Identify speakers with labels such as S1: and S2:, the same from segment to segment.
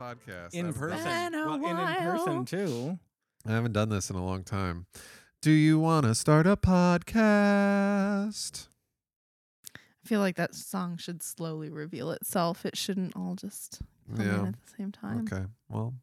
S1: in
S2: haven't done
S1: person.
S2: this.
S3: Been a
S1: Well, and in
S3: while.
S1: person too.
S2: I haven't done this in a long time. Do you want to start a podcast?
S3: I feel like that song should slowly reveal itself. It shouldn't all just
S1: Oh,
S3: come in
S2: Yeah.
S3: at the same time.
S2: Okay. Well,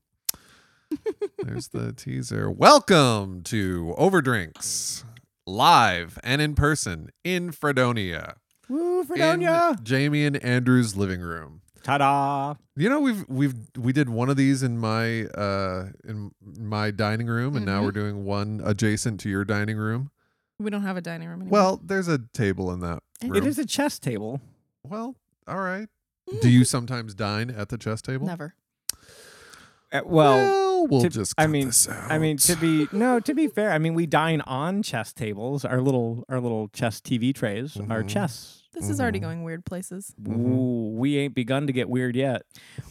S2: there's the teaser. Welcome to Overdrinks, live and in person in Fredonia,
S1: Woo,
S2: in
S1: Fredonia!
S2: Jamie and Andrew's living room.
S1: Ta-da!
S2: You know, we've we've we did one of these in my uh in my dining room, and
S1: Mm-hmm.
S2: now
S3: Mhm.
S2: we're doing one adjacent to your dining room.
S3: We don't have a dining room anymore.
S2: Well, there's a table in that.
S3: It
S2: Room.
S1: Mm-hmm. It is a chess table.
S2: Well, all right. Do you sometimes dine at the chess table?
S3: never.
S1: Uh, well,
S2: Well, we'll
S1: to-
S2: just.
S1: I
S2: cut
S1: mean-
S2: this out.
S1: I mean to be no, to be fair, I mean we dine on chess tables. Our little our little chess TV trays are
S2: Mhm.
S1: chess.
S3: This is already
S2: Mhm.
S3: going weird places.
S2: Mhm.
S1: Ooh, we ain't begun to get weird yet.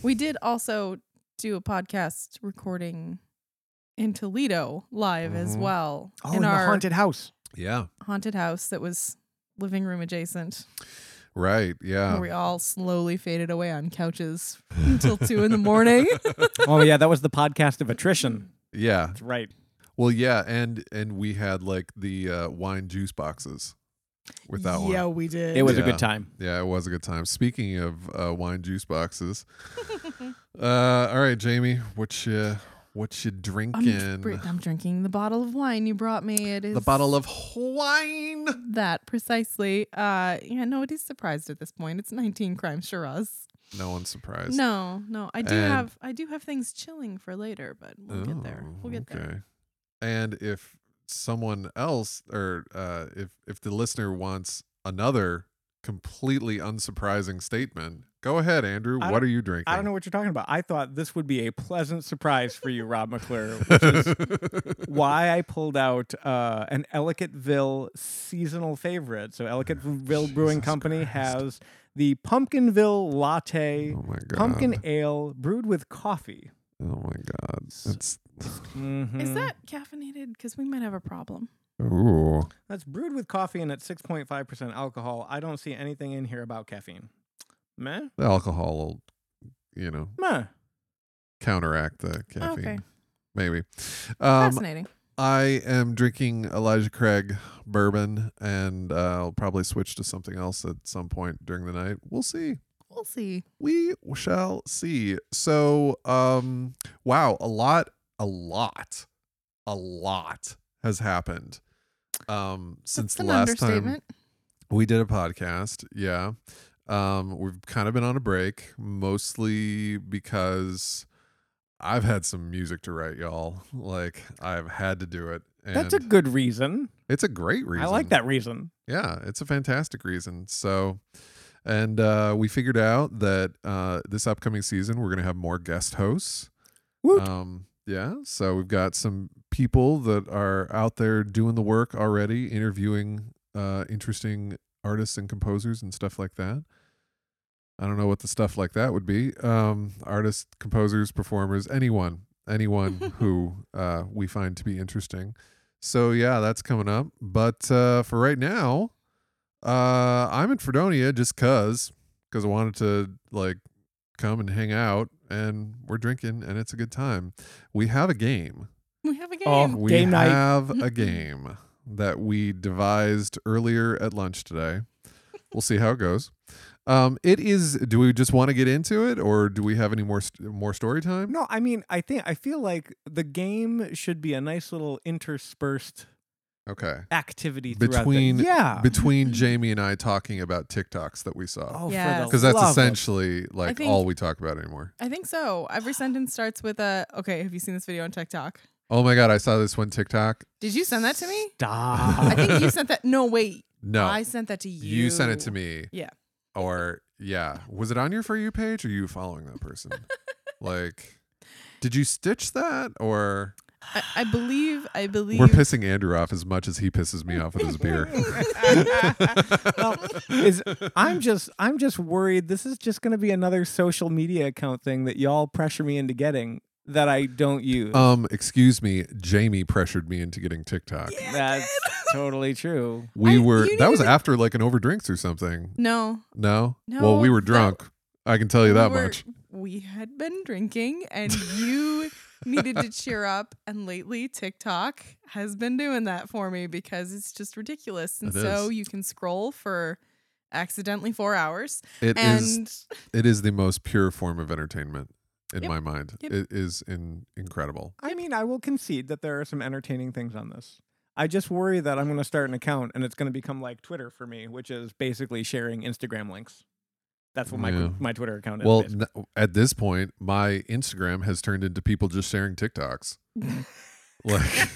S3: We did also do a podcast recording in Toledo live as
S2: Mhm.
S3: well
S1: Oh, in
S3: our
S1: the haunted house.
S2: yeah,
S3: haunted house that was living room adjacent,
S2: right,
S3: where
S2: yeah.
S3: we all slowly faded away on couches until two in the morning.
S1: oh yeah, that was the podcast of attrition.
S2: Yeah.
S1: That's right.
S2: Well, yeah, and and we had like the uh, wine juice boxes with that
S3: yeah,
S2: one.
S3: we did.
S1: It was a
S2: Yeah.
S1: good time.
S2: Yeah, it was a good time. Speaking of uh, wine juice boxes, uh, all right, Jamie, what you what you
S3: I'm,
S2: drinking?
S3: dr- I'm drinking the bottle of wine you brought me. It is
S2: the bottle of wine.
S3: that precisely. Uh, yeah, nobody's surprised at this point. It's 19 crime Shiraz.
S2: No one's surprised.
S3: No, no, I do
S2: And-
S3: have I do have things chilling for later, but we'll get there.
S2: Oh,
S3: We'll get there.
S2: And if someone else or uh, if if the listener wants another completely unsurprising statement, go ahead, Andrew.
S1: I
S2: What
S1: don't-
S2: are you drinking?
S1: I don't know what you're talking about. I thought this would be a pleasant surprise for you, Rob McClure, which is why I pulled out uh, an Ellicottville seasonal favorite. So Ellicottville Brewing
S2: Jesus
S1: Company
S2: Christ.
S1: has the Pumpkinville Latte
S2: Oh my god.
S1: Pumpkin Ale brewed with coffee.
S2: Oh my god. It's
S3: Is
S1: Mhm.
S3: that caffeinated? Because we might have a problem.
S2: ooh.
S1: that's brewed with coffee and it's 6.5% alcohol? I don't see anything in here about caffeine. Meh,
S2: The alcohol will, you know,
S1: meh.
S2: counteract the caffeine.
S3: Oh, Okay.
S2: Maybe. Um,
S3: Fascinating.
S2: I am drinking Elijah Craig bourbon, and uh, I'll probably switch to something else at some point during the night. We'll see.
S3: We'll see.
S2: We shall see. So, um, wow, a lot, a lot, a lot has happened um, since
S3: That's
S2: the
S3: an
S2: last time
S3: understatement.
S2: we did a podcast. Yeah, um, we've kind of been on a break, mostly because I've had some music to write, y'all. Like I've had to do it. And
S1: That's a good reason.
S2: it's a great reason.
S1: I like that reason.
S2: Yeah, it's a fantastic reason. So, and uh, we figured out that uh, this upcoming season we're going to have more guest hosts.
S1: Woot.
S2: Um, yeah, so we've got some people that are out there doing the work already, interviewing uh, interesting artists and composers and stuff like that. I don't know what the stuff like that would be. Um, artists, composers, performers, anyone, anyone who uh, we find to be interesting. So yeah, that's coming up. But uh, for right now, uh, I'm in Fredonia just cause, cause I wanted to like come and hang out, and we're drinking, and it's a good time. We have a game.
S3: We have a game.
S1: Oh,
S2: We
S1: Game night.
S2: have a game that we devised earlier at lunch today. We'll see how it goes. Um, it is. Do we just want to get into it, or do we have any more st- more story time?
S1: No, I mean, I think I feel like the game should be a nice little interspersed
S2: Okay.
S1: activity throughout the-
S2: Between-
S1: yeah.
S2: Between Jamie and I talking about TikToks that we saw,
S1: oh,
S3: Yes.
S2: because that's
S1: love of-
S2: essentially like
S3: think-
S2: all we talk about anymore.
S3: I think so. Every sentence starts with a okay. Have you seen this video on TikTok?
S2: Oh my god, I saw this one TikTok.
S3: Did you send that to me? I
S1: Stop.
S3: think you sent that. No, wait.
S2: No,
S3: I sent that to you.
S2: you sent it to me.
S3: Yeah.
S2: Or yeah, was it on your for you page? Or you following that person? like, did you stitch that? Or
S3: I, I believe. I believe.
S2: we're pissing Andrew off as much as he pisses me off with his beer.
S1: Well, is- I'm just I'm just worried this is just going to be another social media account thing that y'all pressure me into getting that I don't
S3: Oh.
S1: use.
S2: um, excuse me, Jamie pressured me into getting TikTok.
S3: Yeah, I
S1: that's
S3: did.
S1: totally true.
S2: We
S3: I-
S2: were
S3: you
S2: that was
S3: needed-
S2: after like an overdrinks or something.
S3: no.
S2: No?
S3: No,
S2: Well, we were
S3: that-
S2: drunk I can tell you that
S3: we were-
S2: much.
S3: We had been drinking and you needed to cheer up. And lately, TikTok has been doing that for me because it's just ridiculous. And
S2: It
S3: so
S2: is.
S3: you can scroll for accidentally four hours.
S2: It is
S3: and
S2: it is the most pure form of entertainment in
S3: Yep.
S2: my mind.
S3: Yep.
S2: It is in, incredible.
S1: I mean, I will concede that there are some entertaining things on this. I just worry that I'm going to start an account and it's going to become like Twitter for me, which is basically sharing Instagram links. That's what my
S2: Yeah.
S1: my Twitter account is.
S2: Well,
S1: basically.
S2: n- at this point, my Instagram has turned into people just sharing TikToks. like,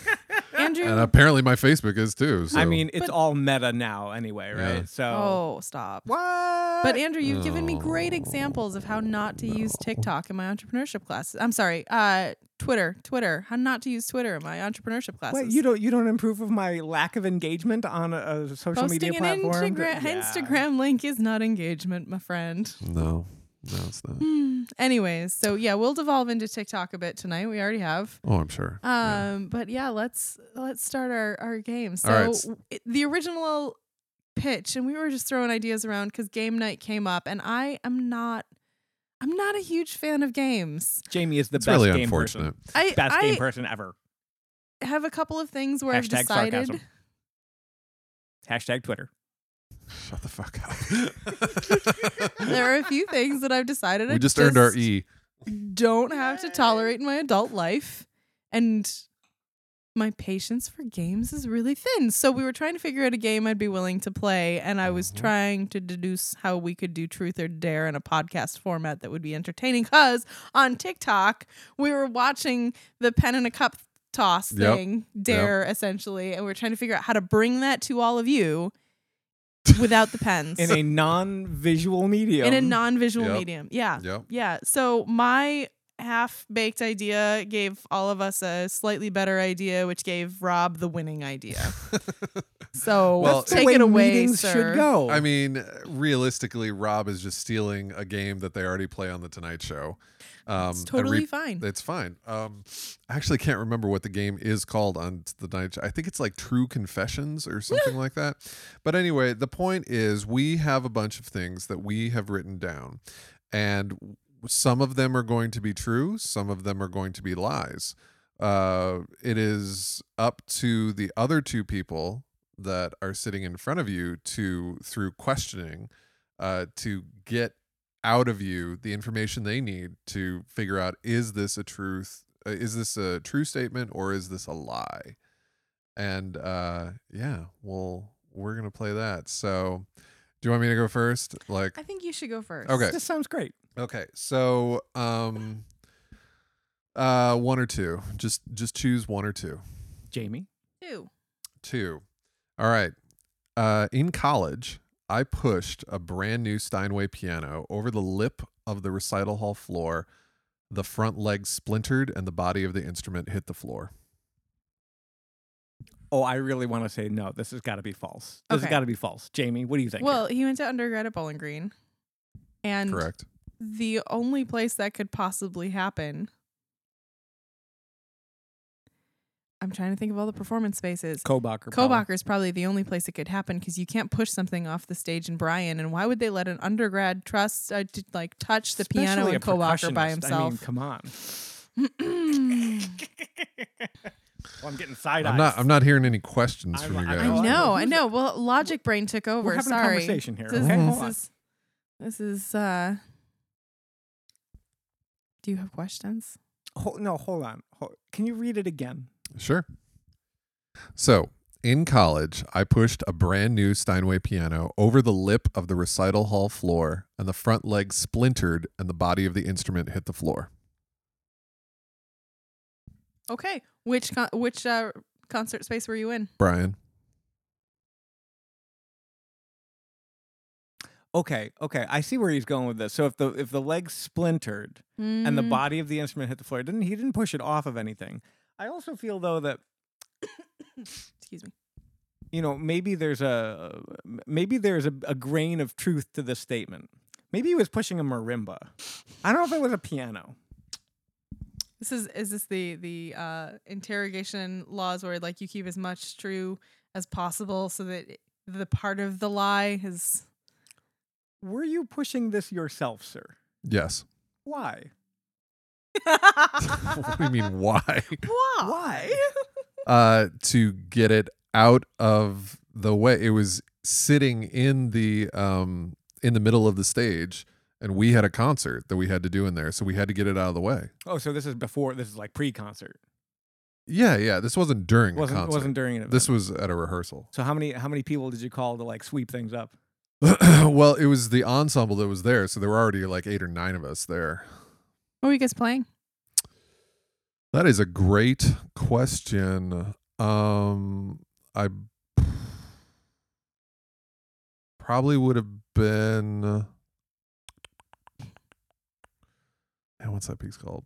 S3: Andrew.
S2: and apparently my Facebook is too. So.
S1: I mean, it's
S3: But-
S1: all meta now anyway,
S2: Yeah.
S1: right? So
S3: oh, stop.
S1: what?
S3: But Andrew, you've given me great
S2: Oh,
S3: examples of how not to use
S2: no.
S3: TikTok in my entrepreneurship classes. I'm sorry, uh, Twitter, Twitter. How not to use Twitter in my entreprenership classes.
S1: Wait, you don't you don't improve of my lack of engagement on a, a social
S3: Posting
S1: media
S3: an
S1: platform?
S3: Instagram,
S1: Yeah.
S3: Instagram link is not engagement, my friend.
S2: no, no, it's not.
S3: Hmm. Anyways, so yeah, we'll devolve into TikTok a bit tonight. We already have.
S2: Oh, I'm sure.
S3: Um,
S2: Yeah.
S3: but yeah, let's let's start our our game. So
S2: All right.
S3: w- it- the original pitch, and we were just throwing ideas around because game night came up, and I am not, I'm not a huge fan of games.
S1: Jamie is the
S2: it's
S1: best
S2: really
S1: game person.
S2: unfortunate.
S3: I
S1: Best
S3: I
S1: game person ever.
S3: have a couple of things where I've
S1: Hashtag
S3: decided.
S1: sarcasm. Hashtag Twitter.
S2: Shut the fuck up.
S3: There are a few things that I've decided. I
S2: we just earned our E.
S3: Don't have to tolerate in my adult life, and my patience for games is really thin. So we were trying to figure out a game I'd be willing to play, and I was
S2: Mhm.
S3: trying to deduce how we could do truth or dare in a podcast format that would be entertaining. Cause on TikTok, we were watching the pen and a cup toss
S2: Yep.
S3: thing, dare essentially, and we are trying to figure out how to bring that to all of you without the pens
S1: In a non visual medium.
S3: in a non-visual
S2: Yep.
S3: medium. Yeah.
S2: Yep.
S3: Yeah. So my half-baked idea gave all of us a slightly better idea, which gave Rob the winning idea. so
S2: Well,
S1: That's the
S3: take
S1: way
S3: it away,
S1: meetings
S3: sir.
S1: should go.
S2: I mean, realistically, Rob is just stealing a game that they already play on the Tonight Show. Um,
S3: It's
S2: and
S3: totally
S2: re-
S3: fine.
S2: it's fine. Um, I actually can't remember what the game is called on the Tonight Show. I think it's like True Confessions or something like that. But anyway, the point is, we have a bunch of things that we have written down, and some of them are going to be true, some of them are going to be lies. Uh, it is up to the other two people that are sitting in front of you to through questioning uh, to get out of you the information they need to figure out is this a truth uh, is this a true statement or is this a lie and uh yeah well we're gonna play that so do you want me to go first like
S3: I think you should go first.
S2: Okay.
S1: This sounds great.
S2: okay so um uh one or two just just choose one or two
S1: Jamie.
S3: Two.
S2: Two. All right. Uh, in college, I pushed a brand new Steinway piano over the lip of the recital hall floor. The front leg splintered and the body of the instrument hit the floor.
S1: Oh, I really want to say no. This has got to be false. This has
S3: Okay.
S1: got to be false. Jamie, what do you think? here?
S3: Well, he went to undergrad at Bowling Green, and
S2: Correct.
S3: the only place that could possibly happen. I'm trying to think of all the performance spaces.
S1: Kobacher.
S3: Kobacher is probably the only place it could happen because you can't push something off the stage in Bryan. And why would they let an undergrad trust uh, to, like touch the piano and Kobacher by
S1: I mean,
S3: himself?
S1: come on. Well, I'm getting side eyed.
S2: I'm not. I'm not hearing any questions
S1: I'm-
S2: from you
S1: I'm-
S2: guys.
S3: I know, I
S1: Who's
S3: know. Well, logic brain took over.
S1: We're having
S3: Sorry.
S1: a conversation here.
S3: This,
S1: okay?
S3: this
S1: Hold on.
S3: is this is. Uh, do you have questions?
S1: Hol- no, hold on. Hol- Can you read it again?
S2: Sure. So, in college, I pushed a brand new Steinway piano over the lip of the recital hall floor, and the front leg splintered, and the body of the instrument hit the floor.
S3: Okay. Which con- which uh, concert space were you in?
S2: Brian,
S1: Okay, okay. I see where he's going with this. So if the if the leg splintered and the
S3: Mm,
S1: body of the instrument hit the floor, didn't he didn't push it off of anything. I also feel though that
S3: Excuse me.
S1: you know maybe there's a maybe there's a, a grain of truth to this statement. Maybe he was pushing a marimba. I don't know if it was a piano.
S3: This is is this the the uh, interrogation laws where like you keep as much true as possible so that the part of the lie is
S1: Were you pushing this yourself, sir?
S2: Yes.
S1: Why?
S2: what do you mean why?
S1: Why?
S2: Uh to get it out of the way. It was sitting in the um in the middle of the stage and we had a concert that we had to do in there, so we had to get it out of the way.
S1: Oh, so this is before. This is like pre-concert.
S2: Yeah, yeah. This wasn't during a
S1: wasn't
S2: concert.
S1: wasn't during an event.
S2: this was at a rehearsal.
S1: So how many how many people did you call to like sweep things up?
S2: well, it was the ensemble that was there, so there were already like eight or nine of us there.
S3: What were you guys playing?
S2: That is a great question. Um, I probably would have been. Man, what's that piece called?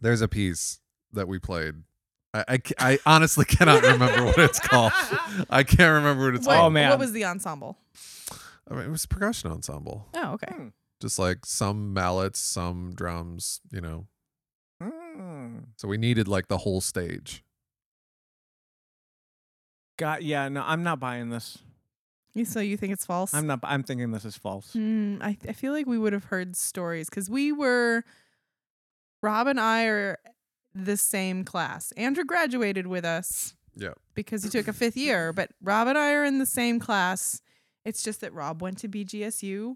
S2: There's a piece that we played. I, I, ca- I honestly cannot remember what it's called. I can't remember what it's
S1: What-
S2: called.
S1: Oh, man.
S3: What was the ensemble?
S2: I mean, it was a percussion ensemble.
S3: Oh, okay.
S1: Hmm.
S2: Just like some mallets, some drums, you know.
S1: Hmm.
S2: So we needed like the whole stage.
S1: God, yeah, no, I'm not buying this.
S3: You- So you think it's false?
S1: I'm not. I'm thinking this is false.
S3: Hmm, I, I feel like we would have heard stories because we were, Rob and I are the same class. Andrew graduated with us.
S2: Yeah.
S3: Because he took a fifth year, but Rob and I are in the same class. It's just that Rob went to BGSU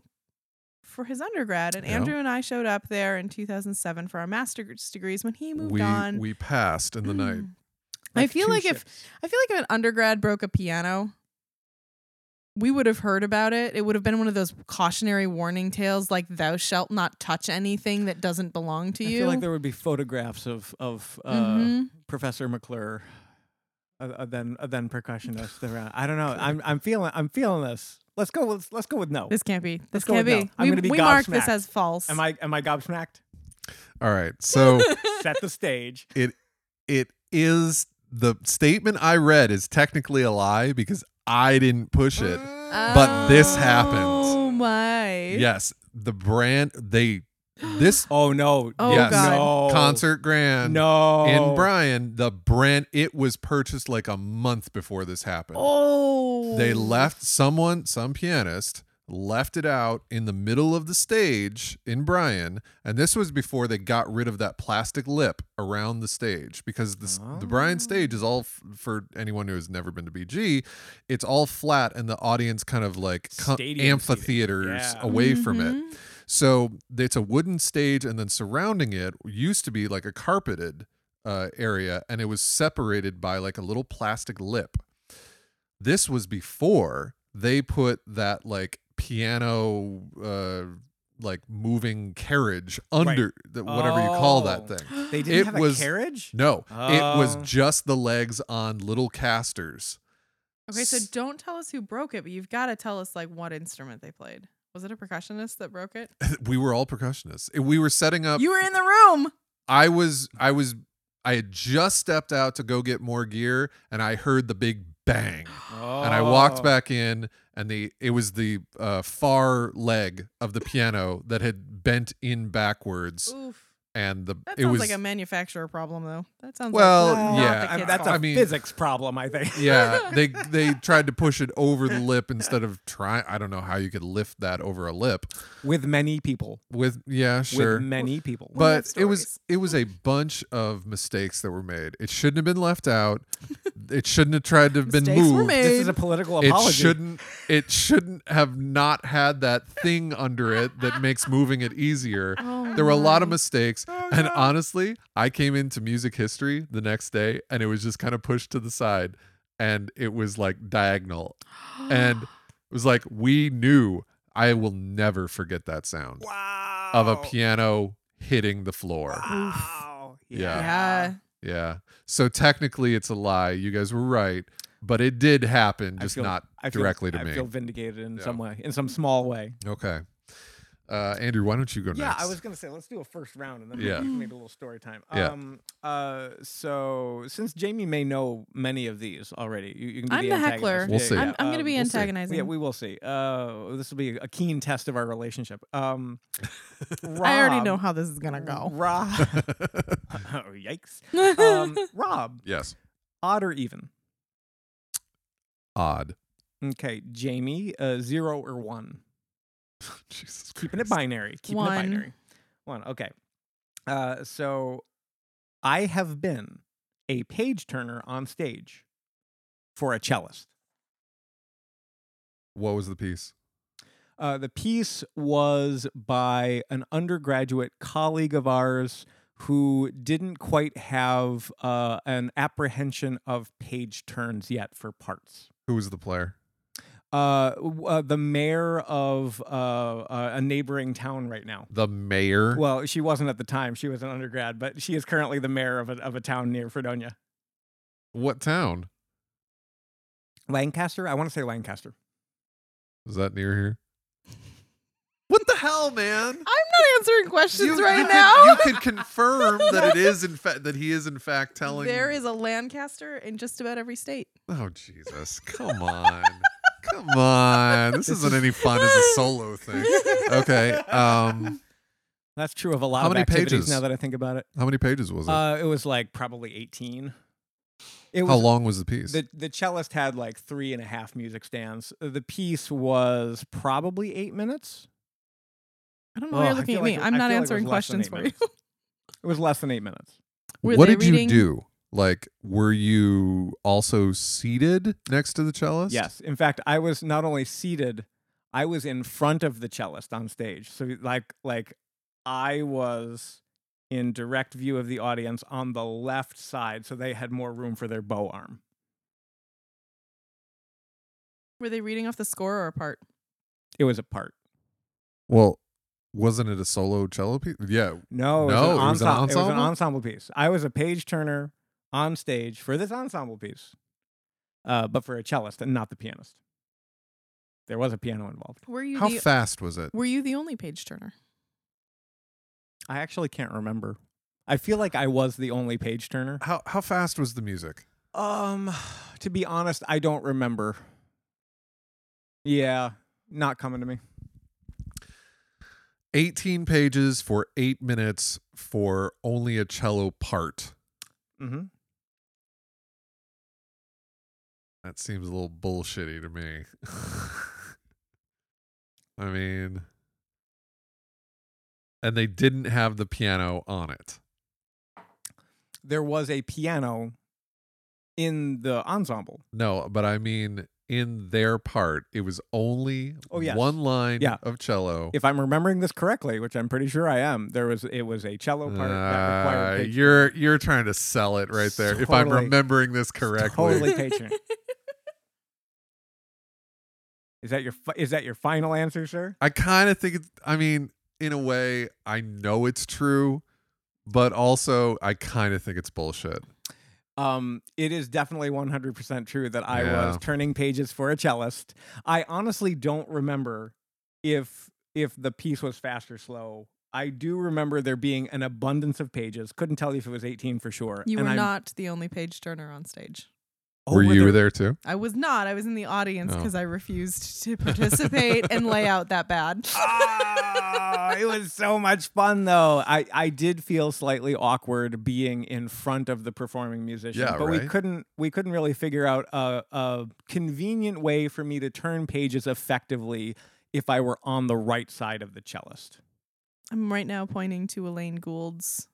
S3: for his undergrad, and
S2: Yeah.
S3: Andrew and I showed up there in 2007 for our master's degrees when he moved
S2: we
S3: on. Mm.
S2: we passed in the night.
S3: I feel
S1: two
S3: like if-
S1: shifts.
S3: I feel like if an undergrad broke a piano, we would have heard about it. It would have been one of those cautionary warning tales like thou shalt not touch anything that doesn't belong to
S1: I
S3: you.
S1: feel like there would be photographs of of uh,
S3: Mhm.
S1: Professor McClure, a, a then a then percussionist. around. I don't know. I'm I'm feeling I'm feeling this. Let's go. With, let's go with no.
S3: This can't be. This
S1: Let's go
S3: can't
S1: with no.
S3: be.
S1: I'm
S3: we
S1: gonna be
S3: we marked this
S1: gobsmacked.
S3: as false.
S1: Am I Oh. am I gobsmacked?
S2: All right. So
S1: Set the stage.
S2: it is the statement I read is technically a lie because I didn't push it. But this happened.
S3: Oh my.
S2: Yes, the brand they this
S1: Oh no!
S3: Oh,
S2: Yes.
S3: God.
S1: no.
S2: concert grand
S1: No.
S2: in Bryan, the brand it was purchased like a month before this happened.
S3: Oh.
S2: They left someone, some pianist, left it out in the middle of the stage in Bryan, and this was before they got rid of that plastic lip around the stage because this, the Bryan
S1: Oh.
S2: stage is all f- for anyone who has never been to BG, it's all flat and the audience kind of like co-
S1: Stadium seating.
S2: amphitheaters
S1: Yeah.
S2: away from it.
S3: Mhm.
S2: So it's a wooden stage, and then surrounding it used to be like a carpeted uh, area, and it was separated by like a little plastic lip. This was before they put that like piano, uh, like moving carriage under the, whatever you call that
S1: Oh.
S2: thing.
S1: They didn't
S2: It
S1: have
S2: was-
S1: a carriage.
S2: No, it was
S1: Oh.
S2: just the legs on little casters.
S3: Okay, so
S2: S-
S3: don't tell us who broke it, but you've got to tell us like what instrument they played. Was it a percussionist that broke it?
S2: We were all percussionists. We were setting up.
S3: You were in the room.
S2: I was I was I had just stepped out to go get more gear and I heard the big bang. And I walked
S1: Oh.
S2: back in and the it was the uh, far leg of the piano that had bent in backwards
S3: Oof.
S2: and the
S3: That
S2: it
S3: sounds
S2: was
S3: like a manufacturer problem, though. That sounds
S2: Well,
S3: like
S2: yeah,
S3: not the
S1: I mean,
S3: kid's
S1: that's a
S2: I
S3: fault.
S2: mean-
S1: physics problem, I think.
S2: yeah, they they tried to push it over the lip instead of trying I don't know how you could lift that over a lip
S1: With many people.
S2: with yeah, sure.
S1: With many people.
S3: Well,
S2: but
S3: that's
S2: it was
S3: stories.
S2: it was a bunch of mistakes that were made. It shouldn't have been left out. It shouldn't have tried to have been
S3: Mistakes were
S2: moved.
S3: made.
S1: this is a political
S2: It
S1: apology.
S2: shouldn't it shouldn't have not had that thing under it that makes moving it easier.
S3: Oh
S2: There were a lot of
S3: my.
S2: mistakes. And honestly, I came into music history the next day and it was just kind of pushed to the side and it was like diagonal. And uh, it was like we knew I will never forget that sound
S1: wow.
S2: of a piano hitting the floor.
S1: Wow.
S2: Yeah.
S3: Yeah.
S2: Yeah. So technically, it's a lie. You guys were right, but it did happen,
S1: I
S2: just
S1: feel-
S2: not
S1: I feel,
S2: directly to
S1: I
S2: me.
S1: feel vindicated in
S2: Yeah.
S1: some way, in some small way.
S2: okay. Uh, Andrew, why don't you go
S1: Yeah,
S2: next?
S1: I was gonna say let's do a first round and then
S2: Yeah.
S1: maybe, maybe a little story time.
S2: Yeah.
S1: Um uh so since Jamie may know many of these already, you, you can be
S3: I'm
S1: the,
S3: the heckler.
S1: antagonist.
S2: We'll
S1: Yeah,
S2: see.
S1: yeah,
S3: I'm, I'm going to
S1: um,
S3: be
S1: we'll see.
S3: antagonizing.
S1: Yeah, we will see. Uh this will be a keen test of our relationship. Um
S3: I already
S1: Rob-
S3: know how this is going to go.
S1: Rob. oh, yikes. Um, Rob,
S2: yes.
S1: odd or even?
S2: Odd.
S1: Okay, Jamie, uh, zero or one?
S2: Jesus
S1: keeping it
S2: Christ.
S1: binary. Keeping
S3: One.
S1: it binary. One. Okay. Uh, so I have been a page turner on stage for a cellist.
S2: What was the piece?
S1: Uh, the piece was by an undergraduate colleague of ours who didn't quite have uh, an apprehension of page turns yet for parts.
S2: Who was the player?
S1: Uh, w- uh, the mayor of uh, uh, a neighboring town right now.
S2: The mayor.
S1: Well, she wasn't at the time. She was an undergrad, but she is currently the mayor of a, of a town near Fredonia.
S2: what town?
S1: Lancaster? I want to say Lancaster.
S2: Is that near here? What the hell, man?
S3: I'm not answering questions right
S2: could-
S3: now.
S2: you could confirm that it is in fact that he is in fact telling.
S3: there is a Lancaster in just about every state.
S2: Oh Jesus! Come on, come on. This isn't any fun as a solo thing. Okay. Um,
S1: That's true of a lot
S2: How
S1: of
S2: many
S1: activities
S2: pages?
S1: now that I think about it.
S2: how many pages was it?
S1: Uh, it was like probably 18. It
S2: how
S1: was
S2: long was the piece?
S1: the, the cellist had like three and a half music stands. The piece was probably eight minutes.
S3: I don't know why
S1: Ugh,
S3: you're
S1: I
S3: looking
S1: feel
S3: at
S1: like
S3: me.
S1: it-
S3: I'm
S1: I
S3: not
S1: feel like it was
S3: answering
S1: less than
S3: questions
S1: eight
S3: for you.
S1: minutes. It was less than eight minutes.
S3: Were
S2: what
S3: they
S2: did
S3: reading-
S2: you do? Like, were you also seated next to the cellist?
S1: Yes. In fact, I was not only seated, I was in front of the cellist on stage. So like like I was in direct view of the audience on the left side, so they had more room for their bow arm.
S3: Were they reading off the score or a part?
S1: It was a part.
S2: Well, wasn't it a solo cello piece? Yeah.
S1: No, it was,
S2: No,
S1: an,
S2: it was an
S1: ensemble, it was an
S2: ensemble?
S1: ensemble piece. I was a page turner on stage for this ensemble piece, uh, but for a cellist and not the pianist. There was a piano involved.
S3: Were you
S2: How
S3: the
S2: fast was it?
S3: Were you the only page turner?
S1: I actually can't remember. I feel like I was the only page turner.
S2: How how fast was the music?
S1: Um, to be honest, I don't remember. Yeah, not coming to me.
S2: 18 pages for 8 minutes for only a cello part.
S1: Mm-hmm.
S2: That seems a little bullshitty to me. I mean, and they didn't have the piano on it.
S1: There was a piano in the ensemble.
S2: No, but I mean in their part, it was only
S1: Oh, yes.
S2: one line
S1: Yeah.
S2: of cello.
S1: If I'm remembering this correctly, which I'm pretty sure I am, there was it was a cello part that
S2: Uh,
S1: required page
S2: you're you're trying to sell it right there. If I'm
S1: Totally.
S2: remembering this correctly,
S1: Totally page turner. Is that your fi- is that your final answer, sir?
S2: I kind of think it's, I mean, in a way, I know it's true, but also I kind of think it's bullshit.
S1: Um, it is definitely 100% true that I was
S2: Yeah.
S1: turning pages for a cellist. I honestly don't remember if if the piece was fast or slow. I do remember there being an abundance of pages. Couldn't tell you if it was 18 for sure.
S3: You
S1: and
S3: were
S1: I'm-
S3: not the only page turner on stage.
S1: Oh,
S2: Were you there too?
S3: I was not. I was in the audience
S2: Oh.
S3: because I refused to participate and lay out that bad.
S1: Ah, it was so much fun though. I, I did feel slightly awkward being in front of the performing musician,
S2: Yeah,
S1: but we
S2: right?
S1: couldn't we couldn't really figure out a, a convenient way for me to turn pages effectively if I were on the right side of the cellist.
S3: I'm right now pointing to Elaine Gould's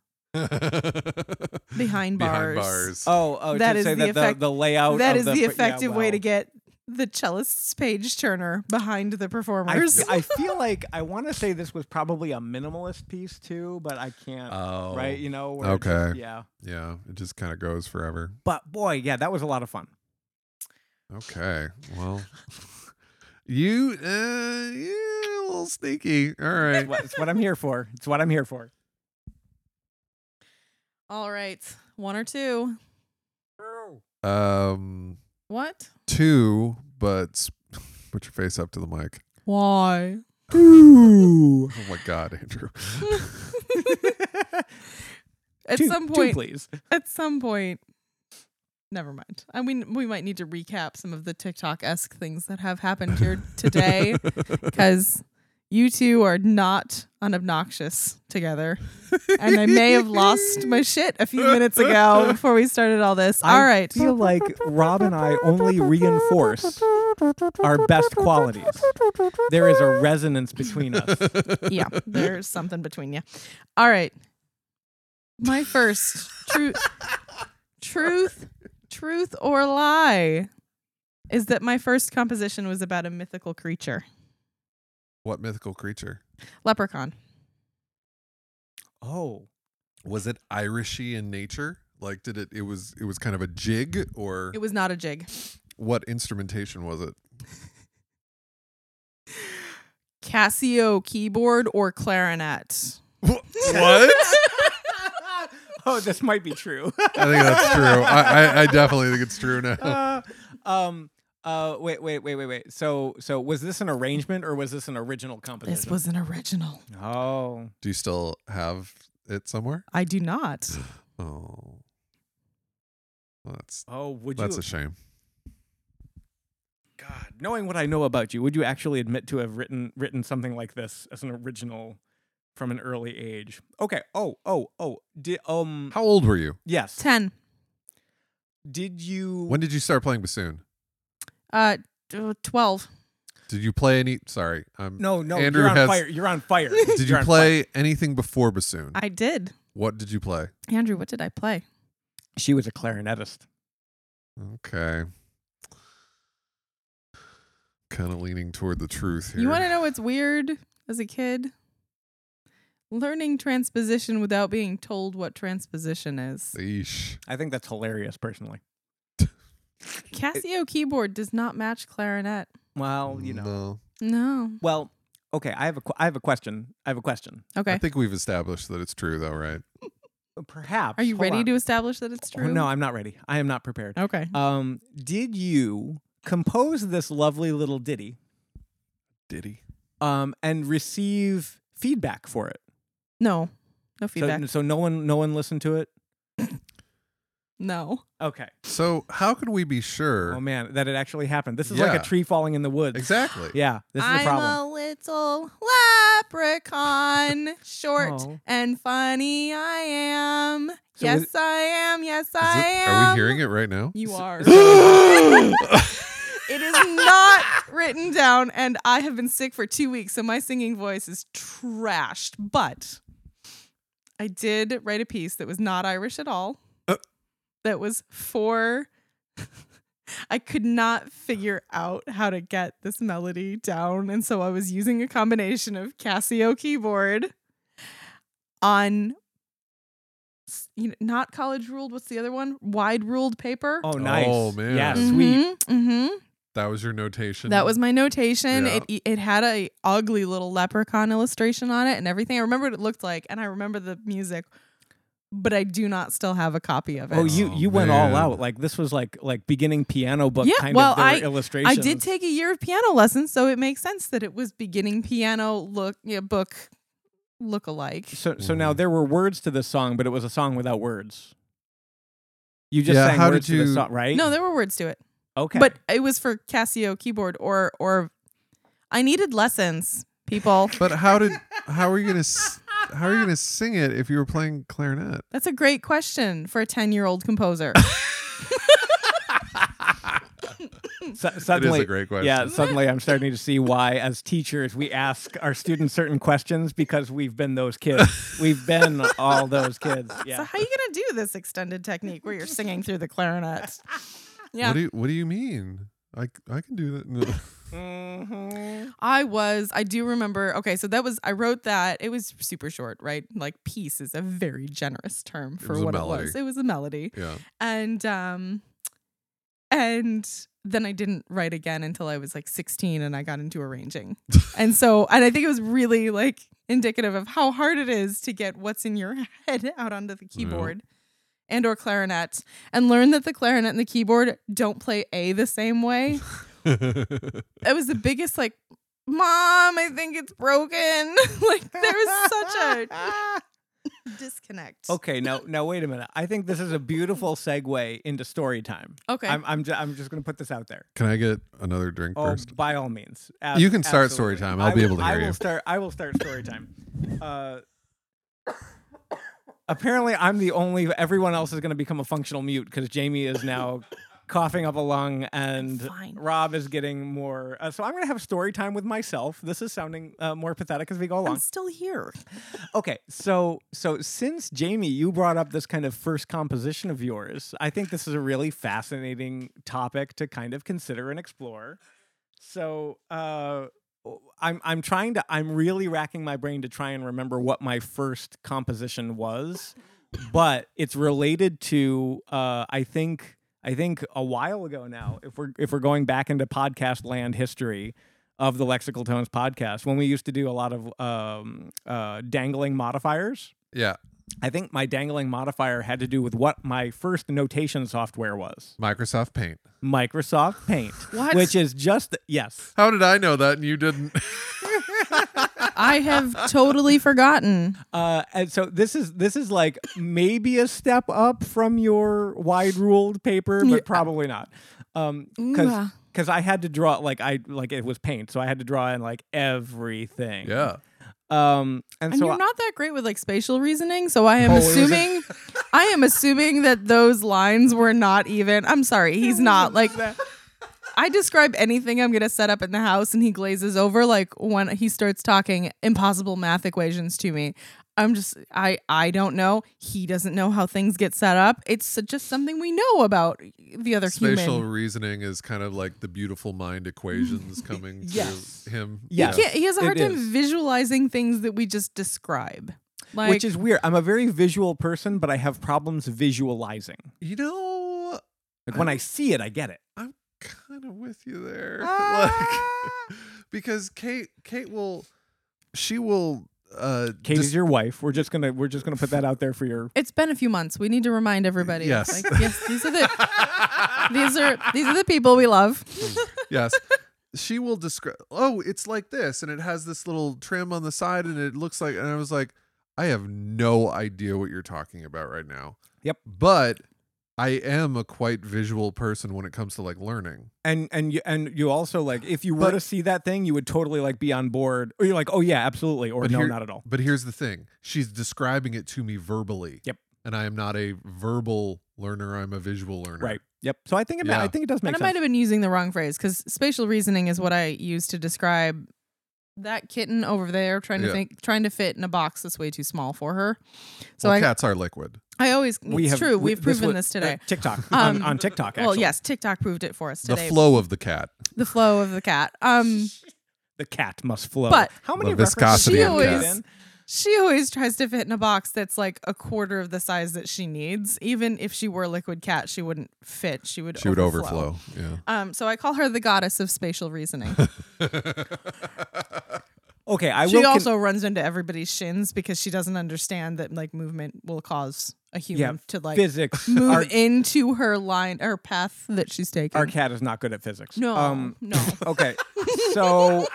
S3: Behind bars.
S2: bars.
S1: Oh, oh,
S3: That
S1: to
S3: is
S1: say
S3: the
S1: that
S3: effect-
S1: the, the layout
S3: That
S1: of
S3: is the,
S1: yeah,
S3: effective way to
S1: wow.
S3: get the cellist's page turner behind the
S1: I,
S3: performers.
S1: I feel like I want to say this was probably a minimalist piece too, but I can't.
S2: Oh,
S1: right, you know. where it's just-
S2: Okay.
S1: yeah,
S2: yeah, it just kind of goes forever.
S1: but boy, yeah, that was a lot of fun.
S2: Okay, well, you, uh, yeah, a little sneaky. All right.
S1: It's what, it's what I'm here for. It's what I'm here for.
S3: All right, one or two.
S2: Um,
S3: What?
S2: two, but s- put your face up to the mic.
S3: Why?
S2: Oh my God, Andrew.
S3: At
S1: Two-
S3: some
S1: two,
S3: point,
S1: please.
S3: at some point never mind i mean we might need to recap some of the tiktok-esque things that have happened here today because you two are not unobnoxious together and i may have lost my shit a few minutes ago before we started all this all
S1: I
S3: right
S1: feel like Rob and I only reinforce our best qualities. There is a resonance between us.
S3: yeah, there's something between you. All right. My first truth, truth, truth or lie is that my first composition was about a mythical creature,
S2: What mythical creature?
S3: leprechaun.
S1: Oh,
S2: Was it Irishy in nature? Like did it it was it was kind of a jig or
S3: It was not a jig.
S2: what instrumentation was it?
S3: Casio keyboard or clarinet.
S2: What?
S1: oh, this might be true.
S2: I think that's true. I, I, I definitely think it's true now.
S1: Uh, um. Uh. Wait. Wait. Wait. Wait. Wait. So. So. Was this an arrangement or was this an original composition?
S3: this was an original.
S1: Oh.
S2: Do you still have it somewhere?
S3: I do not.
S2: Oh. Well, that's
S1: Oh. Would
S2: that's
S1: you?
S2: a shame.
S1: God. Knowing what I know about you, would you actually admit to have written written something like this as an original from an early age? Okay. Oh. Oh. Oh. Did um.
S2: How old were you?
S1: yes.
S3: 10.
S1: Did you?
S2: When did you start playing bassoon?
S3: Uh, d- 12.
S2: Did you play any sorry, I'm
S1: no. No.
S2: Andrew
S1: you're on
S2: has-
S1: fire. You're on fire.
S2: Did
S1: You're
S2: you
S1: on
S2: play anything before bassoon?
S3: I did.
S2: What did you play?
S3: Andrew, what did I play?
S1: fire. She was a clarinetist.
S2: Okay. Kind of leaning toward the truth here.
S3: You want to know what's weird as a kid? Learning transposition without being told what transposition is.
S2: Eesh.
S1: I think that's hilarious, personally.
S3: Casio keyboard does not match clarinet.
S1: Well, you know.
S2: Mm, No.
S3: No.
S1: Well, okay. I have a. Qu- I have a question. I have a question.
S3: Okay.
S2: I think we've established that it's true, though, right?
S1: Perhaps.
S3: Are you
S1: hold
S3: ready
S1: on.
S3: to establish that it's
S1: Oh,
S3: true?
S1: No, I'm not ready. I am not prepared.
S3: Okay.
S1: Um, did you compose this lovely little ditty
S2: Did he?
S1: um, and receive feedback for it?
S3: No. No
S1: So-
S3: feedback.
S1: So, no one, no one listened to it.
S3: no.
S1: Okay.
S2: So, how can we be sure?
S1: Oh man, that it actually happened. This is like
S2: Yeah.
S1: a tree falling in the woods.
S2: exactly.
S1: Yeah, this is the
S3: I'm
S1: problem.
S3: a little leprechaun, short
S1: Oh.
S3: and funny. I am.
S1: So
S3: yes,
S1: is-
S3: I am. Yes,
S2: Is
S3: I
S2: it-
S3: am.
S2: Are we hearing it right now?
S3: You are.
S2: oh,
S3: It is not written down, and I have been sick for two weeks, so my singing voice is trashed. But I did write a piece that was not Irish at all.
S2: Uh.
S3: That was for. I could not figure out how to get this melody down, and so I was using a combination of Casio keyboard on. s- You know, not college ruled. What's the other one? Wide ruled paper.
S1: Oh nice.
S2: Oh, man.
S1: Yeah,
S2: Mhm.
S1: sweet.
S3: hmm
S2: that was your notation.
S3: that was my notation.
S2: Yeah.
S3: It it had a ugly little leprechaun illustration on it and everything. I remember what it looked like and I remember the music, but I do not still have a copy of it.
S1: Oh, you
S2: Oh,
S1: you went all
S2: man.
S1: out. Like this was like like beginning piano book
S3: Yeah,
S1: kind
S3: well,
S1: of their
S3: I- I did
S1: illustrations.
S3: I did take a year of piano lessons, so it makes sense that it was beginning piano look yeah, book look alike.
S1: So so now
S2: Mhm.
S1: there were words to this song, but it was a song without words. You just
S2: Yeah,
S1: sang
S2: how
S1: words
S2: did
S1: to
S2: you-
S1: the song, right?
S3: No, there were words to it.
S1: okay.
S3: But it was for Casio keyboard or or I needed lessons, people.
S2: But how did how are you gonna s- how are you gonna sing it if you were playing clarinet?
S3: That's a great question for a 10-year-old composer.
S1: Su- suddenly,
S2: it is a great question.
S1: yeah, suddenly I'm starting to see why, as teachers, we ask our students certain questions because we've been those kids. we've been all those kids.
S3: So
S1: Yeah.
S3: how you gonna do this extended technique where you're singing through the clarinet? Yeah,
S2: What do you What do you mean? I I can do that. No.
S1: Mm-hmm.
S3: I was. I do remember. Okay, so that was. I wrote that. It was super short, right? Like piece is a very generous term for
S2: was a
S3: what it
S2: melody.
S3: was. It was a melody,
S2: yeah.
S3: and um, and then I didn't write again until I was like 16, and I got into arranging, and so and I think it was really like indicative of how hard it is to get what's in your head out onto the keyboard. and or clarinet and learn that the clarinet and the keyboard don't play a the same way it was the biggest like mom i think it's broken like there was such a disconnect
S1: Okay, now now wait a minute. I think this is a beautiful segue into story time.
S3: okay
S1: I'm I'm, ju- I'm just going to put this out there.
S2: can I get another drink
S1: Oh,
S2: first?
S1: by all means,
S2: You can start story time. I'll
S1: I
S2: be
S1: will-
S2: able to
S1: I
S2: hear
S1: will
S2: you.
S1: start. I will start story time. Uh, apparently, I'm the only. Everyone else is going to become a functional mute because Jamie is now coughing up a lung, and
S3: fine.
S1: Rob is getting more. Uh, so I'm going to have story time with myself. This is sounding uh, more pathetic as we go
S3: I'm
S1: along.
S3: still here.
S1: Okay, so so since Jamie, you brought up this kind of first composition of yours, I think this is a really fascinating topic to kind of consider and explore. So uh, I'm I'm trying to I'm really racking my brain to try and remember what my first composition was, but it's related to uh, I think I think a while ago now. If we're if we're going back into podcast land history, of the Lexical Tones podcast when we used to do a lot of um, uh, dangling modifiers.
S2: Yeah,
S1: I think my dangling modifier had to do with what my first notation software was
S2: Microsoft Paint.
S1: Microsoft Paint.
S3: What?
S1: Which is just, yes.
S2: How did I know that and you didn't?
S3: I have totally forgotten.
S1: Uh, and so this is this is like maybe a step up from your wide ruled paper, but
S3: Yeah. ah.
S1: probably not. Um,
S3: Mwah.
S1: because I had to draw like I like it was paint, so I had to draw in like everything.
S2: yeah.
S1: Um, and,
S3: And
S1: so
S3: you're
S1: I-
S3: not that great with like spatial reasoning, so I am
S2: Oh, it was a-
S3: assuming I am assuming that those lines were not even. I'm sorry, he's not like I describe anything I'm gonna set up in the house, and he glazes over like when he starts talking impossible math equations to me. I'm just I I don't know. He doesn't know how things get set up. It's just something we know about the other
S2: Spatial
S3: human.
S2: reasoning is kind of like the beautiful mind equations coming
S1: Yes.
S2: to him.
S1: Yes.
S3: He can't- he has a
S1: It
S3: hard time
S1: is.
S3: visualizing things that we just describe. Like
S1: Which is weird. I'm a very visual person, but I have problems visualizing.
S2: You know,
S1: Like when I see it, I get it.
S2: I'm kind of with you there. like
S1: Ah.
S2: because Kate Kate will she will uh
S1: Kate
S2: dis-
S1: is your wife. We're just gonna we're just gonna put that out there for your.
S3: It's been a few months. We need to remind everybody.
S2: Yes.
S3: Like, yes, these are the these are these are the people we love.
S2: yes. She will describe. Oh, it's like this, and it has this little trim on the side, and it looks like. And I was like, I have no idea what you're talking about right now.
S1: Yep.
S2: But I am a quite visual person when it comes to like learning.
S1: And and you and you also like if you were
S2: But-
S1: to see that thing, you would totally like be on board. Or you're like, oh yeah, absolutely, or
S2: But
S1: no,
S2: here-
S1: not at all.
S2: But here's the thing: she's describing it to me verbally.
S1: Yep.
S2: And I am not a verbal learner. I'm a visual learner.
S1: Right. Yep. So I think it ma-
S2: Yeah.
S1: I think it does make
S3: and I
S1: sense.
S3: might have been using the wrong phrase because spatial reasoning is what I use to describe that kitten over there trying to
S2: Yeah.
S3: think trying to fit in a box that's way too small for her. So
S2: So well,
S3: I
S2: cats are liquid.
S3: I always
S1: we
S3: it's
S1: have,
S3: true.
S1: we-
S3: We, have proven
S1: was-
S3: this, today.
S1: uh, TikTok
S3: Um,
S1: on, on TikTok. Actually.
S3: well, yes, TikTok proved it for us today.
S2: The flow of the cat.
S3: The flow of the cat. Um
S1: the cat must flow.
S3: But-
S1: how many
S2: The
S1: references
S2: viscosity
S1: did
S3: of
S1: we
S3: cats.
S1: get in?
S3: she always tries to fit in a box that's like a quarter of the size that she needs. Even if she were a liquid cat, she wouldn't fit. She would
S2: She would overflow.
S3: Um, so I call her the goddess of spatial reasoning.
S2: Yeah.
S1: Okay, I
S3: she
S1: will. con-
S3: also runs into everybody's shins because she doesn't understand that like movement will cause a human
S1: Yeah,
S3: to like
S1: physics.
S3: move
S1: Our,
S3: into her line or path that she's taken.
S1: our cat is not good at physics.
S3: no,
S1: Um,
S3: no.
S1: okay so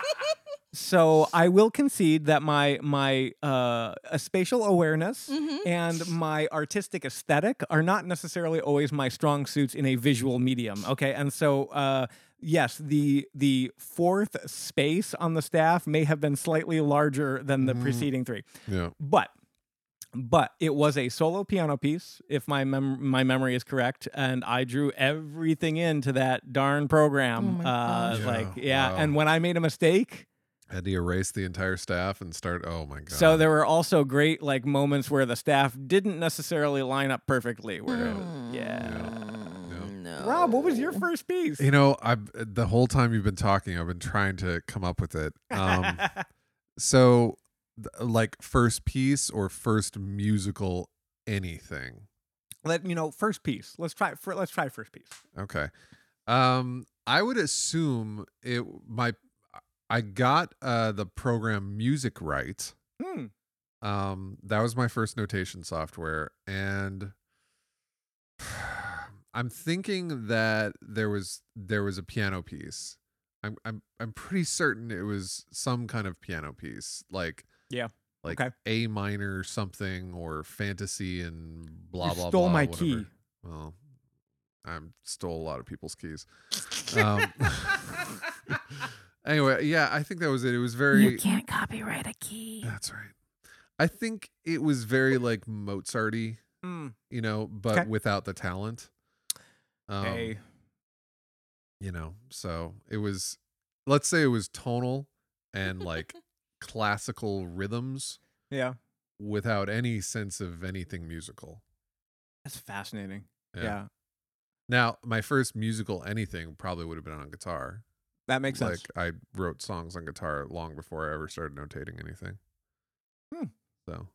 S1: so i will concede that my my uh a spatial awareness and my artistic aesthetic are not necessarily always my strong suits in a visual medium okay and so uh Yes, the the fourth space on the staff may have been slightly larger than the preceding three,
S2: yeah.
S1: but but it was a solo piano piece, if my mem- my memory is correct, and I drew everything into that darn program.
S3: Oh my
S1: uh,
S2: gosh.
S1: Like,
S2: Yeah,
S1: yeah.
S2: wow.
S1: And when I made a mistake,
S2: Had to erase the entire staff and start. Oh my god.
S1: so there were also great like moments where the staff didn't necessarily line up perfectly. Where, it was- yeah.
S3: No.
S1: Hmm. Rob, what was your
S2: Oh.
S1: first piece?
S2: You know, I have the whole time you've been talking, I've been trying to come up with it. Um, so, th- like first piece or first musical anything.
S1: Let you know first piece. Let's try. fir- let's try first piece.
S2: Okay. Um, I would assume it. My, I got uh the program music right.
S1: Hmm.
S2: Um, that was my first notation software, and I'm thinking that there was there was a piano piece. I'm I'm I'm pretty certain it was some kind of piano piece, like
S1: Yeah.
S2: like
S1: Okay.
S2: A minor something or fantasy and blah
S1: You
S2: blah.
S1: stole
S2: blah,
S1: my
S2: whatever.
S1: key.
S2: Well, I stole a lot of people's keys. Um, anyway, yeah, I think that was it. It was very.
S3: can't copyright a key.
S2: That's right. I think it was very like Mozarty,
S1: Mm.
S2: you know, but
S1: Okay.
S2: without the talent. Um,
S1: Hey.
S2: you know so it was let's say it was tonal and like classical rhythms
S1: Yeah.
S2: without any sense of anything musical
S1: That's fascinating.
S2: Yeah.
S1: Yeah.
S2: now my first musical anything probably would have been on guitar
S1: That makes
S2: like
S1: sense.
S2: i wrote songs on guitar long before i ever started notating anything
S1: Hmm.
S2: so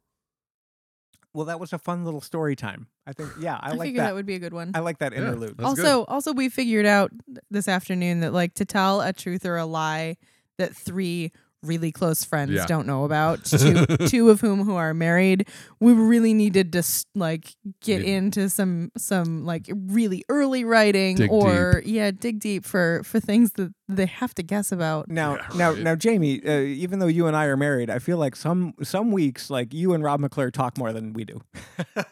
S1: Well, that was a fun little story time. I think yeah, I,
S3: I,
S1: like
S3: figure that.
S1: that.
S3: would be a good one.
S1: I like that
S2: Yeah.
S1: interlude.
S2: That's good.
S3: also, also we figured out th- this afternoon that like to tell a truth or a lie that three really close friends
S2: Yeah.
S3: don't know about, two, two of whom who are married, we really needed to s- like get
S2: Yeah.
S3: into some some like really early writing
S2: Dig
S3: or yeah, dig deep for for things that they have to guess about.
S1: Now,
S2: Yeah,
S1: now,
S2: right.
S1: now, Jamie. Uh, even though you and I are married, I feel like some some weeks, like you and Rob McClure talk more than we do.
S2: Oh,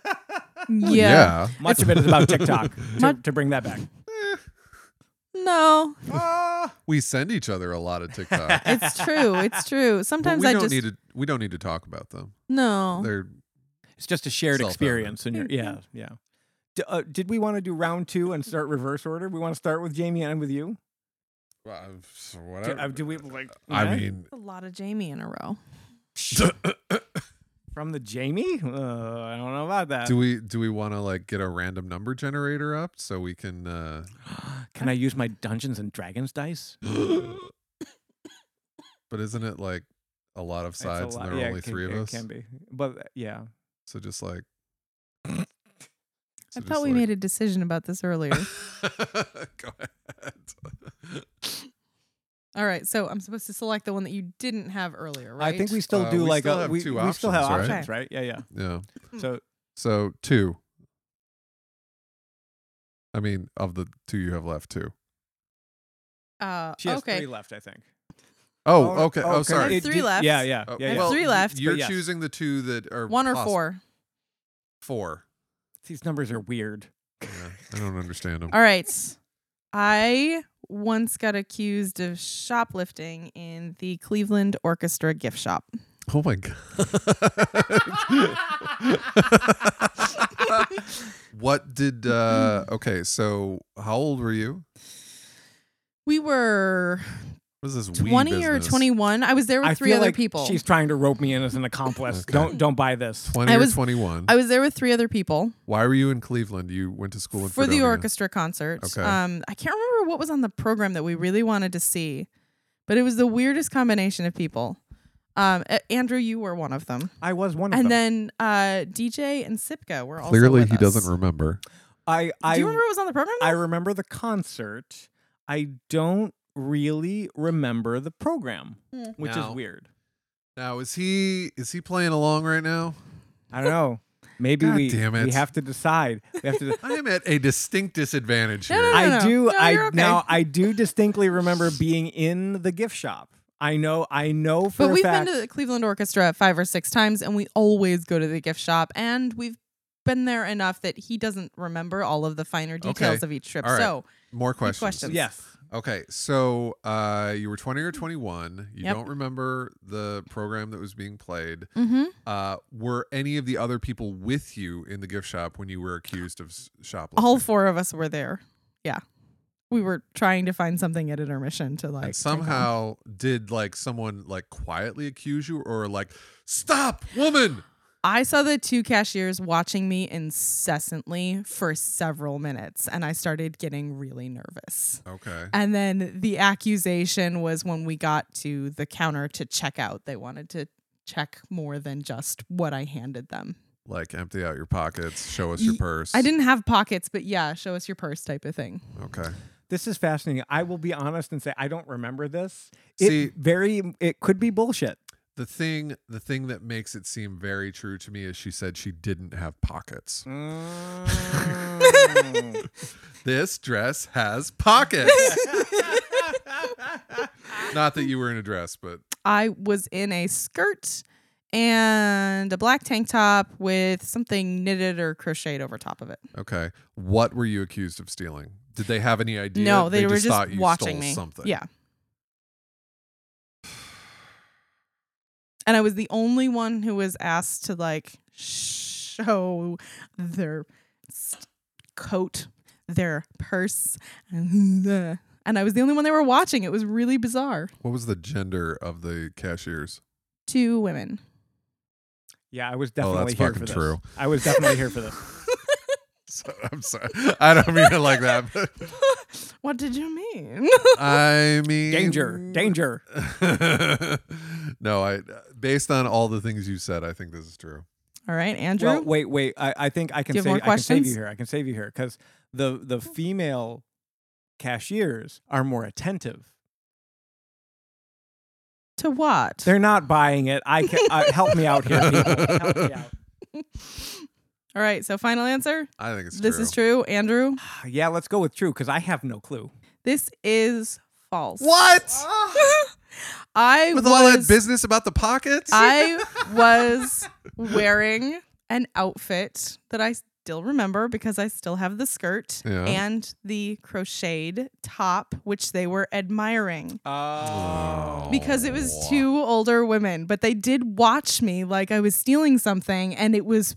S3: yeah.
S1: Much of it is about TikTok. to,
S3: Much-
S1: to bring that back.
S3: No, Ah!
S2: we send each other a lot of tiktok
S3: it's true. It's true.
S2: but
S3: Sometimes
S2: we
S3: I
S2: don't
S3: just
S2: need to we don't need to talk about them
S3: no.
S2: they're
S1: it's just a shared
S2: Self-evident.
S1: experience, and you're, yeah, yeah. D- uh, did we want to do round two and start reverse order? We want to start with Jamie and with you.
S2: well,
S1: Do,
S2: uh, whatever.
S1: uh, do we like?
S2: i
S1: yeah?
S2: mean
S3: a lot of Jamie in a row.
S1: from the Jamie? Uh, I don't know about that.
S2: do we do we want to like get a random number generator up so we can uh
S1: Can I use my Dungeons and Dragons dice?
S2: but isn't it like a lot of
S1: It's a
S2: sides
S1: lot-
S2: and there are
S1: yeah, it
S2: only
S1: can-
S2: three of
S1: it
S2: us?
S1: Can be, but uh, yeah.
S2: So just like.
S3: I thought we made a decision about this earlier.
S2: Go ahead.
S3: All right, so I'm supposed to select the one that you didn't have earlier, right?
S1: I think we still
S2: Uh,
S1: do
S2: we
S1: like
S2: still
S1: a
S2: have
S1: we,
S2: two
S1: we still have
S2: options,
S3: right?
S1: options, right? Yeah, yeah.
S2: Yeah.
S1: So
S2: So two. I mean, of the two you have left, two.
S3: Uh,
S1: she has
S3: okay.
S1: three left, I think.
S2: Oh, okay. Oh, sorry.
S3: It- Three
S1: did-
S3: left.
S1: Yeah, yeah,
S2: Uh,
S1: yeah.
S3: I
S1: yeah.
S3: have three
S2: y-
S3: left,
S2: You're
S1: but yes.
S2: choosing the two that are
S3: One or
S2: poss-
S3: four.
S2: Four.
S1: These numbers are weird.
S2: Yeah, I don't understand them.
S3: All right. I once got accused of shoplifting in the Cleveland Orchestra gift shop.
S2: Oh my god. what did uh okay, so how old were you?
S3: We were
S2: What is this we
S3: 20 or
S2: business?
S3: 21. I was there with
S1: I
S3: three
S1: feel
S3: other
S1: like
S3: people.
S1: She's trying to rope me in as an accomplice.
S2: Okay.
S1: Don't don't buy this.
S2: 20
S3: I
S2: or
S3: was-
S2: 21.
S3: I was there with three other people
S2: Why were you in Cleveland? You went to school in
S3: for the
S2: Fredonia.
S3: orchestra concert.
S2: Okay.
S3: Um, I can't remember what was on the program that we really wanted to see, but it was the weirdest combination of people. Um, A- Andrew, you were one of them.
S1: I was one of
S3: And
S1: them.
S3: then uh, DJ and Sipka were also
S2: Clearly
S3: with
S2: he
S3: us.
S2: doesn't remember.
S1: I I
S3: Do you remember what was on the program?
S1: I remember the concert. I don't really remember the program,
S3: Mm.
S1: which
S2: No.
S1: is weird.
S2: Now is he is he playing along right now?
S1: I don't know. Maybe
S2: God
S1: we
S2: damn
S1: we
S2: it.
S1: have to decide. We have to.
S2: I am at a distinct disadvantage
S3: No,
S2: here.
S3: no, no.
S1: I do.
S3: No,
S1: I
S3: you're okay.
S1: now I do distinctly remember being in the gift shop. I know. I know for
S3: But
S1: a
S3: we've
S1: fact.
S3: been to the Cleveland Orchestra five or six times, and we always go to the gift shop, and we've been there enough that he doesn't remember all of the finer details
S2: Okay.
S3: of each trip.
S2: All right.
S3: So
S2: More questions.
S3: questions.
S1: yes.
S2: Okay, so uh, you were 20 or 21. You
S3: Yep.
S2: don't remember the program that was being played.
S3: mhm.
S2: Uh, were any of the other people with you in the gift shop when you were accused of s- shoplifting?
S3: all four of us were there. Yeah. We were trying to find something at intermission to like
S2: and
S3: drink on.
S2: somehow did like someone like quietly accuse you or like stop woman
S3: I saw the two cashiers watching me incessantly for several minutes and I started getting really nervous.
S2: okay
S3: And then the accusation was when we got to the counter to check out, they wanted to check more than just what I handed them.
S2: like empty out your pockets show us your
S3: Ye-
S2: purse
S3: I didn't have pockets, but yeah, show us your purse type of thing.
S2: okay
S1: This is fascinating. I will be honest and say I don't remember this.
S2: See-
S1: it very it could be bullshit.
S2: the thing the thing that makes it seem very true to me is she said she didn't have pockets this dress has pockets not that you were in a dress but
S3: I was in a skirt and a black tank top with something knitted or crocheted over top of it.
S2: okay what were you accused of stealing did they have any idea
S3: no, they, were
S2: just,
S3: just
S2: thought you
S3: watching
S2: stole
S3: me.
S2: something
S3: Yeah. And I was the only one who was asked to like show their s- coat, their purse, and the and I was the only one they were watching. It was really bizarre.
S2: What was the gender of the cashiers?
S3: Two women.
S1: Yeah, I was
S2: Oh,
S1: definitely
S2: that's
S1: here
S2: fucking
S1: for this.
S2: true.
S1: I was definitely here for this.
S2: So, I'm sorry. I don't mean it like that. But
S3: what did you mean?
S2: I mean
S1: Danger, danger.
S2: no, I based on all the things you said, I think this is true.
S3: All right, Andrew.
S1: Well, wait, wait. I, I think I can
S3: Do you have
S1: save.
S3: more
S1: I can save you
S3: questions? Oh.
S1: here. I can save you here because the the female cashiers are more attentive.
S3: to what?
S1: They're not buying it. I can uh, help me out here. People. Help me out.
S3: All right, so final answer.
S2: I think it's
S3: this
S2: true.
S3: is true, Andrew.
S1: Yeah, let's go with true because I have no clue.
S3: This is false.
S2: What?
S3: I
S2: With
S3: was,
S2: all that business about the pockets?
S3: I was wearing an outfit that I still remember because I still have the skirt
S2: Yeah.
S3: and the crocheted top, which they were admiring.
S1: Oh,
S3: because it was two older women, but they did watch me like I was stealing something, and it was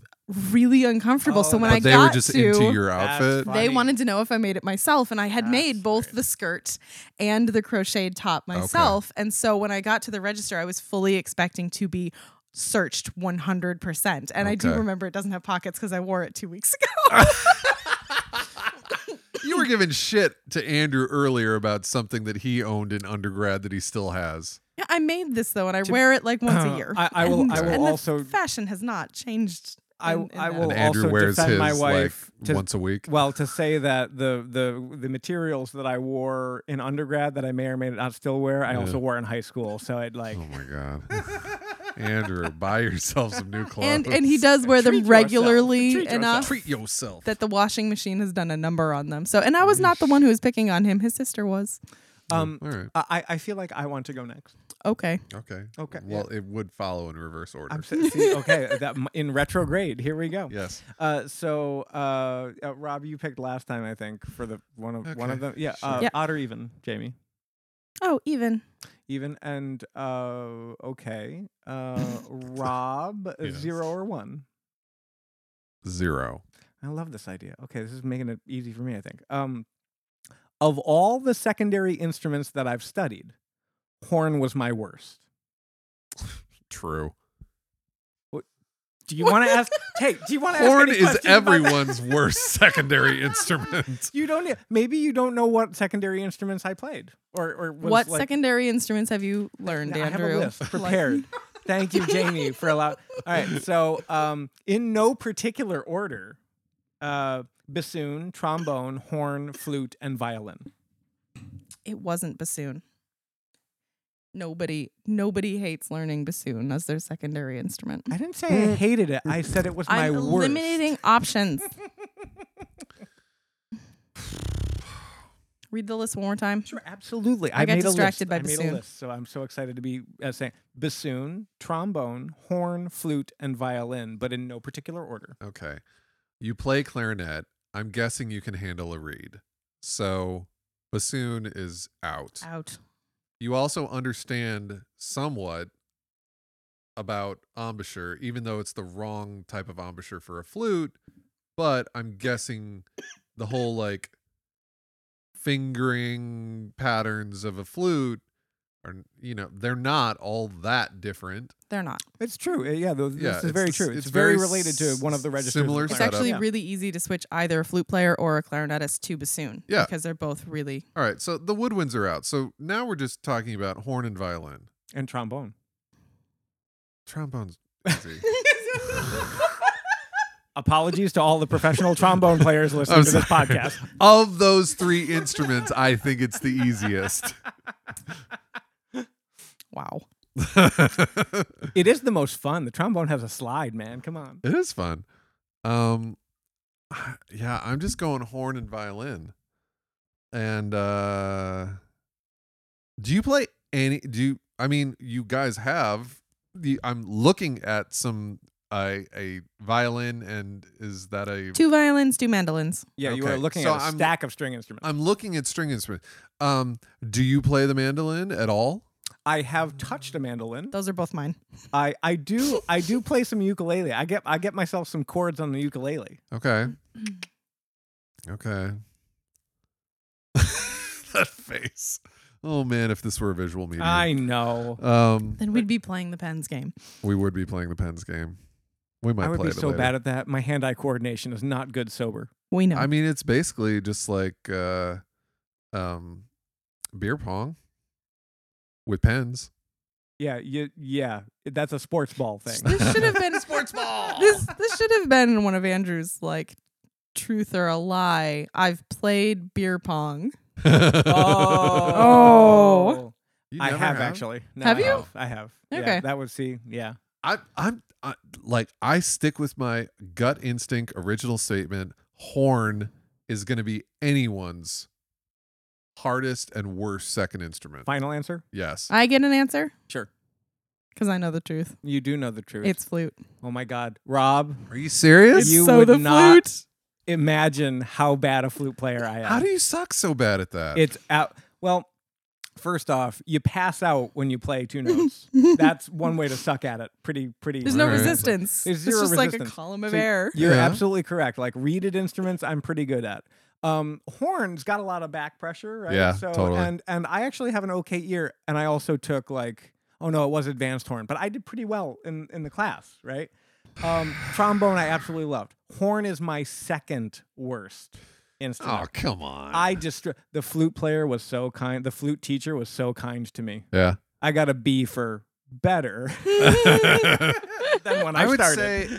S3: really uncomfortable. so
S1: Oh,
S3: when
S2: But
S3: I
S2: they
S3: got
S2: were just
S3: to,
S2: into your
S1: That's
S2: outfit.
S1: fine.
S3: they
S1: Funny.
S3: wanted to know if I made it myself, and I had
S1: That's
S3: made both
S1: weird.
S3: the skirt and the crocheted top myself. And so when I got to the register, I was fully expecting to be searched 100%. And I do
S2: Okay.
S3: remember it doesn't have pockets because I wore it two weeks ago.
S2: You were giving shit to Andrew earlier about something that he owned in undergrad that he still has.
S3: Yeah, I made this though, and I wear it like once a year.
S1: Uh, I- I will-
S3: And-
S1: I will
S3: and the
S1: also-
S3: fashion has not changed.
S1: I,
S3: in- in
S1: I
S3: that.
S1: will
S2: And Andrew
S1: also
S2: wears
S1: defend
S2: his
S1: my wife
S2: like
S1: to-
S2: once a week.
S1: Well, to say that the the the materials that I wore in undergrad that I may or may not still wear, I
S2: Yeah.
S1: also wore in high school. So I'd like.
S2: Oh my god. Andrew, buy yourself some new clothes.
S3: and and he does wear them
S1: Treat yourself.
S3: regularly
S1: Treat
S3: enough
S2: treat yourself.
S3: that the washing machine has done a number on them. So, and I was not the one who was picking on him; his sister was.
S1: Um,
S2: All right.
S1: I I feel like I want to go next.
S3: Okay,
S2: Okay.
S1: Okay,
S2: Well, it would follow in reverse order.
S1: I'm s- see, okay. uh, That in retrograde. Here we go.
S2: yes.
S1: Uh, so uh, uh, Rob, you picked last time, I think, for the one of one of
S2: Okay,
S1: them. Yeah,
S2: sure.
S1: uh,
S3: Yeah.
S1: odd or even, Jamie,
S3: oh, even
S1: even and uh, okay, uh, Rob,
S2: Yes.
S1: zero or one.
S2: Zero.
S1: I love this idea. Okay, this is making it easy for me. I think. Um, of all the secondary instruments that I've studied, horn was my worst.
S2: True.
S1: Do you want to ask? Hey, do you want to ask?
S2: Horn
S1: any
S2: is
S1: questions about that?
S2: everyone's worst secondary instrument.
S1: You don't. e- Maybe you don't know what secondary instruments I played, or or was
S3: what
S1: like,
S3: secondary instruments have you learned,
S1: Yeah, I have
S3: Andrew?
S1: a list
S3: Like-
S1: prepared. Thank you, Jamie, for allowing. All right, so um, in no particular order, uh, bassoon, trombone, horn, flute, and violin.
S3: it wasn't bassoon. Nobody, nobody hates learning bassoon as their secondary instrument.
S1: I didn't say I hated it. I said it was my
S3: I'm
S1: worst.
S3: eliminating options. Read the list one more time.
S1: Sure, absolutely. I,
S3: I got
S1: made
S3: distracted
S1: a
S3: by
S1: list. I made
S3: bassoon.
S1: a list, so I'm so excited to be uh, saying bassoon, trombone, horn, flute, and violin, but in no particular order.
S2: Okay. You play clarinet. I'm guessing you can handle a reed. So bassoon is out.
S3: Out.
S2: You also understand somewhat about embouchure, even though it's the wrong type of embouchure for a flute. But I'm guessing the whole like fingering patterns of a flute are, you know, they're not all that different.
S3: They're not.
S1: It's true. Uh, Yeah, th-
S2: Yeah,
S1: this is very
S2: it's-
S1: true.
S2: it's
S1: It's, very,
S2: very
S1: related to one of the registers.
S2: similar
S1: of
S3: It's
S2: setup.
S1: clarinet.
S3: actually
S1: Yeah.
S3: really easy to switch either a flute player or a clarinetist to bassoon.
S2: Yeah.
S3: Because they're both really.
S2: All right, so the woodwinds are out. So now we're just talking about horn and violin.
S1: and trombone.
S2: Trombone's easy.
S1: Apologies to all the professional trombone players listening
S2: I'm
S1: to this
S2: sorry.
S1: podcast.
S2: of those three instruments, I think it's the easiest.
S3: wow.
S2: it
S1: It is the most fun. The trombone has a slide, man. Come on.
S2: is fun. Um yeah, I'm just going horn and violin. And uh do you play any do you I mean you guys have the I'm looking at some uh, a violin and is that a
S3: Two violins, two mandolins.
S1: Yeah, you are
S2: Okay,
S1: looking
S2: so
S1: at a
S2: I'm-
S1: stack of string instruments.
S2: I'm looking at string instruments. Um, do you play the mandolin at all?
S1: I have touched a mandolin.
S3: Those are both mine.
S1: I, I do I do play some ukulele. I get I get myself some chords on the ukulele.
S2: Okay. Okay.
S4: that face. Oh man, if this were a visual medium,
S1: I know.
S4: um,
S3: Then we'd be playing the pens game.
S4: we would be playing the Pens game. We might
S1: I would
S4: play
S1: be
S4: it
S1: so
S4: later.
S1: bad at that. My hand-eye coordination is not good sober.
S3: We know.
S4: I mean, it's basically just like uh, um, beer pong with pens.
S1: Yeah, you, yeah, that's a sports ball thing.
S3: this should have been
S4: Sports ball.
S3: This this should have been one of Andrew's like truth or a lie. I've played beer pong. Oh.
S4: You
S1: I
S4: never
S1: have, actually. No,
S3: Have
S1: I
S3: you?
S1: I have. Yeah,
S3: Okay.
S1: that would see. Yeah.
S4: I, I'm I, like I stick with my gut instinct original statement. Horn is going to be anyone's hardest and worst second instrument.
S1: Final answer.
S4: Yes.
S3: I get an answer
S1: Sure.
S3: because I know the truth.
S1: You do know the truth.
S3: It's flute.
S1: oh my God, Rob!
S4: Are you serious?
S3: It's
S1: you
S3: so
S1: would
S3: the
S1: not-
S3: flute.
S1: Imagine how bad a flute player I am.
S4: How do you suck so bad at that?
S1: It's out. Well, first off, you pass out when you play two notes. That's one way to suck at it. Pretty, pretty.
S3: There's no
S4: Alright.
S3: resistance.
S1: There's
S3: it's
S1: zero
S3: just like a
S1: resistance.
S3: column of
S1: So-
S3: air.
S1: You're
S4: Yeah.
S1: absolutely correct. Like reeded instruments, I'm pretty good at. Um, horns got a lot of back pressure, right?
S4: Yeah,
S1: so,
S4: totally.
S1: And and I actually have an okay ear, and I also took like oh no, it was advanced horn, but I did pretty well in in the class, right? Um, trombone, I absolutely loved. Horn is my second worst instrument.
S4: oh come on.
S1: I just the flute player was so kind. The flute teacher was so kind to me.
S4: yeah.
S1: I got a B for better than when I,
S4: I would
S1: started.
S4: say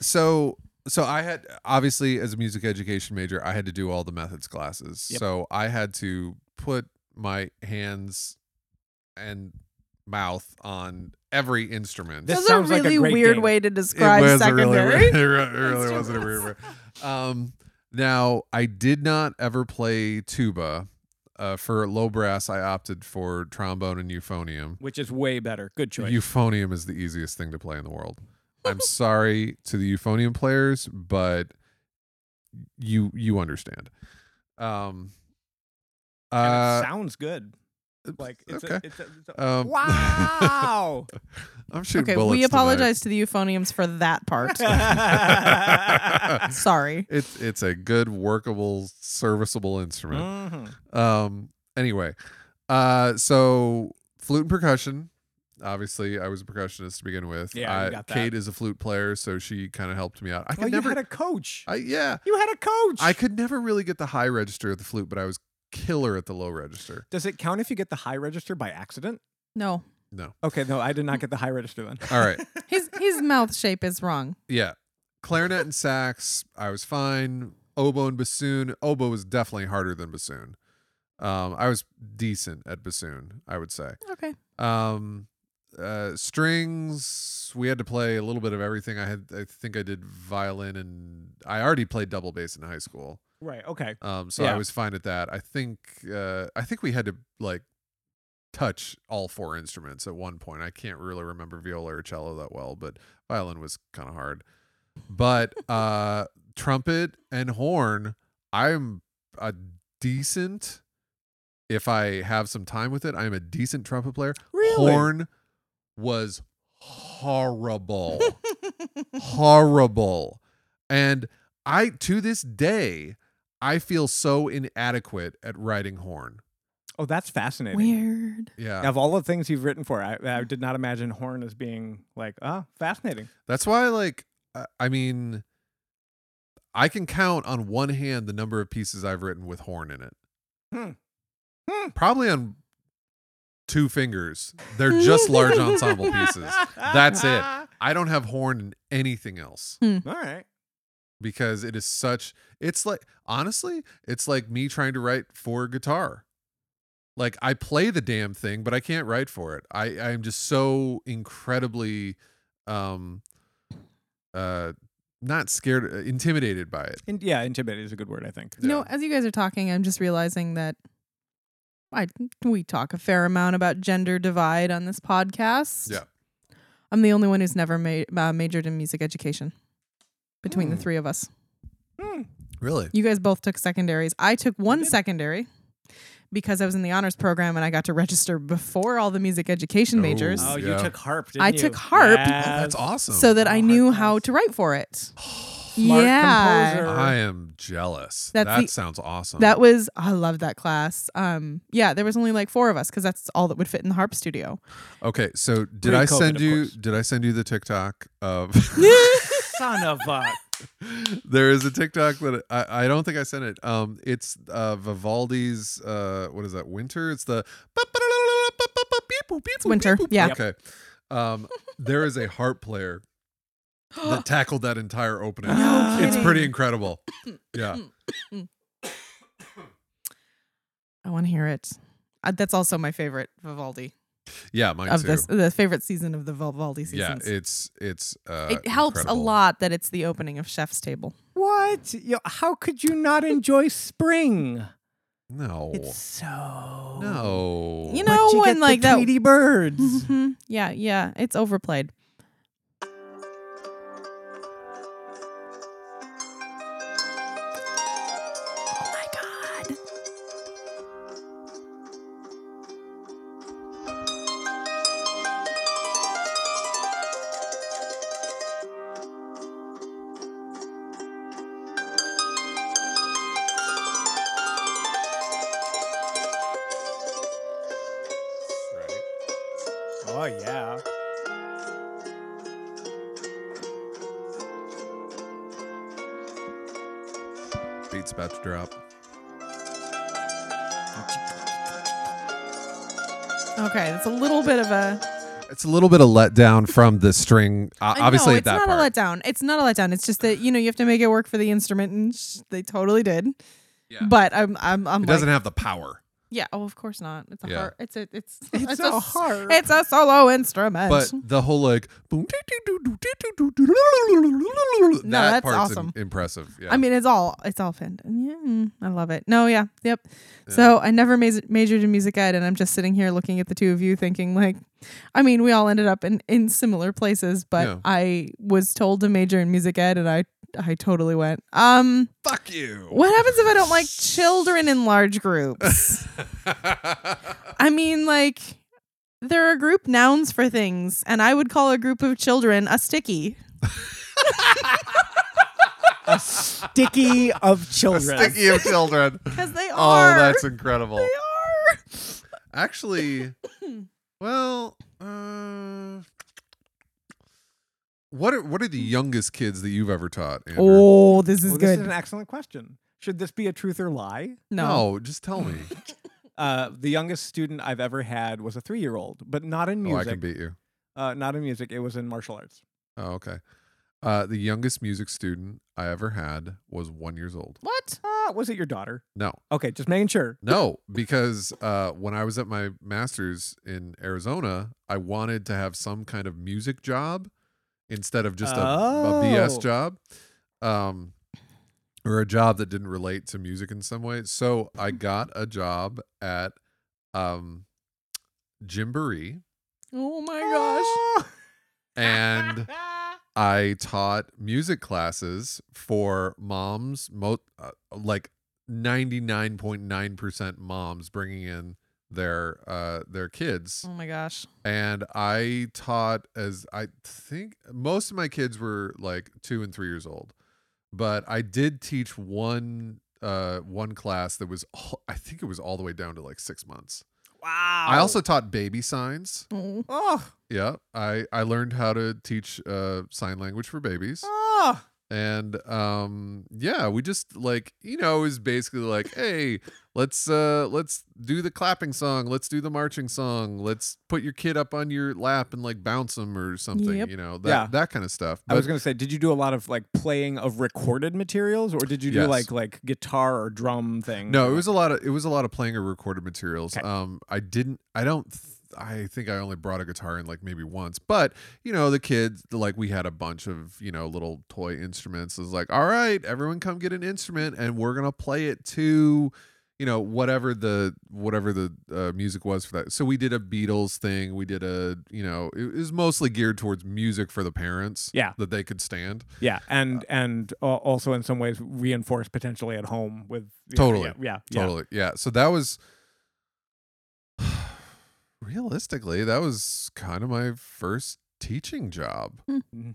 S4: so so I had obviously as a music education major, I had to do all the methods classes.
S1: Yep.
S4: So I had to put my hands and mouth on
S2: every instrument.
S1: This
S3: That was
S1: sounds
S3: a
S1: like a
S3: really
S1: great
S3: weird
S1: game.
S3: way to describe secondary.
S2: It really, it really wasn't a
S3: Instruments.
S2: weird word. Um, now, I did not ever play tuba. Uh, for low brass, I opted for trombone and euphonium.
S1: which is way better. Good choice.
S2: Euphonium is the easiest thing to play in the world. I'm sorry to the euphonium players, but you you understand. Um,
S1: and
S2: uh,
S1: it sounds good. Like it's
S2: okay.
S1: a, it's a, it's a
S2: um,
S1: wow.
S2: I'm shooting
S3: Okay,
S2: bullets.
S3: we
S2: tonight.
S3: apologize to the euphoniums for that part. Sorry.
S2: It's it's a good workable, serviceable instrument.
S1: Mhm.
S2: Um. Anyway, uh. So flute and percussion. Obviously, I was a percussionist to begin with.
S1: Yeah, you
S2: I-
S1: got that.
S2: Kate is a flute player, so she kind of helped me out. I could
S1: Well, you
S2: never.
S1: had a coach.
S2: I yeah.
S1: you had a coach.
S2: I could never really get the high register at the flute, but I was killer at the low register.
S1: Does it count if you get the high register by accident?
S3: No,
S1: Okay, no, I did not get the high register then.
S2: All right.
S3: his his mouth shape is wrong.
S2: yeah. Clarinet and sax, I was fine. Oboe and bassoon. Oboe was definitely harder than bassoon. Um, I was decent at bassoon, I would say.
S3: Okay,
S2: um uh strings we had to play a little bit of everything i had i think i did violin and i already played double bass in high school
S1: Right. Okay.
S2: um so
S1: Yeah.
S2: i was fine at that i think uh i think we had to like touch all four instruments at one point i can't really remember viola or cello that well but violin was kind of hard but uh trumpet and horn i'm a decent if i have some time with it i'm a decent trumpet player Horn was horrible. horrible. And I to this day I feel so inadequate at riding horn.
S1: Oh, that's fascinating.
S3: weird.
S2: Yeah.
S1: Now, Of all the things you've written for, I, I did not imagine horn as being like, ah, fascinating.
S2: That's why like I- I mean I can count on one hand the number of pieces I've written with horn in it.
S1: Hmm. Hmm.
S2: Probably on two fingers. They're just large ensemble pieces. That's it. I don't have horn in anything else.
S1: All right.
S2: because it is such it's like honestly it's like me trying to write for guitar like i play the damn thing but i can't write for it i i'm just so incredibly um uh not scared uh, intimidated by it
S1: In, yeah, intimidated is a good word, I think.
S3: You know, as you guys are talking, I'm just realizing that I we talk a fair amount about gender divide on this podcast.
S2: Yeah.
S3: I'm the only one who's never ma- uh, majored in music education between the
S1: Hmm.
S3: three of us.
S1: Hmm.
S2: really Oh,
S3: You guys both took secondaries. I took one
S1: did.
S3: secondary because I was in the honors program and I got to register before all the music education
S2: Oh.
S3: majors
S1: Oh, you
S2: Yeah.
S1: took harp. Didn't
S3: I
S1: you?
S3: took harp. Oh,
S2: that's awesome
S3: so that I
S1: Oh,
S3: knew
S1: hard
S3: how
S1: pass.
S3: to write for it.
S1: smart
S3: Yeah.
S1: composer.
S2: I am jealous.
S3: That's
S2: that
S3: the-
S2: sounds awesome.
S3: That was I loved that class. Um, yeah, there was only like four of us because that's all that would fit in the harp studio.
S2: okay, so did
S1: Pre-COVID,
S2: I send
S1: of
S2: you
S1: course.
S2: did I send you the TikTok of
S1: Son of a.
S2: There is a TikTok that I, I don't think I sent it. Um it's uh Vivaldi's uh what is that? Winter? It's the
S3: It's winter. Yeah.
S2: Okay. Um there is a harp player that tackled that entire opening.
S1: No
S2: it's
S1: kidding.
S2: pretty incredible. Yeah.
S3: I want to hear it. Uh, that's also my favorite Vivaldi
S2: Yeah, mine
S3: of
S2: too.
S3: this the favorite season of the Vivaldi
S2: yeah,
S3: seasons.
S2: it's it's uh
S3: it helps
S2: incredible.
S3: a lot that it's the opening of Chef's Table.
S1: What? Yo, how could you not enjoy spring?
S2: No.
S1: It's so.
S2: Oh. no.
S3: You
S1: But
S3: know
S1: you
S3: when
S1: get
S3: like
S1: the
S3: that.
S1: Tweety birds.
S2: Mm-hmm.
S3: Mhm. Yeah, yeah, it's overplayed. Oh my god.
S2: Right.
S1: Oh yeah.
S2: Beat's about to drop.
S3: Okay, that's a little bit of a.
S2: It's a little bit of letdown from the string. Uh,
S3: I know,
S2: obviously,
S3: it's
S2: that
S3: not
S2: part.
S3: a letdown. It's not a letdown. It's just that you know you have to make it work for the instrument, and sh- they totally did.
S2: Yeah.
S3: But I'm, I'm, I'm.
S2: it
S3: like,
S2: doesn't have the power.
S3: yeah. Oh, of course not. It's a
S2: Yeah.
S3: harp. It's a. It's.
S1: It's a harp.
S3: It's a solo instrument.
S2: But the whole like boom, that
S3: that's
S2: part's im-
S3: awesome.
S2: impressive. Yeah.
S3: I mean, it's all it's all fin. Yeah, mm, I love it. No, yeah, yep. So I never mas- majored in music ed, and I'm just sitting here looking at the two of you, thinking like, I mean, we all ended up in in similar places, but
S2: Yeah.
S3: I was told to major in music ed, and I I totally went. Um,
S2: fuck you.
S3: what happens if I don't like children in large groups? I mean, like. There are group nouns for things, and I would call a group of children a sticky.
S1: A sticky of children.
S2: Sticky of children.
S3: Because they are.
S2: Oh, that's incredible.
S3: They are.
S2: Actually, well, uh, what are what are the youngest kids that you've ever taught? Andrew?
S3: Hmm. Oh, this is
S1: Well, this
S3: good.
S1: is an excellent question. Should this be a truth or lie?
S3: no.
S2: no, just tell me.
S1: Uh, the youngest student I've ever had was a three-year-old, but not in
S2: Oh, I
S1: music.
S2: can beat you.
S1: uh, not in music. It was in martial arts.
S2: Oh, okay. Uh, the youngest music student I ever had was one years old.
S3: What?
S1: Uh, was it your daughter?
S2: No,
S1: Okay, just making sure.
S2: no, because uh, when I was at my master's in Arizona, I wanted to have some kind of music job instead of just a, a
S1: Oh.
S2: BS job, um, or a job that didn't relate to music in some way. So I
S1: Mm-hmm.
S2: got a job at um, Gymboree,
S3: Oh my gosh.
S2: and I taught music classes for moms, mo- uh, like 99.9% moms bringing in their uh their kids
S3: Oh my gosh.
S2: and i taught as i think most of my kids were like 2 and 3 years old but i did teach one uh one class that was all, i think it was all the way down to like 6 months
S1: wow.
S2: i also taught baby signs
S3: Oh.
S1: Oh,
S2: yeah i i learned how to teach uh sign language for babies
S1: oh.
S2: and um yeah we just like you know is basically like hey let's uh let's do the clapping song let's do the marching song let's put your kid up on your lap and like bounce them or something
S3: Yep.
S2: you know that
S1: Yeah.
S2: that kind of stuff
S1: I was
S2: But
S1: gonna say, did you do a lot of like playing of recorded materials, or did you do
S2: Yes.
S1: like like guitar or drum thing?
S2: no it was a lot of it was a lot of playing or recorded materials
S1: Okay.
S2: um i didn't i don't th- I think I only brought a guitar in like maybe once, but you know, the kids, like we had a bunch of, you know, little toy instruments. It was like, all right, everyone come get an instrument and we're going to play it to, you know, whatever the, whatever the uh, music was for that. So we did a Beatles thing. We did a, you know, it was mostly geared towards music for the parents
S1: Yeah.
S2: that they could stand.
S1: Yeah, and and uh, also in some ways reinforced potentially at home with yeah,
S2: Totally.
S1: yeah, yeah, yeah.
S2: Totally. Yeah. So that was realistically, that was kind of my first teaching job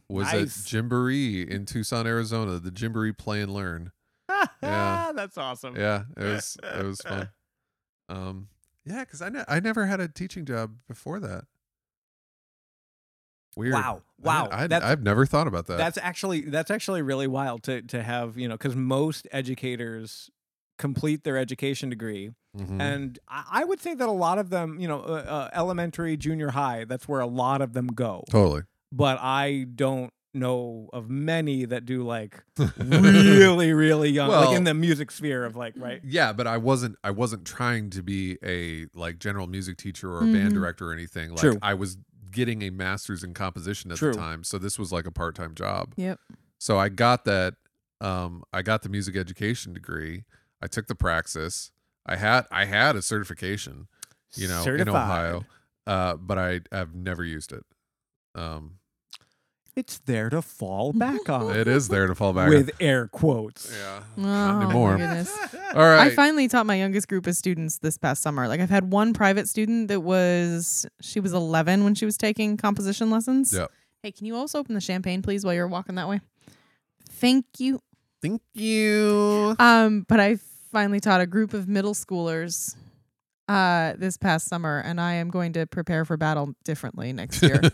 S2: was
S1: Mm-hmm. nice.
S2: at Gymboree in Tucson, Arizona, the Gymboree Play and Learn. Yeah.
S1: That's awesome.
S2: Yeah, it was it was fun. Um, yeah, because I ne- I never had a teaching job before that. Weird.
S1: Wow.
S2: I
S1: Wow.
S2: didn't- I'd-
S1: that's,
S2: I've never thought about that.
S1: that's actually that's actually really wild to to have, you know, cuz most educators complete their education degree
S2: Mhm.
S1: and I, I would say that a lot of them, you know, uh, uh, elementary, junior high, that's where a lot of them go.
S2: totally
S1: But I don't know of many that do like really really young
S2: Well-
S1: like in the music sphere of like, right?
S2: Yeah, but I wasn't I wasn't trying to be a like general music teacher or a
S3: Mhm.
S2: band director or anything. Like
S1: True.
S2: I was getting a master's in composition at
S1: True.
S2: the time. So this was like a part-time job.
S3: Yep.
S2: So I got that um I got the music education degree. I took the praxis. I had I had a certification, you know,
S1: Certified.
S2: in Ohio. Uh, but I have never used it. Um
S1: It's there to fall back on.
S2: it is there to fall back on.
S1: with air quotes.
S2: Yeah.
S3: Oh,
S2: Not
S3: my
S2: anymore.
S3: goodness.
S2: All right.
S3: I finally taught my youngest group of students this past summer. Like I've had one private student that was she was 11 when she was taking composition lessons.
S2: Yep.
S3: Hey, can you also open the champagne please while you're walking that way? Thank you.
S2: Thank you.
S3: Um but I finally taught a group of middle schoolers uh this past summer and I am going to prepare for battle differently next year.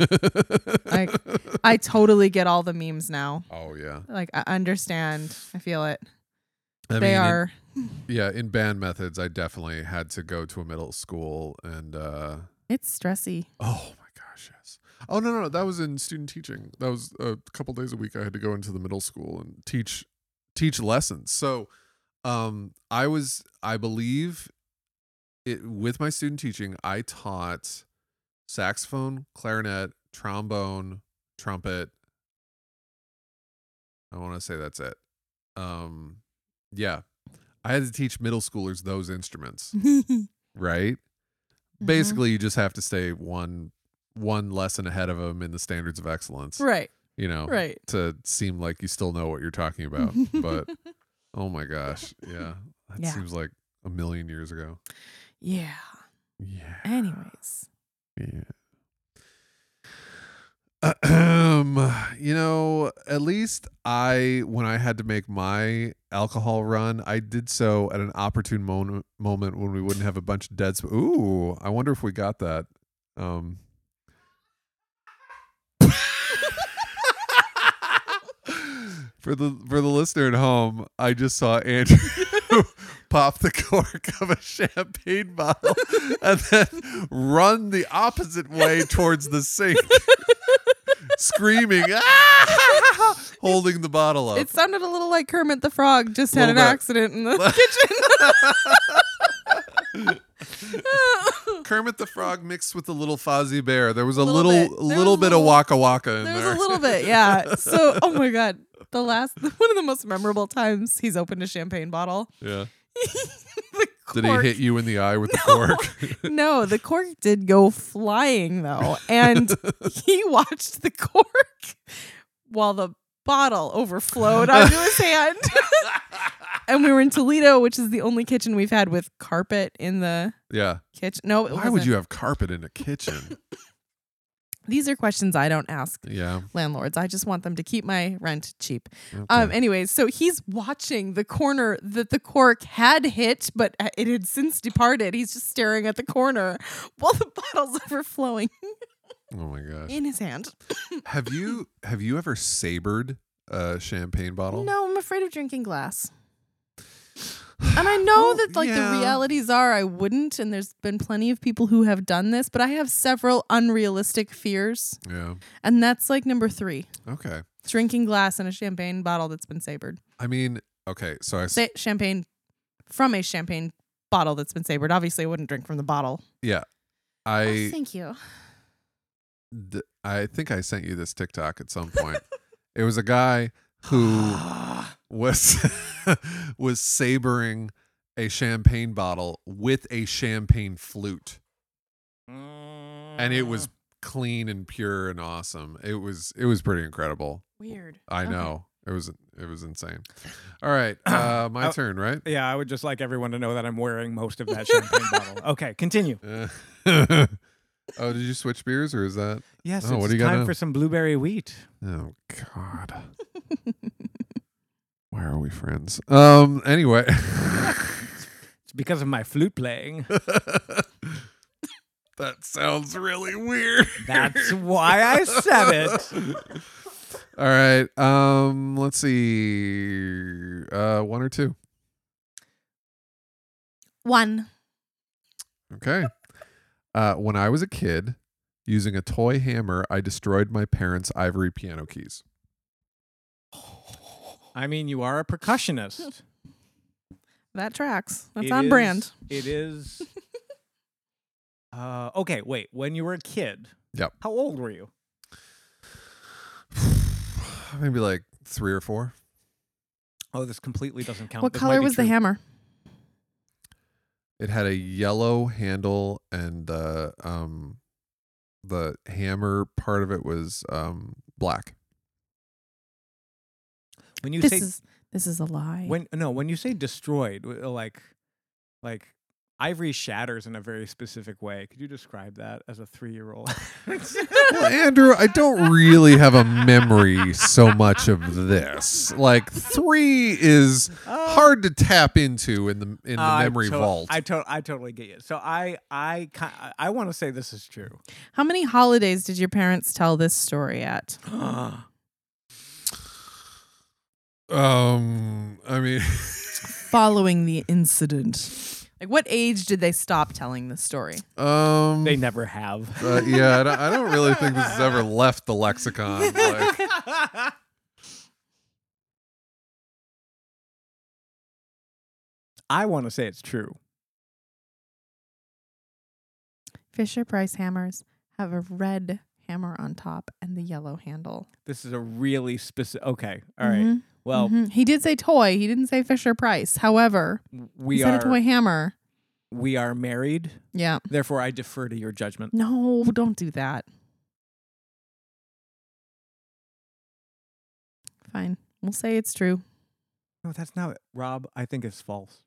S3: Like, I totally get all the memes now.
S2: oh yeah.
S3: Like I understand. I feel it.
S2: I
S3: they
S2: mean, in-
S3: are
S2: yeah in band methods i definitely had to go to a middle school and uh
S3: it's stressy.
S2: oh my gosh yes oh no no, no that was in student teaching that was a couple days a week i had to go into the middle school and teach teach lessons so um i was i believe it with my student teaching i taught saxophone clarinet trombone trumpet i want to say that's it um yeah i had to teach middle schoolers those instruments right
S3: Mm-hmm.
S2: basically you just have to stay one one lesson ahead of them in the standards of excellence
S3: Right.
S2: you know
S3: Right.
S2: to seem like you still know what you're talking about but oh my gosh yeah that
S3: Yeah.
S2: seems like a million years ago
S3: yeah.
S2: yeah
S3: Anyways.
S2: yeah um you know at least i when i had to make my alcohol run i did so at an opportune moment moment when we wouldn't have a bunch of dead sp- ooh i wonder if we got that um for the for the listener at home, I just saw Andrew pop the cork of a champagne bottle and then run the opposite way towards the sink, screaming, "Ah!" holding the bottle up.
S3: It sounded a little like Kermit the Frog just had an
S2: Little bit.
S3: accident in the kitchen.
S2: Kermit the Frog mixed with the little Fozzie Bear. There was a little
S3: Little bit.
S2: little,
S3: There was a
S2: bit
S3: little-
S2: of waka waka in
S3: there
S2: there.
S3: was a little bit, yeah. So, oh my god, the last one of the most memorable times he's opened a champagne bottle.
S2: yeah.
S3: the
S2: Did he
S3: cork-
S2: hit you in the eye with the
S3: No.
S2: cork?
S3: No, the cork did go flying though, and he watched the cork while the bottle overflowed onto his hand. and we were in Toledo, which is the only kitchen we've had with carpet in the
S2: yeah.
S3: kitchen. No, it
S2: Why would
S3: wasn't.
S2: you have carpet in a kitchen?
S3: These are questions I don't ask
S2: Yeah.
S3: landlords. I just want them to keep my rent cheap.
S2: okay.
S3: Um. Anyways, so he's watching the corner that the cork had hit, but uh, it had since departed. He's just staring at the corner while the bottle's overflowing
S2: oh my gosh.
S3: in his hand.
S2: Have you have you ever sabered a champagne bottle?
S3: No, I'm afraid of drinking glass. And I know
S2: Well,
S3: that like
S2: Oh, yeah.
S3: the realities are I wouldn't, and there's been plenty of people who have done this, but I have several unrealistic fears,
S2: Yeah.
S3: and that's like number three:
S2: Okay.
S3: drinking glass in a champagne bottle that's been sabered.
S2: I mean, okay. So I s-
S3: Say champagne from a champagne bottle that's been sabered. Obviously, I wouldn't drink from the bottle.
S2: yeah,
S1: Oh,
S2: I
S3: thank you.
S2: th- I think I sent you this TikTok at some point. it was a guy who was was sabering a champagne bottle with a champagne flute, and it
S3: Mm.
S2: was clean and pure and awesome. It was it was pretty incredible.
S3: Weird.
S2: I
S3: Okay.
S2: know it was it was insane. All right, uh, my
S1: Oh.
S2: turn, right?
S1: Yeah, I would just like everyone to know that I'm wearing most of that champagne bottle. Okay, continue.
S2: Uh, Oh, did you switch beers or is that?
S1: Yes,
S2: Oh,
S1: it's
S2: what do you got
S1: time
S2: now?
S1: for some blueberry wheat.
S2: Oh God. Why are we friends? Um. Anyway.
S1: It's because of my flute playing.
S2: that sounds really weird.
S1: That's why I said it.
S2: All right. Um. Let's see. Uh. One or two.
S3: One.
S2: Okay. Uh, when I was a kid, using a toy hammer, I destroyed my parents' ivory piano keys.
S1: I mean, you are a percussionist.
S3: That tracks. That's
S1: It
S3: on
S1: is-
S3: brand.
S1: It is. uh, okay, wait. When you were a kid,
S2: Yep.
S1: how old were you?
S2: Maybe like three or four.
S1: Oh, this completely doesn't count.
S3: What
S1: This might
S3: color
S1: be
S3: was the
S1: true.
S3: hammer?
S2: It had a yellow handle, and uh, um, the hammer part of it was um, black.
S1: When you
S3: this
S1: say
S3: is this is a lie.
S1: when no, when you say destroyed, w- uh, like like ivory shatters in a very specific way. Could you describe that as a three-year-old?
S2: Well, Andrew, I don't really have a memory so much of this. Like three is hard to tap into in the in the
S1: Oh, I
S2: memory
S1: to-
S2: vault.
S1: I to- I totally get you. So I I ki- I- I want to say this is true.
S3: How many holidays did your parents tell this story at?
S2: Um, I mean,
S3: Following the incident. Like what age did they stop telling the story?
S2: um,
S1: they never have.
S2: uh, yeah, I don't, I don't really think this has ever left the lexicon. Like,
S1: I want to say it's true.
S3: Fisher Price hammers have a red hammer on top and the yellow handle.
S1: This is a really specific. Okay, all right.
S3: Mhm,
S1: Well,
S3: mhm. he did say toy. He didn't say Fisher Price. However,
S1: we
S3: he
S1: are
S3: said a toy hammer.
S1: we are married.
S3: Yeah.
S1: Therefore, I defer to your
S3: Mm.
S1: judgment.
S3: No, don't do that. Fine. We'll say it's true.
S1: No, that's not it. Rob. I think it's false.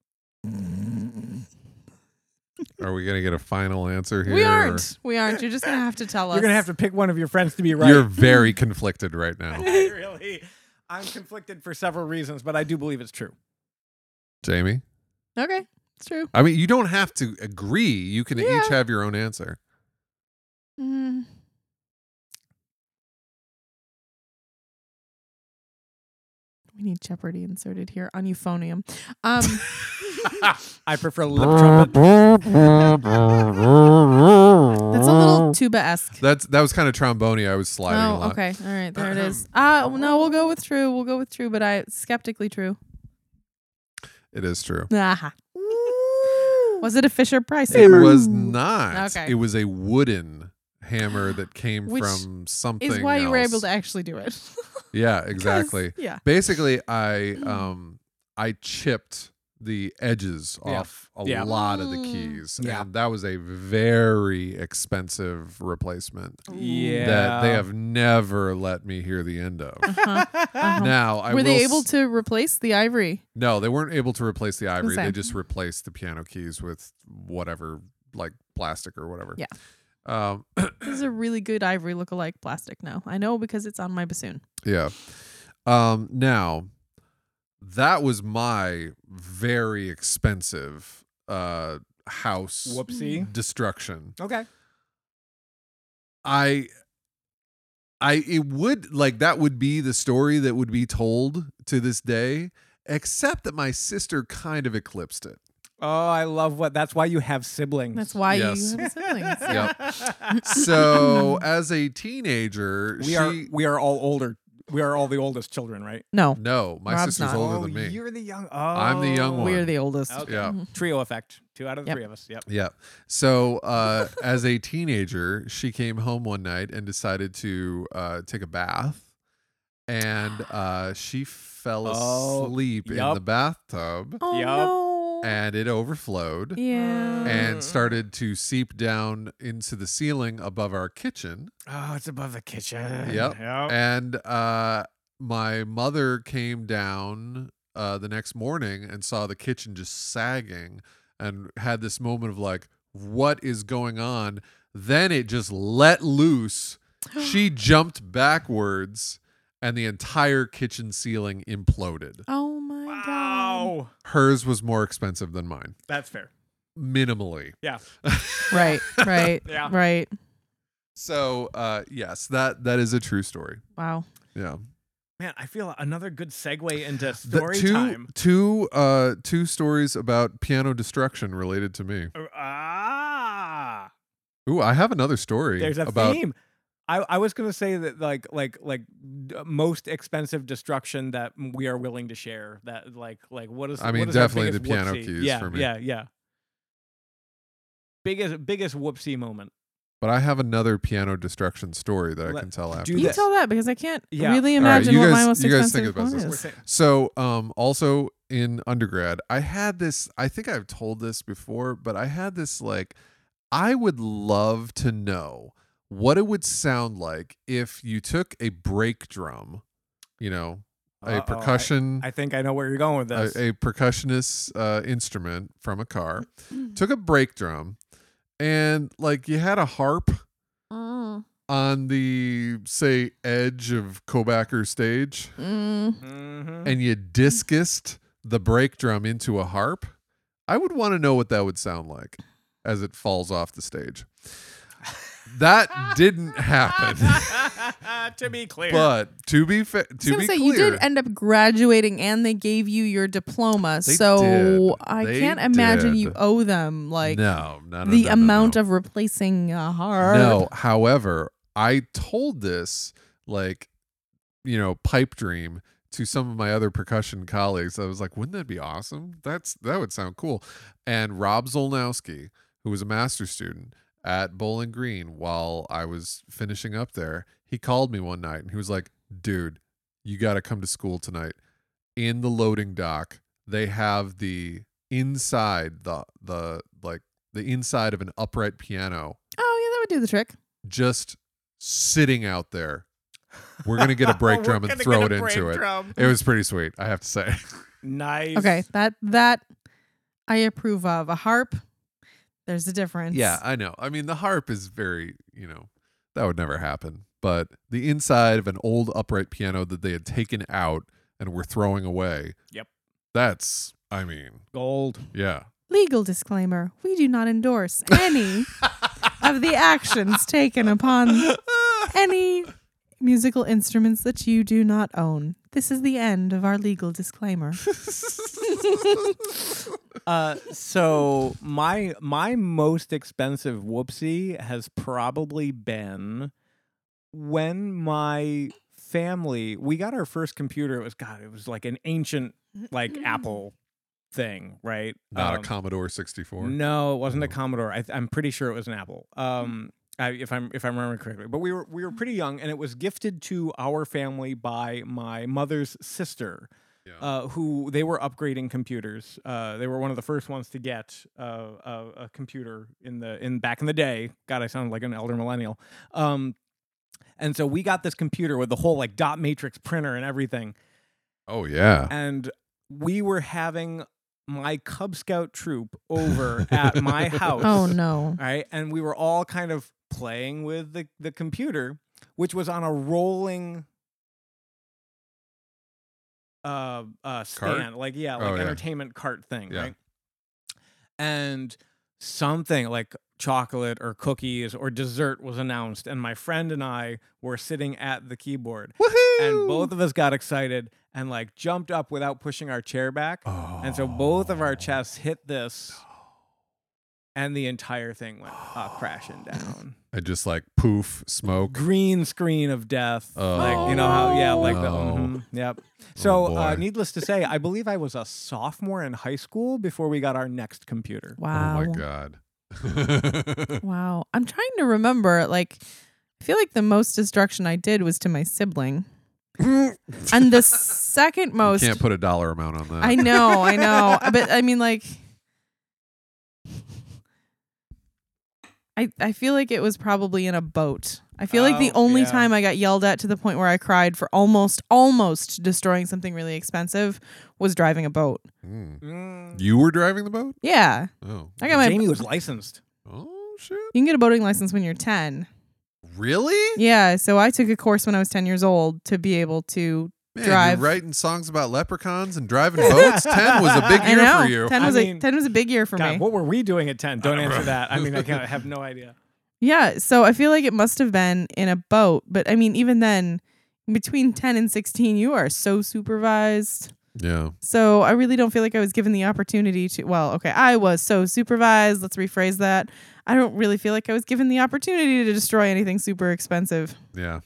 S2: are we gonna get a final answer here?
S3: We
S2: or-
S3: aren't. We aren't. You're just gonna have to tell us.
S1: You're gonna have to pick one of your friends to be right.
S2: You're very conflicted right now,
S1: I really, I'm conflicted for several reasons, but I do believe it's true.
S2: Jamie.
S3: Okay, it's true.
S2: I mean, you don't have to agree. You can
S3: Yeah.
S2: each have your own answer.
S3: Mm. We need Jeopardy inserted here on euphonium. Um,
S1: I prefer lip trumpet.
S3: that's a little tuba esque.
S2: That's that was kind of trombone. I was sliding a
S3: Oh,
S2: lot.
S3: okay. All right, there it is. Uh no, we'll go with true. We'll go with true, but I skeptically true.
S2: It is true.
S3: Ah. Was it a Fisher Price
S2: It
S3: hammer?
S2: was not.
S3: Okay.
S2: It was a wooden hammer that came
S3: Which
S2: from something.
S3: Is why you were able
S2: else.
S3: to actually do it. 'Cause-
S2: Yeah, exactly.
S3: Yeah.
S2: basically i um i chipped the edges
S1: Yeah.
S2: off a
S1: Yeah.
S2: lot of the
S3: Mm.
S2: keys
S1: Yeah.
S2: and that was a very expensive replacement
S1: Yeah.
S2: that they have never let me hear the end of now I
S3: Uh-huh. were
S2: will
S3: they
S2: s-
S3: able to replace the ivory?
S2: no they weren't able to replace the ivory they
S3: say.
S2: just replaced the piano keys with whatever like plastic or whatever
S3: Yeah.
S2: um
S3: This is a really good ivory look-alike plastic. No, I know because it's on my bassoon.
S2: Yeah. Um now that was my very expensive uh house
S1: Whoopsie.
S2: destruction.
S1: Okay.
S2: I I it would like that would be the story that would be told to this day except that my sister kind of eclipsed it.
S1: Oh, I love what. That's why you have siblings.
S3: That's why
S2: Yes.
S3: you have siblings.
S2: So as a teenager,
S1: we
S2: she
S1: are we are all older. We are all the oldest children, right?
S3: No,
S2: no, my
S3: Rob's
S2: sister's
S3: not.
S1: Oh,
S2: older than me.
S1: You're the young. Oh,
S2: I'm the young one.
S3: we're the oldest.
S1: Okay.
S2: Yeah.
S1: Trio effect. Two out of the
S3: Yep.
S1: three of us. Yep.
S2: Yeah. So uh, as a teenager, she came home one night and decided to uh, take a bath, and uh, she fell
S1: Oh,
S2: asleep in
S1: yup.
S2: the bathtub,
S3: Oh
S1: Yup.
S3: no.
S2: and it overflowed
S3: yeah.
S2: and started to seep down into the ceiling above our kitchen.
S1: Oh, it's above the kitchen.
S2: Yep.
S1: Oh
S2: And uh, my mother came down uh, the next morning and saw the kitchen just sagging and had this moment of like, what is going on? Then it just let loose. She jumped backwards and the entire kitchen ceiling imploded.
S3: Oh my god.
S1: Wow.
S2: Hers was more expensive than mine,
S1: That's fair.
S2: minimally.
S1: Yeah.
S3: Right, right,
S1: Yeah.
S3: right.
S2: So, uh yes, that that is a true story.
S3: Wow.
S2: Yeah.
S1: Man, I feel another good segue into
S2: The
S1: story
S2: two
S1: time.
S2: two uh two stories about piano destruction related to me.
S1: Uh, Ah.
S2: Ooh, I have another story
S1: There's a
S2: about
S1: theme. I, I was gonna say that like like like d- uh, most expensive destruction that we are willing to share that like like what is
S2: I
S1: what
S2: mean,
S1: is our
S2: definitely the
S1: biggest
S2: piano
S1: whoopsie?
S2: keys
S1: yeah
S2: for me.
S1: yeah yeah biggest biggest whoopsie moment
S2: but I have another piano destruction story that I
S1: Let-
S2: can tell after.
S1: do
S3: You
S1: this.
S3: tell that because I can't
S1: Yeah.
S3: really
S2: All right,
S3: imagine
S2: you
S3: what
S2: guys-
S3: my most
S2: you guys
S3: expensive
S2: think about
S3: one
S2: this.
S1: We're
S3: is.
S1: saying-
S2: So, um, also in undergrad, I had this. I think I've told this before, but I had this like, I would love to know what it would sound like if you took a break drum, you know, a
S1: Uh-oh, I-
S2: percussion,
S1: I think I know where you're going with this
S2: a, a percussionist uh, instrument from a car,
S1: Mm-hmm.
S2: took a break drum, and like you had a harp
S3: Mm.
S2: on the say edge of Kobacker stage.
S3: Mm.
S1: Mhm.
S2: and you discused the brake drum into a harp, I would want to know what that would sound like as it falls off the stage. That didn't happen.
S1: to be clear
S2: But to be fa-
S3: I was
S2: to
S3: gonna
S2: be
S3: say
S2: clear,
S3: you did end up graduating and they gave you your diploma,
S2: They
S3: so
S2: did.
S3: I
S2: They
S3: can't imagine you
S2: did.
S3: owe them like
S2: no, no, no,
S3: the
S2: no, no,
S3: amount
S2: no.
S3: of replacing a harp.
S2: No, however, I told this like you know pipe dream to some of my other percussion colleagues. I was like, wouldn't that be awesome? That's that would sound cool. And Rob Zolnowski, who was a master's student at Bowling Green while I was finishing up there, he called me one night and he was like, dude, you got to come to school tonight. In the loading dock, they have the inside the the like the inside of an upright piano
S3: Oh yeah, that would do the trick.
S2: just sitting out there. We're gonna get a brake
S1: We're
S2: drum and
S1: gonna
S2: throw it
S1: get a brake
S2: into it.
S1: drum.
S2: It was pretty sweet, I have to say.
S1: nice
S3: Okay, that that I approve of. A harp, there's a difference.
S2: yeah, I know. I mean, the harp is very, you know, that would never happen. But the inside of an old upright piano that they had taken out and were throwing away.
S1: Yep.
S2: That's, I mean,
S1: gold
S2: yeah.
S3: Legal disclaimer: We do not endorse any of the actions taken upon any musical instruments that you do not own. This is the end of our legal disclaimer.
S1: Uh, so my my most expensive whoopsie has probably been when my family we got our first computer. It was God, it was like an ancient like Apple thing, right?
S2: Not a
S1: Um,
S2: Commodore 64.
S1: no, it wasn't a
S2: No.
S1: Commodore. I, th- I'm pretty sure it was an Apple. Um, I, if I'm if I'm remembering correctly, but we were we were pretty young, and it was gifted to our family by my mother's sister,
S2: Yeah.
S1: uh, who they were upgrading computers. Uh, they were one of the first ones to get uh, a, a computer in the in back in the day. God, I sound like an elder millennial. Um, and so we got this computer with the whole like dot matrix printer and everything
S2: oh, yeah.
S1: and we were having my Cub Scout troop over at my house.
S3: oh no.
S1: All right. And we were all kind of playing with the, the computer, which was on a rolling uh uh stand. Like, yeah, like
S2: Oh, yeah.
S1: entertainment cart thing,
S2: Yeah.
S1: right? And something like chocolate or cookies or dessert was announced, and my friend and I were sitting at the keyboard. And both of us got excited and like jumped up without pushing our chair back. And so both of our chests hit this, and the entire thing went uh, crashing down.
S2: I just like poof, smoke.
S1: Green screen of death.
S2: Oh,
S1: Like, you know how, yeah, like the,
S2: no.
S1: mhm, yep. So, uh,
S2: boy.
S1: needless to say, I believe I was a sophomore in high school before we got our next computer.
S3: Wow.
S2: Oh my god.
S3: Wow. I'm trying to remember like I feel like the most destruction I did was to my sibling.
S1: Mm.
S3: and the second most
S2: Can't put a dollar amount on that.
S3: I know, I know. But I mean like I I feel like it was probably in a boat. I feel like the
S1: Oh,
S3: only
S1: yeah.
S3: time I got yelled at to the point where I cried for almost almost destroying something really expensive was driving a boat.
S2: Mm.
S1: Mm.
S2: You were driving the boat?
S3: Yeah.
S2: Oh.
S3: I got my
S1: Jamie was licensed.
S2: Oh. shit.
S3: You can get a boating license when you're 10.
S2: Really?
S3: Yeah, so I took a course when I was 10 years old to be able to
S2: Man,
S3: drive.
S2: You're writing songs about leprechauns and driving boats. Ten was a big
S3: I
S2: year
S3: know.
S2: for you.
S3: 10
S1: I
S3: was
S1: mean-
S3: a 10 was a big year for
S1: God,
S3: me.
S1: what were we doing at 10? Don't
S2: don't
S1: answer
S2: know.
S1: that. I mean, I, can't, I have no idea.
S3: Yeah, so I feel like it must have been in a boat, but I mean even then between 10 and 16 you are so supervised.
S2: Yeah.
S3: So I really don't feel like I was given the opportunity to. Well, okay, I was so supervised. Let's rephrase that. I don't really feel like I was given the opportunity to destroy anything super expensive.
S2: Yeah.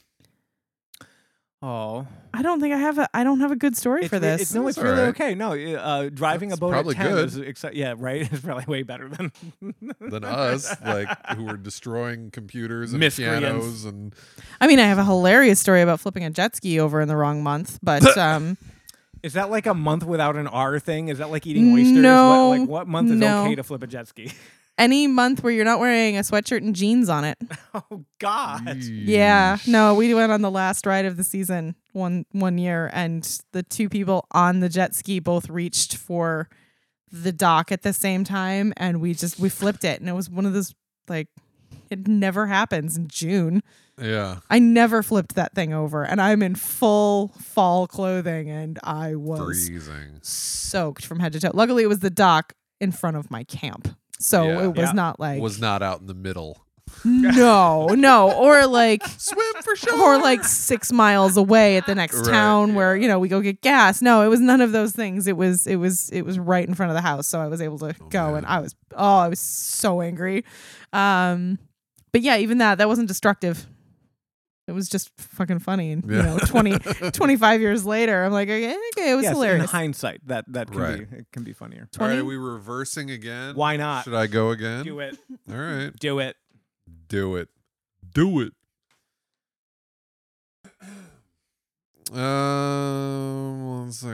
S1: Oh,
S3: I don't think I have a. I don't have a good story for
S1: re-
S3: this.
S1: no, it's
S2: That's
S1: really
S2: all right.
S1: okay. No, uh, driving
S2: That's
S1: a boat
S2: probably
S1: at 10
S2: good.
S1: is exci- yeah, right. It's probably way better than
S2: Than us, like who were destroying computers and
S1: Miscreants.
S2: pianos and
S3: I mean, I have a hilarious story about flipping a jet ski over in the wrong month, but um,
S1: Is that like a month without an R thing? Is that like eating oysters?
S3: No,
S1: what, like what month is
S3: no.
S1: okay to flip a jet ski?
S3: any month where you're not wearing a sweatshirt and jeans on it.
S1: oh God.
S3: Yeah, no, we went on the last ride of the season one one year, and the two people on the jet ski both reached for the dock at the same time, and we just we flipped it, and it was one of those like it never happens in June.
S2: Yeah.
S3: I never flipped that thing over, and I'm in full fall clothing, and I was
S2: Freezing.
S3: soaked from head to toe. Luckily, it was the dock in front of my camp, so
S2: Yeah.
S3: it was
S1: Yeah.
S3: not like
S2: Was not out in the middle.
S3: no, no, or like
S2: Swim for
S3: or like six miles away at the next
S2: Right,
S3: town where you know we go get gas no it was none of those things it was it was it was right in front of the house so i was able to
S2: Oh,
S3: go
S2: man.
S3: and i was oh i was so angry um but yeah even that that wasn't destructive it was just fucking funny and you
S2: Yeah.
S3: know 20 25 years later i'm like okay, okay it was
S1: yes, In
S3: hilarious
S1: hindsight, that that can
S2: Right.
S1: be it can be funnier.
S2: All right,
S3: 20?
S2: are we reversing again?
S1: Why not?
S2: Should I go again?
S1: Do it.
S2: All right.
S1: Do it.
S2: Do it. Do it. Um, let's see.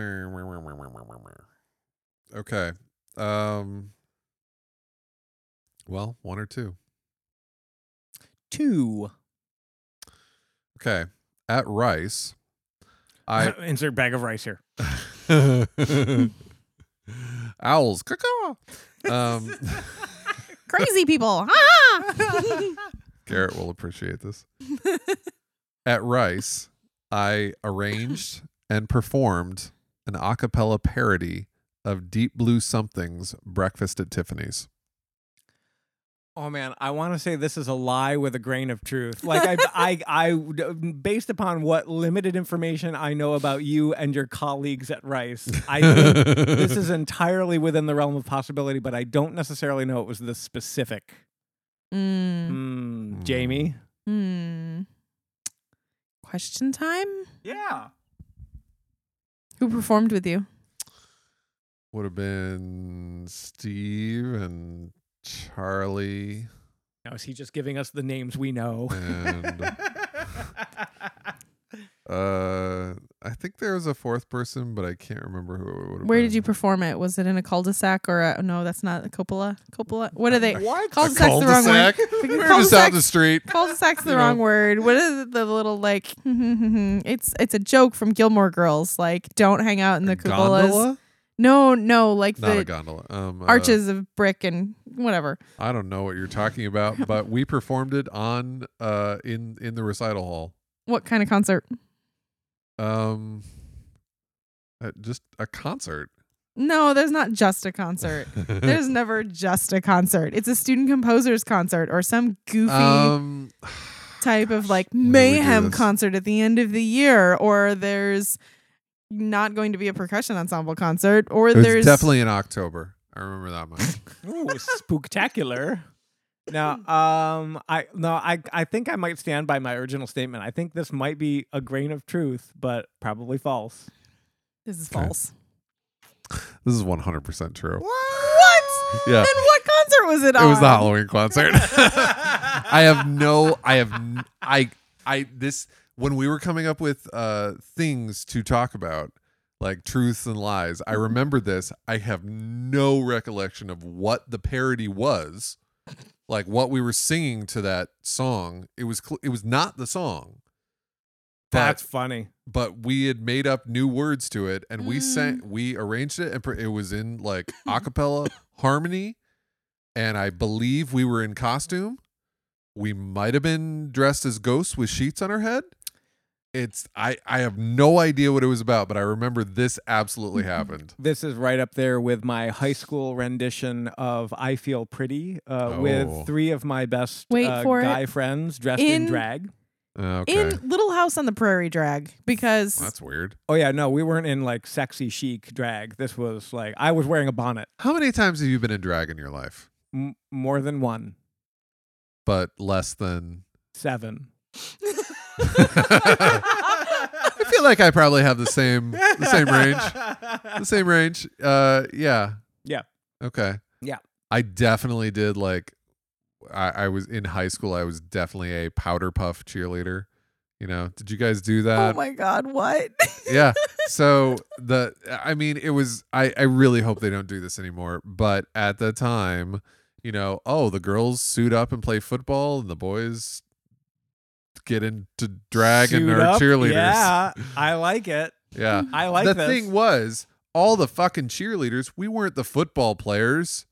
S2: Okay. Um. Well, one or two.
S1: Two.
S2: Okay. At Rice, I
S1: insert bag of rice here.
S2: owls. caw-caw. Um,
S3: crazy people ah!
S2: Garrett will appreciate this. At Rice, I arranged and performed an a cappella parody of Deep Blue Something's Breakfast at Tiffany's.
S1: Oh man, I want to say this is a lie with a grain of truth. Like I, I, I, based upon what limited information I know about you and your colleagues at Rice, I think this is entirely within the realm of possibility. But I don't necessarily know it was this specific.
S3: mm,
S1: Hmm,
S2: Mm.
S1: Jamie.
S3: mm. question time
S1: Yeah.
S3: who performed with you
S2: Would have been Steve and Charlie
S1: Now is he just giving us the names we know?
S2: and uh I think there was a fourth person, but I can't remember who it would have
S3: Where did you perform it? Was it in a cul-de-sac or a, no? That's not a cupola. Cupola. What are they?
S1: what?
S3: Cul-de-sac's the wrong word.
S2: We were
S3: Because
S2: just out
S3: cul-de-sac-
S2: in the street.
S3: Cul-de-sac's the
S2: You
S3: wrong
S2: know.
S3: word. What is it, the little like? it's it's a joke from Gilmore Girls. Like, don't hang out in the cupolas.
S2: gondola?
S3: No, no, like
S2: Not
S3: the
S2: a gondola. Um, uh,
S3: arches of brick and whatever.
S2: I don't know what you're talking about, but we performed it on uh in in the recital hall.
S3: What kind of concert?
S2: Um, uh, just a concert.
S3: No, there's not just a concert. there's never just a concert. It's a student composers concert or some goofy.
S2: um,
S3: type of like
S2: when did we do
S3: mayhem
S2: this?
S3: concert at the end of the year, or there's not going to be a percussion ensemble concert, or
S2: it was
S3: there's
S2: definitely in October. I remember that much.
S1: Ooh, spooktacular. Now, um, I no, I I think I might stand by my original statement. I think this might be a grain of truth, but probably false.
S3: this is
S2: Okay.
S3: false.
S2: this is 100 percent true.
S3: What?
S2: Yeah.
S3: Then what concert was it
S2: It
S3: on?
S2: was the Halloween concert. I have no. I have. n- I. I. This when we were coming up with uh things to talk about, like truths and lies. I remember this. I have no recollection of what the parody was, like what we were singing to that song. It was. Cl- it was not the song.
S1: That's
S2: But
S1: funny.
S2: but we had made up new words to it, and we sang. We arranged it, and pr- it was in like a cappella harmony. and I believe we were in costume. We might have been dressed as ghosts with sheets on our head. It's I I have no idea what it was about, but I remember this absolutely happened.
S1: This is right up there with my high school rendition of "I Feel Pretty" uh,
S2: Oh.
S1: with three of my best
S3: Wait
S1: uh,
S3: for it.
S1: guy friends dressed in,
S3: In-
S1: drag.
S2: Okay.
S3: in Little House on the Prairie drag because
S2: That's weird.
S1: Oh yeah, no, we weren't in like sexy chic drag. This was like I was wearing a bonnet
S2: How many times have you been in drag in your life?
S1: M- more than one,
S2: But less than
S1: seven.
S2: I feel like I probably have the same the same range. The
S1: range.
S2: same range. Uh yeah.
S1: Yeah.
S2: Okay.
S1: Yeah.
S2: I definitely did like I, I was in high school, I was definitely a powder puff cheerleader. You know, did you guys do
S3: oh
S2: that?
S3: my god, what?
S2: yeah. So the I mean, it was I I really hope they don't do this anymore, but at the time, you know, oh, the girls suit up and play football and the boys get into drag and
S1: Suit
S2: are
S1: up.
S2: cheerleaders.
S1: Yeah, I like it.
S2: Yeah.
S1: I like
S2: the
S1: this.
S2: thing was, all the fucking cheerleaders, we weren't the football players.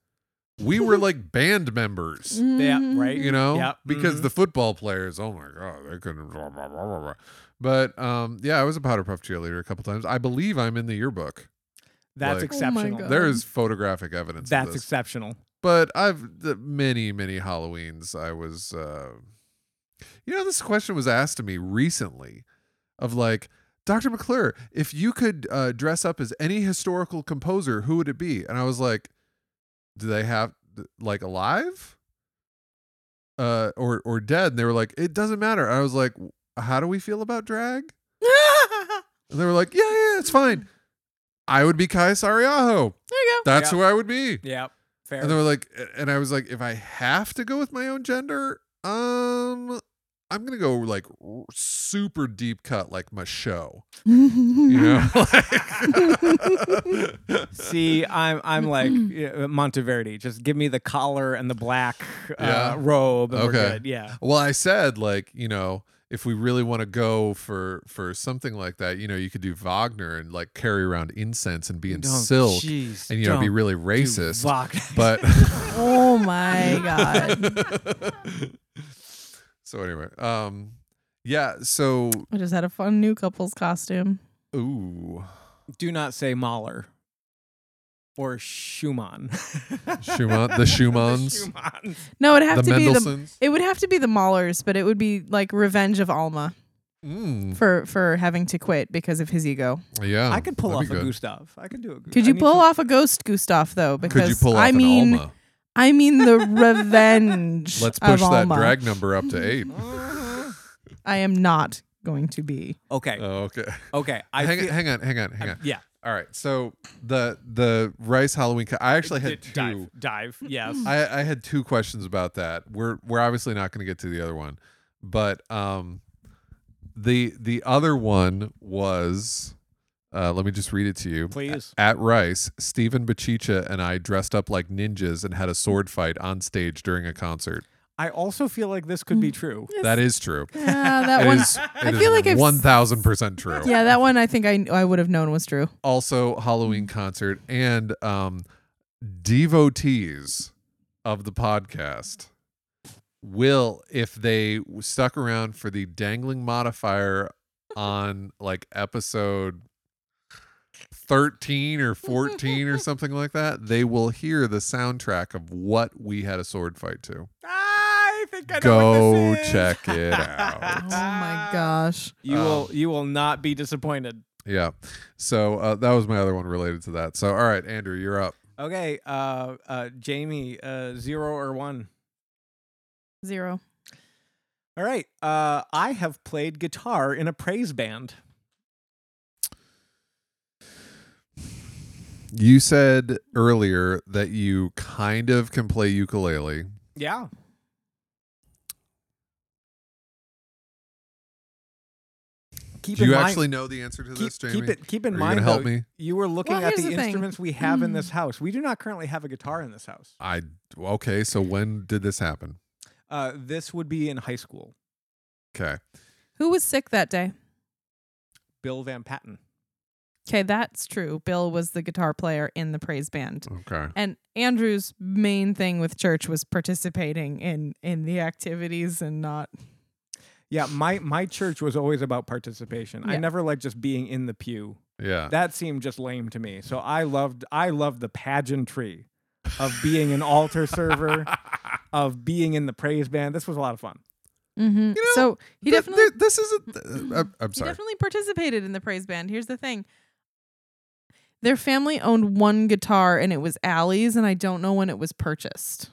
S2: We were like band members.
S1: Yeah,
S3: Mhm.
S1: right.
S2: You know?
S1: Yeah,
S2: Because
S1: mhm.
S2: the football players, oh my god, they couldn't blah, blah, blah, blah, blah. But um yeah, I was a powder puff cheerleader a couple times. I believe I'm in the yearbook.
S1: That's
S2: like-
S3: Oh my
S1: exceptional.
S3: God.
S2: There is photographic evidence of
S1: That's
S2: this.
S1: exceptional.
S2: but I've the many, many Halloweens I was uh you know, this question was asked to me recently of like, Dr. McClure, if you could uh, dress up as any historical composer, who would it be? And I was like, do they have like alive? Uh or or dead? And they were like, it doesn't matter. I was like, how do we feel about drag?
S3: there
S2: And they were like, yeah, yeah, it's fine. I would be Kai Sariaho.
S3: you go.
S2: That's
S1: Yeah.
S2: who I would be.
S1: Yeah, fair.
S2: And they were like, and I was like, if I have to go with my own gender, um, I'm gonna go like r- super deep cut, like my show, you know. Like-
S1: See, I'm I'm like yeah, Monteverdi. Just give me the collar and the black uh,
S2: Yeah.
S1: robe. And
S2: Okay.
S1: We're good. Yeah.
S2: well, I said like, you know, if we really want to go for for something like that, you know, you could do Wagner and like carry around incense and be in silk,
S1: Jeez,
S2: and you know, be
S1: don't
S2: really
S1: do
S2: racist,
S1: Wagner.
S2: but.
S3: oh my god.
S2: so anyway, um, yeah. So
S3: I just had a fun new couple's costume.
S2: ooh.
S1: do not say Mahler or
S2: Schumann-
S1: Schumann.
S2: the Schumanns?
S1: The Schumanns.
S3: No, it'd have
S2: the
S3: to be the
S2: Mendelssohns.
S3: it would have to be the Maulers, but it would be like Revenge of Alma
S2: Mm,
S3: for for having to quit because of his ego.
S2: yeah,
S1: I could pull
S2: Oh, that'd
S1: off
S2: be
S1: a
S2: good.
S1: Gustav. I could do a. Gu-
S3: Could
S1: I
S3: you
S1: need
S3: pull
S1: some-
S3: off a ghost Gustav though? Because
S2: Could you pull off
S3: I
S2: an
S3: mean,
S2: Alma?
S3: I mean the Revenge.
S2: Let's
S3: of
S2: push that
S3: Alma.
S2: drag number up to eight.
S3: I am not going to be.
S1: Okay.
S2: Oh, okay.
S1: Okay. I
S2: hang,
S1: feel-
S2: hang on, hang on, hang on.
S1: yeah.
S2: All right. So the the rice Halloween. Co- I actually had
S1: D- dive.
S2: two.
S1: Dive. Yes.
S2: I, I had two questions about that. We're we're obviously not going to get to the other one, but um, the the other one was. Uh, let me just read it to you.
S1: Please.
S2: At Rice, Stephen Bachicha and I dressed up like ninjas and had a sword fight on stage during a concert.
S1: I also feel like this could be
S3: Hmm.
S1: true.
S2: That is true.
S3: Yeah, that
S2: It
S3: one.
S2: is. I
S3: feel like I've-
S2: one thousand percent true.
S3: Yeah, that one. I think I I would have known was true.
S2: Also, Halloween concert and um, devotees of the podcast will, if they stuck around for the dangling modifier on like episode. 13 or 14 or something like that, they will hear the soundtrack of what we had a sword fight to.
S1: I think I know
S2: Go
S1: what this is.
S2: check it out.
S3: Oh my gosh.
S1: You
S2: Um,
S1: will you will not be disappointed.
S2: Yeah. So uh, that was my other one related to that. So all right, Andrew, you're up.
S1: Okay, uh, uh, Jamie, uh, zero or one.
S3: Zero.
S1: All right, uh, I have played guitar in a praise band.
S2: You said earlier that you kind of can play ukulele.
S1: Yeah, keep
S2: Do
S1: in
S2: you
S1: mind,
S2: actually know the answer to
S1: keep,
S2: this, Jamie?
S1: keep it keep in
S2: Are you
S1: mind
S2: gonna help
S1: though,
S2: me?
S1: you were looking
S3: Well,
S1: at
S3: here's
S1: the,
S3: the thing.
S1: instruments we have in
S3: Mm.
S1: this house. We do not currently have a guitar in this house.
S2: I okay. So when did this happen?
S1: Uh, this would be in high school.
S2: Okay.
S3: Who was sick that day?
S1: Bill Van Patten.
S3: Okay, that's true. Bill was the guitar player in the praise band.
S2: Okay.
S3: And Andrew's main thing with church was participating in in the activities and not
S1: Yeah, my my church was always about participation. I
S3: Yeah.
S1: never liked just being in the pew.
S2: Yeah.
S1: That seemed just lame to me. So I loved I loved the pageantry of being an altar server, of being in the praise band. This was a lot of fun.
S3: Mm-hmm. so he
S2: Th-
S3: definitely
S2: th- this isn't. uh, I'm- I'm
S3: he
S2: sorry.
S3: definitely participated in the praise band. Here's the thing. Their family owned one guitar and it was Allie's and I don't know when it was purchased.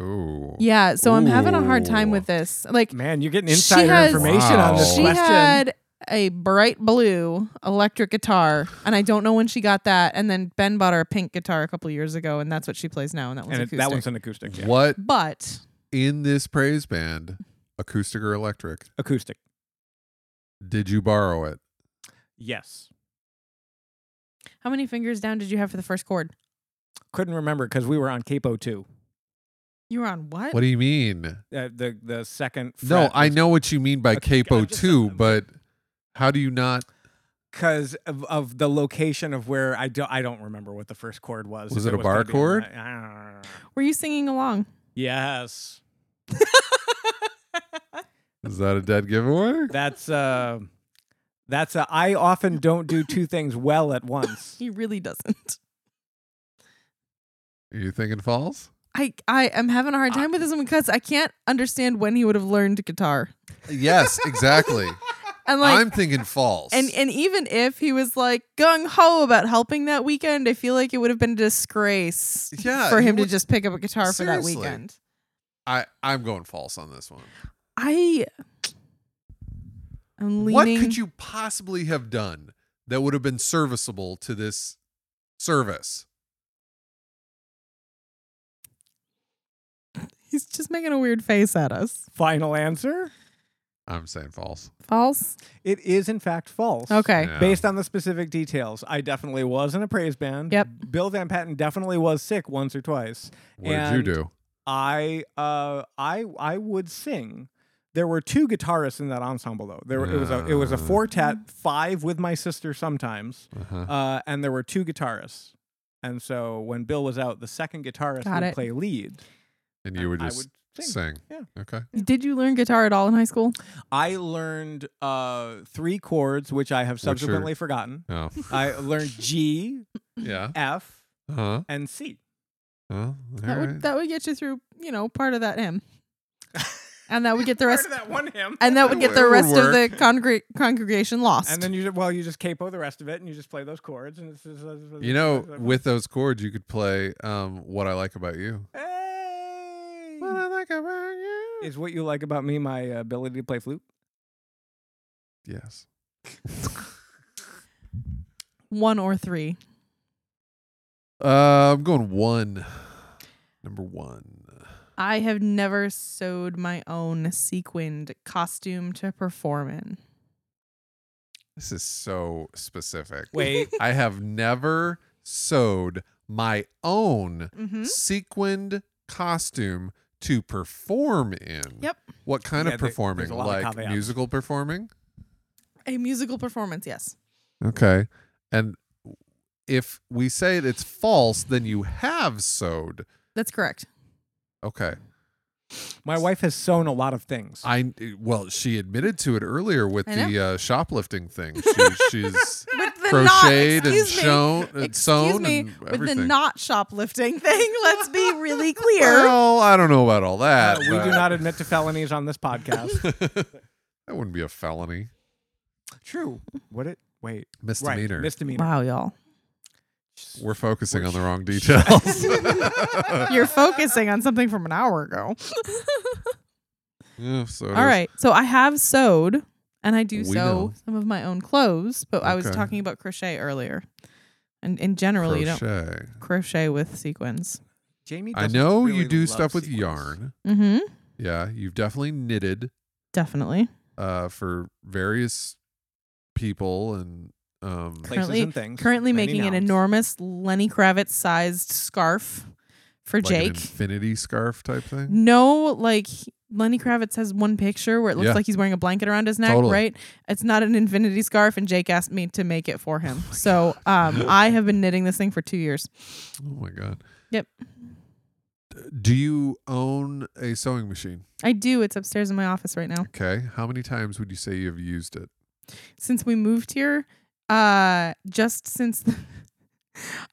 S2: Ooh.
S3: Yeah, so I'm having a hard time
S2: Ooh.
S3: with this. Like
S1: Man, you're getting
S3: She
S1: insider
S3: has-
S1: information on this
S2: Wow.
S3: she
S1: question.
S3: had a bright blue electric guitar and I don't know when she got that and then Ben bought her a pink guitar a couple years ago and that's what she plays now and that one's
S1: and it,
S3: acoustic.
S1: that one's an acoustic. Yeah.
S2: What
S3: but
S2: in this praise band, acoustic or electric?
S1: Acoustic.
S2: Did you borrow it?
S1: Yes.
S3: how many fingers down did you have for the first chord?
S1: Couldn't remember because we were on capo two.
S3: You were on what?
S2: What do you mean?
S1: Uh, the the second.
S2: No,
S1: fret
S2: I
S1: was
S2: know what you mean by
S1: Okay,
S2: capo
S1: I'm just-
S2: two,
S1: I'm-
S2: but how do you not?
S1: because of, of the location of where I don't I don't remember what the first chord was.
S2: Was
S1: if
S2: it a bar
S1: gonna be on
S2: chord?
S1: that- I don't know.
S3: Were you singing along?
S1: Yes,
S2: Is that a dead giveaway?
S1: that's uh, that's uh, I often don't do two things well at once.
S3: He really doesn't.
S2: Are you thinking false?
S3: I I am having
S2: Uh,
S3: a hard time with this one because I can't understand when he would have learned guitar.
S2: Yes, exactly.
S3: And like
S2: I'm thinking false.
S3: and and even if he was like gung ho about helping that weekend, I feel like it would have been a disgrace
S2: Yeah,
S3: for
S2: he
S3: him to
S2: would-
S3: just pick up a guitar
S2: Seriously.
S3: for that weekend.
S2: I I'm going false on this one.
S3: I I'm leaning
S2: What could you possibly have done that would have been serviceable to this service?
S3: He's just making a weird face at us.
S1: Final answer:
S2: I'm saying false.
S3: False?
S1: It is in fact false.
S3: Okay.
S2: Yeah.
S1: Based on the specific details, I definitely was in a praise band.
S3: Yep.
S1: Bill Van Patten definitely was sick once or twice.
S2: What did you
S1: and-
S2: do?
S1: I uh I I would sing. There were two guitarists in that ensemble though. There were, it was a it was a
S2: Uh.
S1: quartet, five with my sister sometimes,
S2: Uh-huh.
S1: uh, and there were two guitarists. And so when Bill was out, the second guitarist
S3: Got
S1: would
S3: it.
S1: play lead.
S2: And you would
S1: I
S2: just
S1: would sing.
S2: sing.
S1: Yeah.
S2: Okay.
S3: Did you learn guitar at all in high school?
S1: I learned uh, three chords, which I have
S2: Which are-
S1: subsequently forgotten.
S2: Oh.
S1: I learned G,
S2: Yeah.
S1: F,
S2: Uh-huh.
S1: and C.
S2: Well,
S3: That would that would get you through, you know, part of that hymn. and that would get the
S1: Part
S3: rest
S1: of that one hymn.
S3: and that would get the
S2: It would
S3: rest of the
S2: work.
S3: congre- congregation lost.
S1: And then you ju- well, you just capo the rest of it, and you just play those chords, and it's just,
S2: you know, with those chords, you could play um, "What I Like About You."
S1: Hey!
S2: What I like about you.
S1: Is what you like about me my ability to play flute?
S2: yes.
S3: one or three.
S2: Uh, I'm going one. Number one.
S3: I have never sewed my own sequined costume to perform in.
S2: This is so specific.
S1: Wait,
S2: I have never sewed my own
S3: Mm-hmm.
S2: sequined costume to perform in.
S3: Yep.
S2: What kind
S1: Yeah,
S2: of
S1: there- there's
S2: performing?
S1: a lot of
S2: Like
S1: caveats.
S2: musical performing?
S3: A musical performance, yes.
S2: Okay. And if we say it, it's false, then you have sewed.
S3: That's correct.
S2: Okay.
S1: my wife has sewn a lot of things.
S2: I well, she admitted to it earlier with
S3: I know.
S2: the uh, shoplifting thing. She, she's
S3: With the
S2: crocheted
S3: knot,
S2: and
S3: excuse me.
S2: shown, and
S3: Excuse
S2: sewn,
S3: me,
S2: and
S3: with
S2: everything.
S3: the not shoplifting thing. Let's be really clear.
S2: well, I don't know about all
S1: Uh,
S2: that.
S1: we do not admit to felonies on this podcast.
S2: but- that wouldn't be a felony,
S1: True. Would it? Wait.
S2: misdemeanor.
S1: Right. Misdemeanor.
S3: wow, y'all.
S2: We're focusing
S1: We're
S2: on the
S1: sh-
S2: wrong details.
S3: You're focusing on something from an hour ago.
S2: yeah, so it
S3: All
S2: is.
S3: right. So I have sewed and I do
S2: We
S3: sew
S2: know.
S3: some of my own clothes, but I was
S2: Okay.
S3: talking about crochet earlier. And in general, you don't
S2: Crochet.
S3: crochet with sequins.
S1: Jamie.
S2: I
S1: doesn't
S2: know
S1: really
S2: you do
S1: love
S2: stuff with
S1: sequins.
S2: yarn.
S3: Mm-hmm.
S2: Yeah, you've definitely knitted
S3: Definitely.
S2: uh, for various people and um,
S1: Places
S3: Currently-
S1: and things.
S3: Currently
S1: many
S3: making an
S1: nouns.
S3: enormous Lenny Kravitz sized scarf for
S2: like an
S3: Jake. Mm.
S2: infinity scarf type thing.
S3: No, like Lenny Kravitz has one picture where it looks
S2: Yeah.
S3: like he's wearing a blanket around his neck,
S2: Totally.
S3: right? It's not an infinity scarf, and Jake asked me to make it for him. so um, I have been knitting this thing for two years.
S2: Oh my god.
S3: Yep.
S2: Do you own a sewing machine?
S3: I do. It's upstairs in my office right now.
S2: Okay. How many times would you say you've used it?
S3: Since we moved here, uh, just since the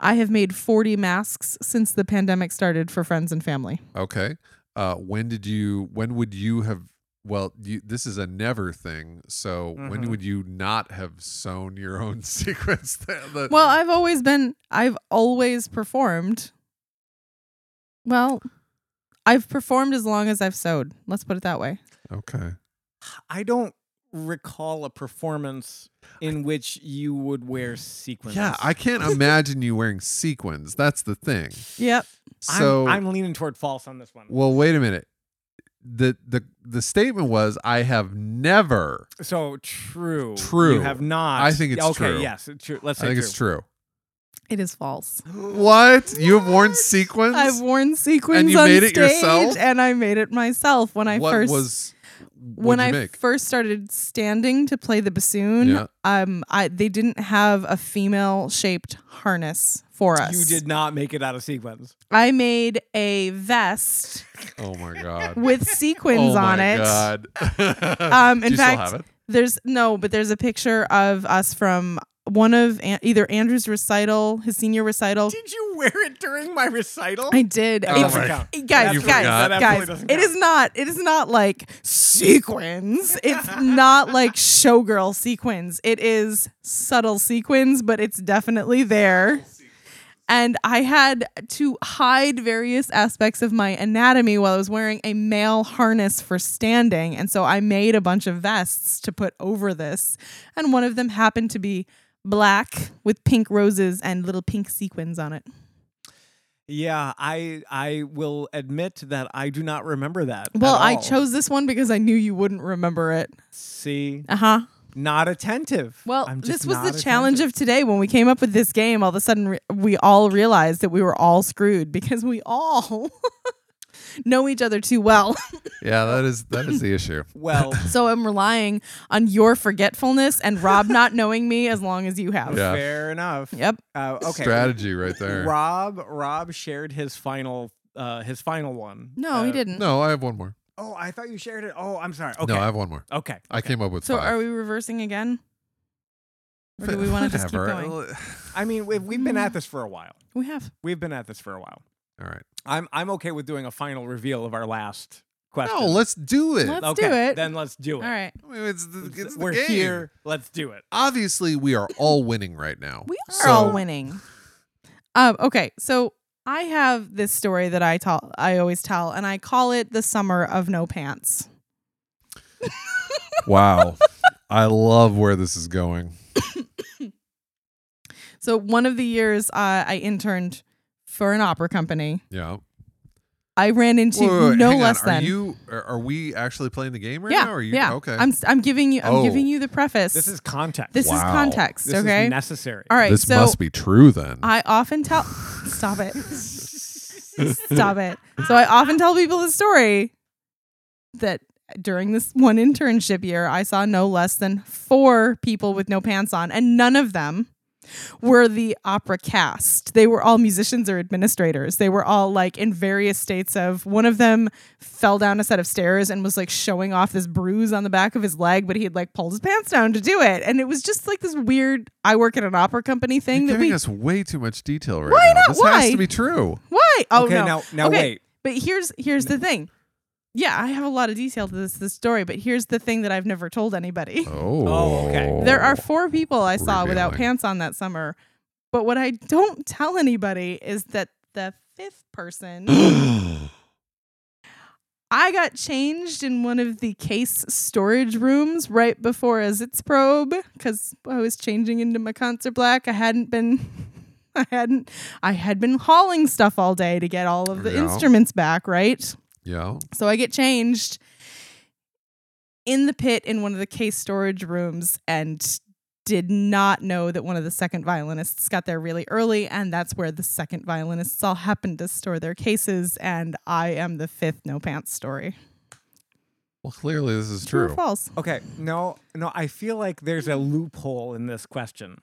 S3: I have made 40 masks since the pandemic started for friends and family.
S2: Okay. Uh, when did you? When would you have? Well, you, this is a never thing. So when
S1: Mhm.
S2: would you not have sewn your own sequence? that- that-
S3: Well, I've always been, I've always performed. Well, I've performed as long as I've sewed. Let's put it that way.
S2: okay.
S1: I don't recall a performance in which you would wear sequins.
S2: Yeah, I can't imagine you wearing sequins. That's the thing.
S3: Yep.
S1: I'm-
S2: So
S1: I'm, leaning toward false on this one.
S2: well, wait a minute. The the the statement was I have never.
S1: so true.
S2: True.
S1: You have not.
S2: I think it's
S1: okay,
S2: true.
S1: Yes. it's True. Let's
S2: I
S1: say
S2: think
S1: true.
S2: it's true.
S3: It is false.
S2: What? You have worn
S3: What?
S2: sequins?
S3: I've worn sequins
S2: And you
S3: on
S2: made it
S3: stage,
S2: yourself?
S3: and I made it myself when I
S2: what
S3: first
S2: was
S3: when
S2: what'd you
S3: I
S2: make?
S3: first started standing to play the bassoon.
S2: Yeah.
S3: Um, I they didn't have a female shaped harness for us.
S1: You did not make it out of sequins.
S3: I made a vest
S2: oh my god.
S3: with sequins
S2: oh
S3: on
S2: my
S3: it.
S2: god.
S3: Um,
S2: Do
S3: in
S2: you
S3: fact,
S2: still have it?
S3: There's no, but there's a picture of us from one of an- either Andrew's recital, his senior
S2: Oh.
S3: recital.
S1: Did you wear it during my recital?
S3: I did.
S1: That
S3: It's-
S1: doesn't
S2: my-
S1: count.
S3: guys,
S2: You
S3: guys,
S2: forgot.
S1: That absolutely
S3: guys.
S1: doesn't
S3: It
S1: count.
S3: is not. It is not like sequins. It's not like showgirl sequins. It is subtle sequins, but it's definitely there. And I had to hide various aspects of my anatomy while I was wearing a male harness for standing. And so I made a bunch of vests to put over this. And one of them happened to be black with pink roses and little pink sequins on it.
S1: Yeah, I I will admit that I do not remember that. at
S3: Well, I
S1: all.
S3: chose this one because I knew you wouldn't remember it.
S1: See,
S3: Uh huh.
S1: not attentive.
S3: Well,
S1: I'm just
S3: this was
S1: not
S3: the challenge
S1: attentive.
S3: of today. When we came up with this game, all of a sudden re- we all realized that we were all screwed because we all know each other too well.
S2: Yeah, that is that is the issue.
S1: Well,
S3: so I'm relying on your forgetfulness and Rob not knowing me as long as you have.
S2: Yeah.
S1: fair enough.
S3: Yep.
S1: Uh, okay.
S2: Strategy right there.
S1: Rob Rob shared his final uh his final one.
S3: No,
S1: Uh,
S3: he didn't.
S2: No, I have one more.
S1: Oh, I thought you shared it. Oh, I'm sorry. Okay.
S2: No, I have one more.
S1: okay.
S2: I came up with
S3: So
S2: five.
S3: are we reversing again? Or do we want to just keep
S2: Whatever.
S3: going?
S1: I mean, we've, we've been at
S2: Mm.
S1: this for a while.
S3: We have.
S1: We've been at this for a while.
S2: All right.
S1: I'm I'm okay with doing a final reveal of our last question.
S2: No, let's do it.
S3: Let's
S1: okay,
S3: do it.
S1: Then let's do
S3: all
S1: it.
S3: right.
S2: I mean, it's the, it's the
S1: We're
S2: game.
S1: here. Let's do it.
S2: Obviously, we are all winning right now.
S3: We are
S2: So-
S3: all winning. Um, okay, so I have this story that I tell, I always tell, and I call it the summer of no pants.
S2: Wow. I love where this is going.
S3: So one of the years uh, I interned for an opera company,
S2: Yeah. I
S3: I ran into no less
S2: are
S3: than.
S2: you are, are we actually playing the game right
S3: yeah,
S2: now? Or are you
S3: yeah.
S2: okay?
S3: I'm s- I'm giving you I'm
S2: Oh.
S3: giving you the preface.
S1: This is context.
S3: this is
S2: Wow.
S3: context.
S1: This
S3: okay.
S1: is necessary.
S3: all right.
S2: this
S3: so
S2: must be true then.
S3: I often tell. Stop it. Stop it. So I often tell people the story that during this one internship year, I saw no less than four people with no pants on, and none of them were the opera cast. They were all musicians or administrators. They were all like in various states of one of them fell down a set of stairs and was like showing off this bruise on the back of his leg, but he had like pulled his pants down to do it. And it was just like this weird I work at an opera company thing
S2: You're
S3: that
S2: giving
S3: we
S2: us way too much detail right
S3: Why
S2: now.
S3: not?
S2: This has
S3: Why?
S2: to be true.
S3: why? Oh
S1: okay,
S3: no.
S1: now now
S3: Okay.
S1: wait.
S3: But here's here's the thing. Yeah, I have a lot of detail to this this story, but here's the thing that I've never told anybody.
S2: Oh.
S1: Oh, okay.
S3: There are four people I saw without
S2: Revealing.
S3: pants on that summer. But what I don't tell anybody is that the fifth person I got changed in one of the case storage rooms right before a zits probe because I was changing into my concert black. I hadn't been I hadn't I had been hauling stuff all day to get all of the
S2: Yeah.
S3: instruments back, right?
S2: yeah.
S3: So I get changed in the pit in one of the case storage rooms and did not know that one of the second violinists got there really early. And that's where the second violinists all happened to store their cases. And I am the fifth no pants story.
S2: Well, clearly this is
S3: True or
S2: true.
S3: false?
S1: Okay, no, no, I feel like there's a loophole in this question.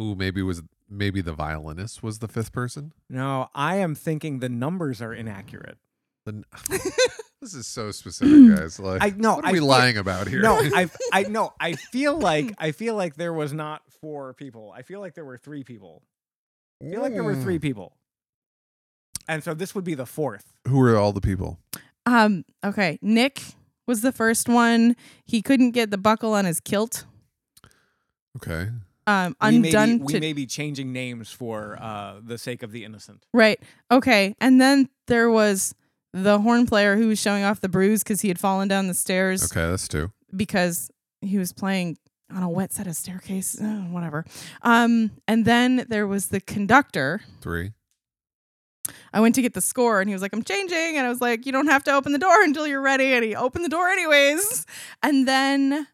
S2: Ooh, maybe it was maybe the violinist was the fifth person.
S1: No, I am thinking the numbers are inaccurate.
S2: The, this is so specific, guys. Like,
S1: I no,
S2: what are
S1: I
S2: we
S1: feel-
S2: lying about here?
S1: No, I I no, I feel like I feel like there was not four people. I feel like there were three people. I feel like there were
S2: Mm.
S1: three
S3: Hmm.
S1: people. And so this would be the fourth.
S2: Who were all the people?
S3: Um. Okay. Nick was the first one. He couldn't get the buckle on his kilt.
S2: Okay.
S3: Um.
S1: We may be-
S3: undone
S1: we
S3: to
S1: may be changing names for uh, the sake of the innocent.
S3: Right. Okay. And then there was the horn player who was showing off the bruise because he had fallen down the stairs
S2: Okay, that's two.
S3: because he was playing on a wet set of staircase, uh, whatever. Um, and then there was the conductor.
S2: Three.
S3: I went to get the score and he was like, I'm changing. And I was like, You don't have to open the door until you're ready. And he opened the door anyways. And then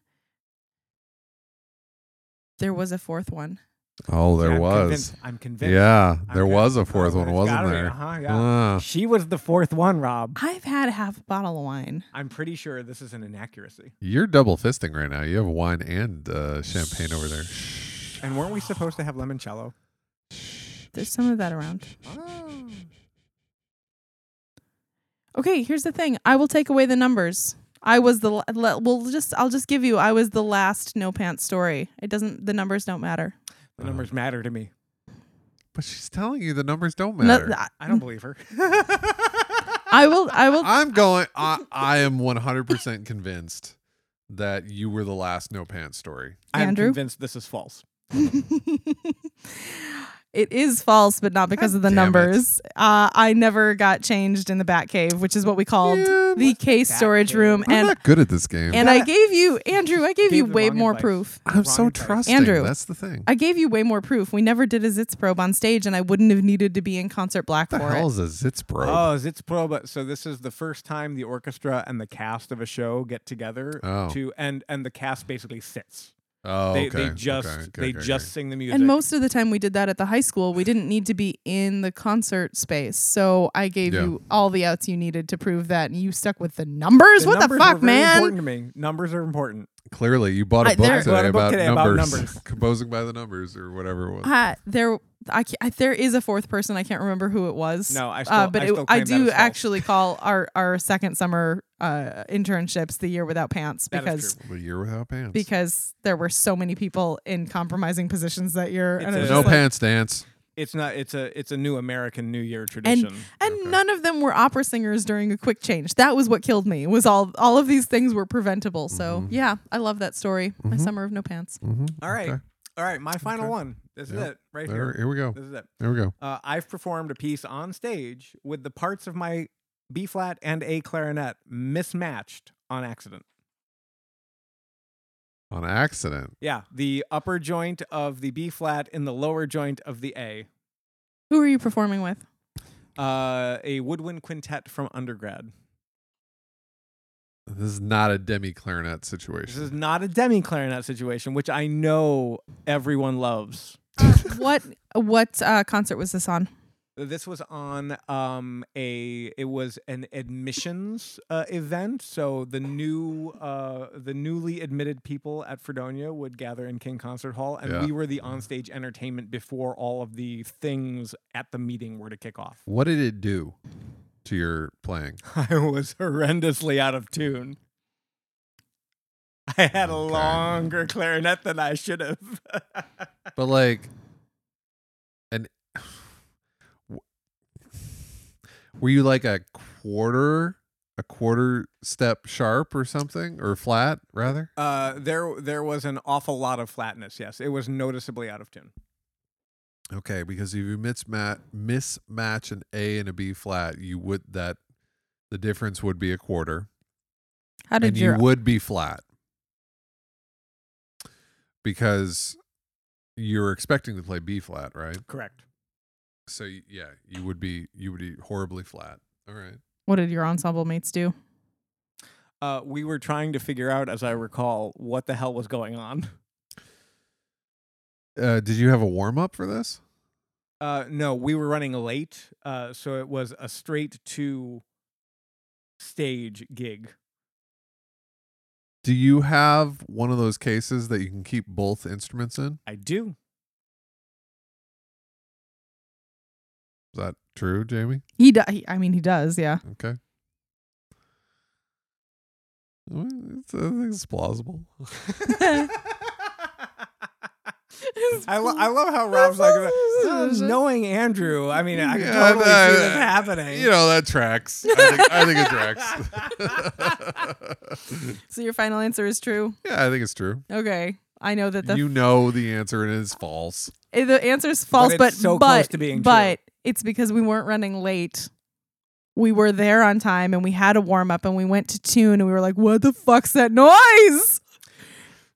S3: there was a fourth one.
S2: Oh, there
S1: I'm
S2: was.
S1: Convinced. I'm convinced.
S2: Yeah,
S1: I'm
S2: there was a
S1: convinced. Oh,
S2: fourth one,
S1: There's
S2: wasn't
S1: gotta be.
S2: there?
S1: Uh-huh, yeah.
S2: Ah.
S1: She was the fourth one, Rob.
S3: I've had half a bottle of wine.
S1: I'm pretty sure this is an inaccuracy.
S2: You're double fisting right now. You have wine and uh, champagne over there.
S1: And weren't we supposed to have limoncello?
S3: There's some of that around.
S1: Oh.
S3: Okay, here's the thing. I will take away the numbers. I was the la- le- well, just I'll just give you. I was the last no pants story. It doesn't. The numbers don't matter.
S1: The
S2: Uh.
S1: numbers matter to me.
S2: But she's telling you the numbers don't
S3: No-
S2: matter.
S3: th-
S1: I don't believe her.
S3: I will. I will.
S2: I'm going. I, I am 100% convinced that you were the last no pants story.
S1: I'm
S3: Andrew?
S1: convinced this is false.
S3: it is false, but not because of the
S2: damn it.
S3: numbers. Uh, I never got changed in the Batcave, which is what we called
S2: Yeah,
S3: the case storage room,
S2: I'm
S3: and
S2: not good at this game.
S3: and I gave you Andrew. I gave
S1: Gave
S3: you
S1: the
S3: way
S1: wrong
S3: more
S1: advice.
S3: proof.
S2: I'm so
S1: Wrong advice.
S2: trusting.
S3: Andrew.
S2: that's the thing.
S3: I gave you way more proof. We never did a zits probe on stage, and I wouldn't have needed to be in concert black
S2: what the
S3: for it.
S2: hell is a zits bro?
S1: Oh, Zitz Proba. So this is the first time the orchestra and the cast of a show get together
S2: Oh.
S1: to and and the cast basically sits.
S2: oh,
S1: They
S2: okay.
S1: they just
S2: okay, okay,
S1: they
S2: okay,
S1: just
S2: okay.
S1: sing the music.
S3: And most of the time we did that at the high school, we didn't need to be in the concert space. So I gave
S2: Yeah.
S3: you all the outs you needed to prove that, and you stuck with the numbers. what
S1: numbers
S3: the
S1: were
S3: fuck,
S1: very
S3: man?
S1: Important to me. Numbers are important.
S2: Clearly, you bought a
S3: I-
S2: book,
S3: there-
S2: today,
S1: Bought a book
S2: about,
S1: today about
S2: numbers.
S1: numbers.
S2: Composing by the numbers or whatever it was.
S3: Uh, there, I, ca- I there is a fourth person. I can't remember who it was.
S1: No, I
S3: uh,
S1: still-
S3: but
S1: I
S3: it-
S1: still claim that
S3: do
S1: is false.
S3: actually call our our second summer uh, internships the year without pants
S1: That is
S3: because
S1: true.
S2: The year without pants.
S3: because there were so many people in compromising positions that year,
S1: It's
S3: it
S1: a-
S3: was
S2: no
S3: just like-
S2: pants dance.
S1: It's not. It's a. It's a new American New Year tradition.
S3: and
S2: Okay.
S3: none of them were opera singers during a quick change that was what killed me was all all of these things were preventable so
S2: Mhm.
S3: yeah i love that story my summer of no pants
S2: Mm-hmm.
S1: all right,
S2: Okay.
S1: all right. My final
S2: Okay.
S1: one. This is
S2: Yep.
S1: it. Right
S2: There,
S1: here.
S2: here we go.
S1: This is it.
S2: There we go.
S1: Uh, I've performed a piece on stage with the parts of my B flat and A clarinet mismatched on accident.
S2: On accident.
S1: Yeah, the upper joint of the B flat in the lower joint of the A.
S3: who are you performing with
S1: Uh, a woodwind quintet from undergrad.
S2: This is not a demi clarinet
S1: This
S2: situation.
S1: is not a demi clarinet situation, which I know everyone loves.
S3: what what uh, concert was this on
S1: This was on um a it was an admissions uh, event, so the new uh the newly admitted people at Fredonia would gather in King Concert Hall, and
S2: Yeah.
S1: we were the onstage entertainment before all of the things at the meeting were to kick off.
S2: what did it do to your playing?
S1: I was horrendously out of tune. I had a
S2: Okay.
S1: longer clarinet than I should have.
S2: But like, an were you like a quarter, a quarter step sharp or something, or flat rather?
S1: uh, there, there was an awful lot of flatness. Yes, it was noticeably out of tune.
S2: Okay, because if you mismatch mismatch an A and a B flat, you would that the difference would be a quarter,
S3: how did
S2: and you
S3: your
S2: would be flat because you're expecting to play B flat, right?
S1: Correct.
S2: So y- yeah, you would be you would be horribly flat. All right.
S3: what did your ensemble mates do
S1: Uh, we were trying to figure out, as I recall, what the hell was going on.
S2: Uh, did you have a warm up for this?
S1: Uh, no, we were running late, uh, so it was a straight to stage gig.
S2: Do you have one of those cases that you can keep both instruments in?
S1: I do.
S2: Is that true, Jamie?
S3: He, do- he I mean, he does. Yeah.
S2: Okay. Well, it's- I think it's plausible.
S1: I, lo- I love how Rob's like, "Uh, knowing Andrew, I mean, I can
S2: Yeah,
S1: totally
S2: I-
S1: see this
S2: I-
S1: happening.
S2: You know, that tracks. I think, I think it tracks.
S3: So your final answer is true.
S2: yeah, I think it's true.
S3: Okay. I know that the
S2: you know the answer and it's false.
S3: Eh, The answer is false,
S1: it's
S3: but
S1: so
S3: but,
S1: close to being true.
S3: but it's because we weren't running late. We were there on time and we had a warm up and we went to tune and we were like, "What the fuck's that noise?"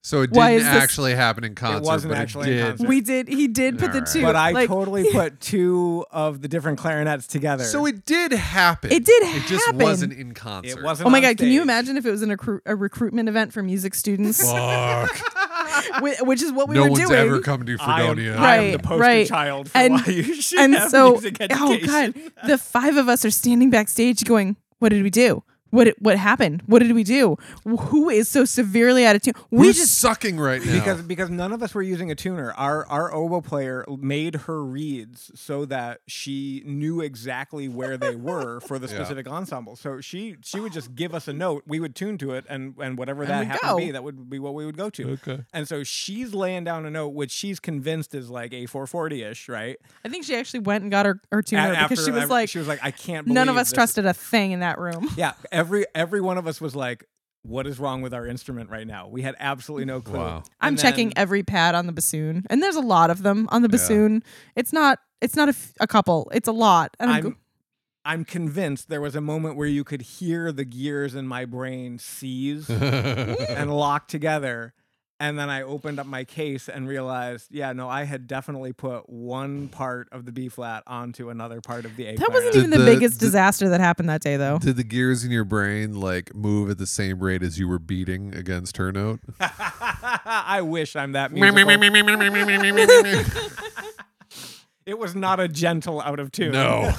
S2: So it
S3: Why
S2: didn't
S3: is this-
S2: actually happen in concert.
S1: wasn't
S2: but
S1: actually
S2: it
S1: in
S2: did.
S1: concert.
S3: We did. He did put the
S2: Alright.
S3: two.
S1: but I
S3: like,
S1: totally put two of the different clarinets together.
S2: So it did happen.
S3: It did
S2: It just
S3: happen.
S2: wasn't in concert.
S1: it wasn't.
S3: Oh my
S1: on
S3: god! Can you
S1: stage.
S3: imagine if it was an accru- a recruitment event for music students,
S2: Fuck.
S3: Whi- which is what we
S2: no
S3: were
S2: one's
S3: doing?
S2: ever come to
S1: I am,
S2: Fredonia.
S1: I am the
S3: Right,
S1: poster
S3: right.
S1: child for
S3: And-
S1: why you should
S3: and
S1: have
S3: so,
S1: music
S3: oh
S1: education.
S3: god, the five of us are standing backstage, going, "What did we do? What did- what happened? What did we do? Who is so severely out of tune? We
S2: We're
S3: just
S2: sucking right now.
S1: because because none of us were using a tuner. Our our oboe player made her reads so that she knew exactly where they were for the
S2: Yeah.
S1: specific ensemble. So she she would just give us a note, we would tune to it, and and whatever
S3: And
S1: that
S3: we'd
S1: happened
S3: go.
S1: to be, that would be what we would go to.
S2: okay.
S1: And so she's laying down a note, which she's convinced is like a 440 ish, right?
S3: I think she actually went and got her, her
S1: A-
S3: tuner because
S1: after
S3: she was
S1: ev-
S3: like,
S1: she was like, I can't.
S3: none of
S1: believe
S3: us
S1: this."
S3: trusted a thing in that room.
S1: Yeah, every every one of us was like, what is wrong with our instrument right now? We had absolutely no clue.
S2: Wow.
S3: I'm
S1: And
S3: checking
S1: then-
S3: every pad on the bassoon, and there's a lot of them on the bassoon. It's not it's not a, f- a couple, it's a lot. And I'm,
S1: I'm
S3: go-
S1: I'm convinced there was a moment where you could hear the gears in my brain seize and lock together. And then I opened up my case and realized, yeah, no, I had definitely put one part of the B flat onto another part of the A.
S3: that wasn't
S2: Did
S1: clarinet.
S3: e even the,
S2: the-
S3: biggest
S2: did-
S3: disaster that happened that day, though.
S2: Did the gears in your brain like move at the same rate as you were beating against her note?
S1: I wish I'm that musical.
S2: no.
S1: It was not a gentle out of tune.
S3: No,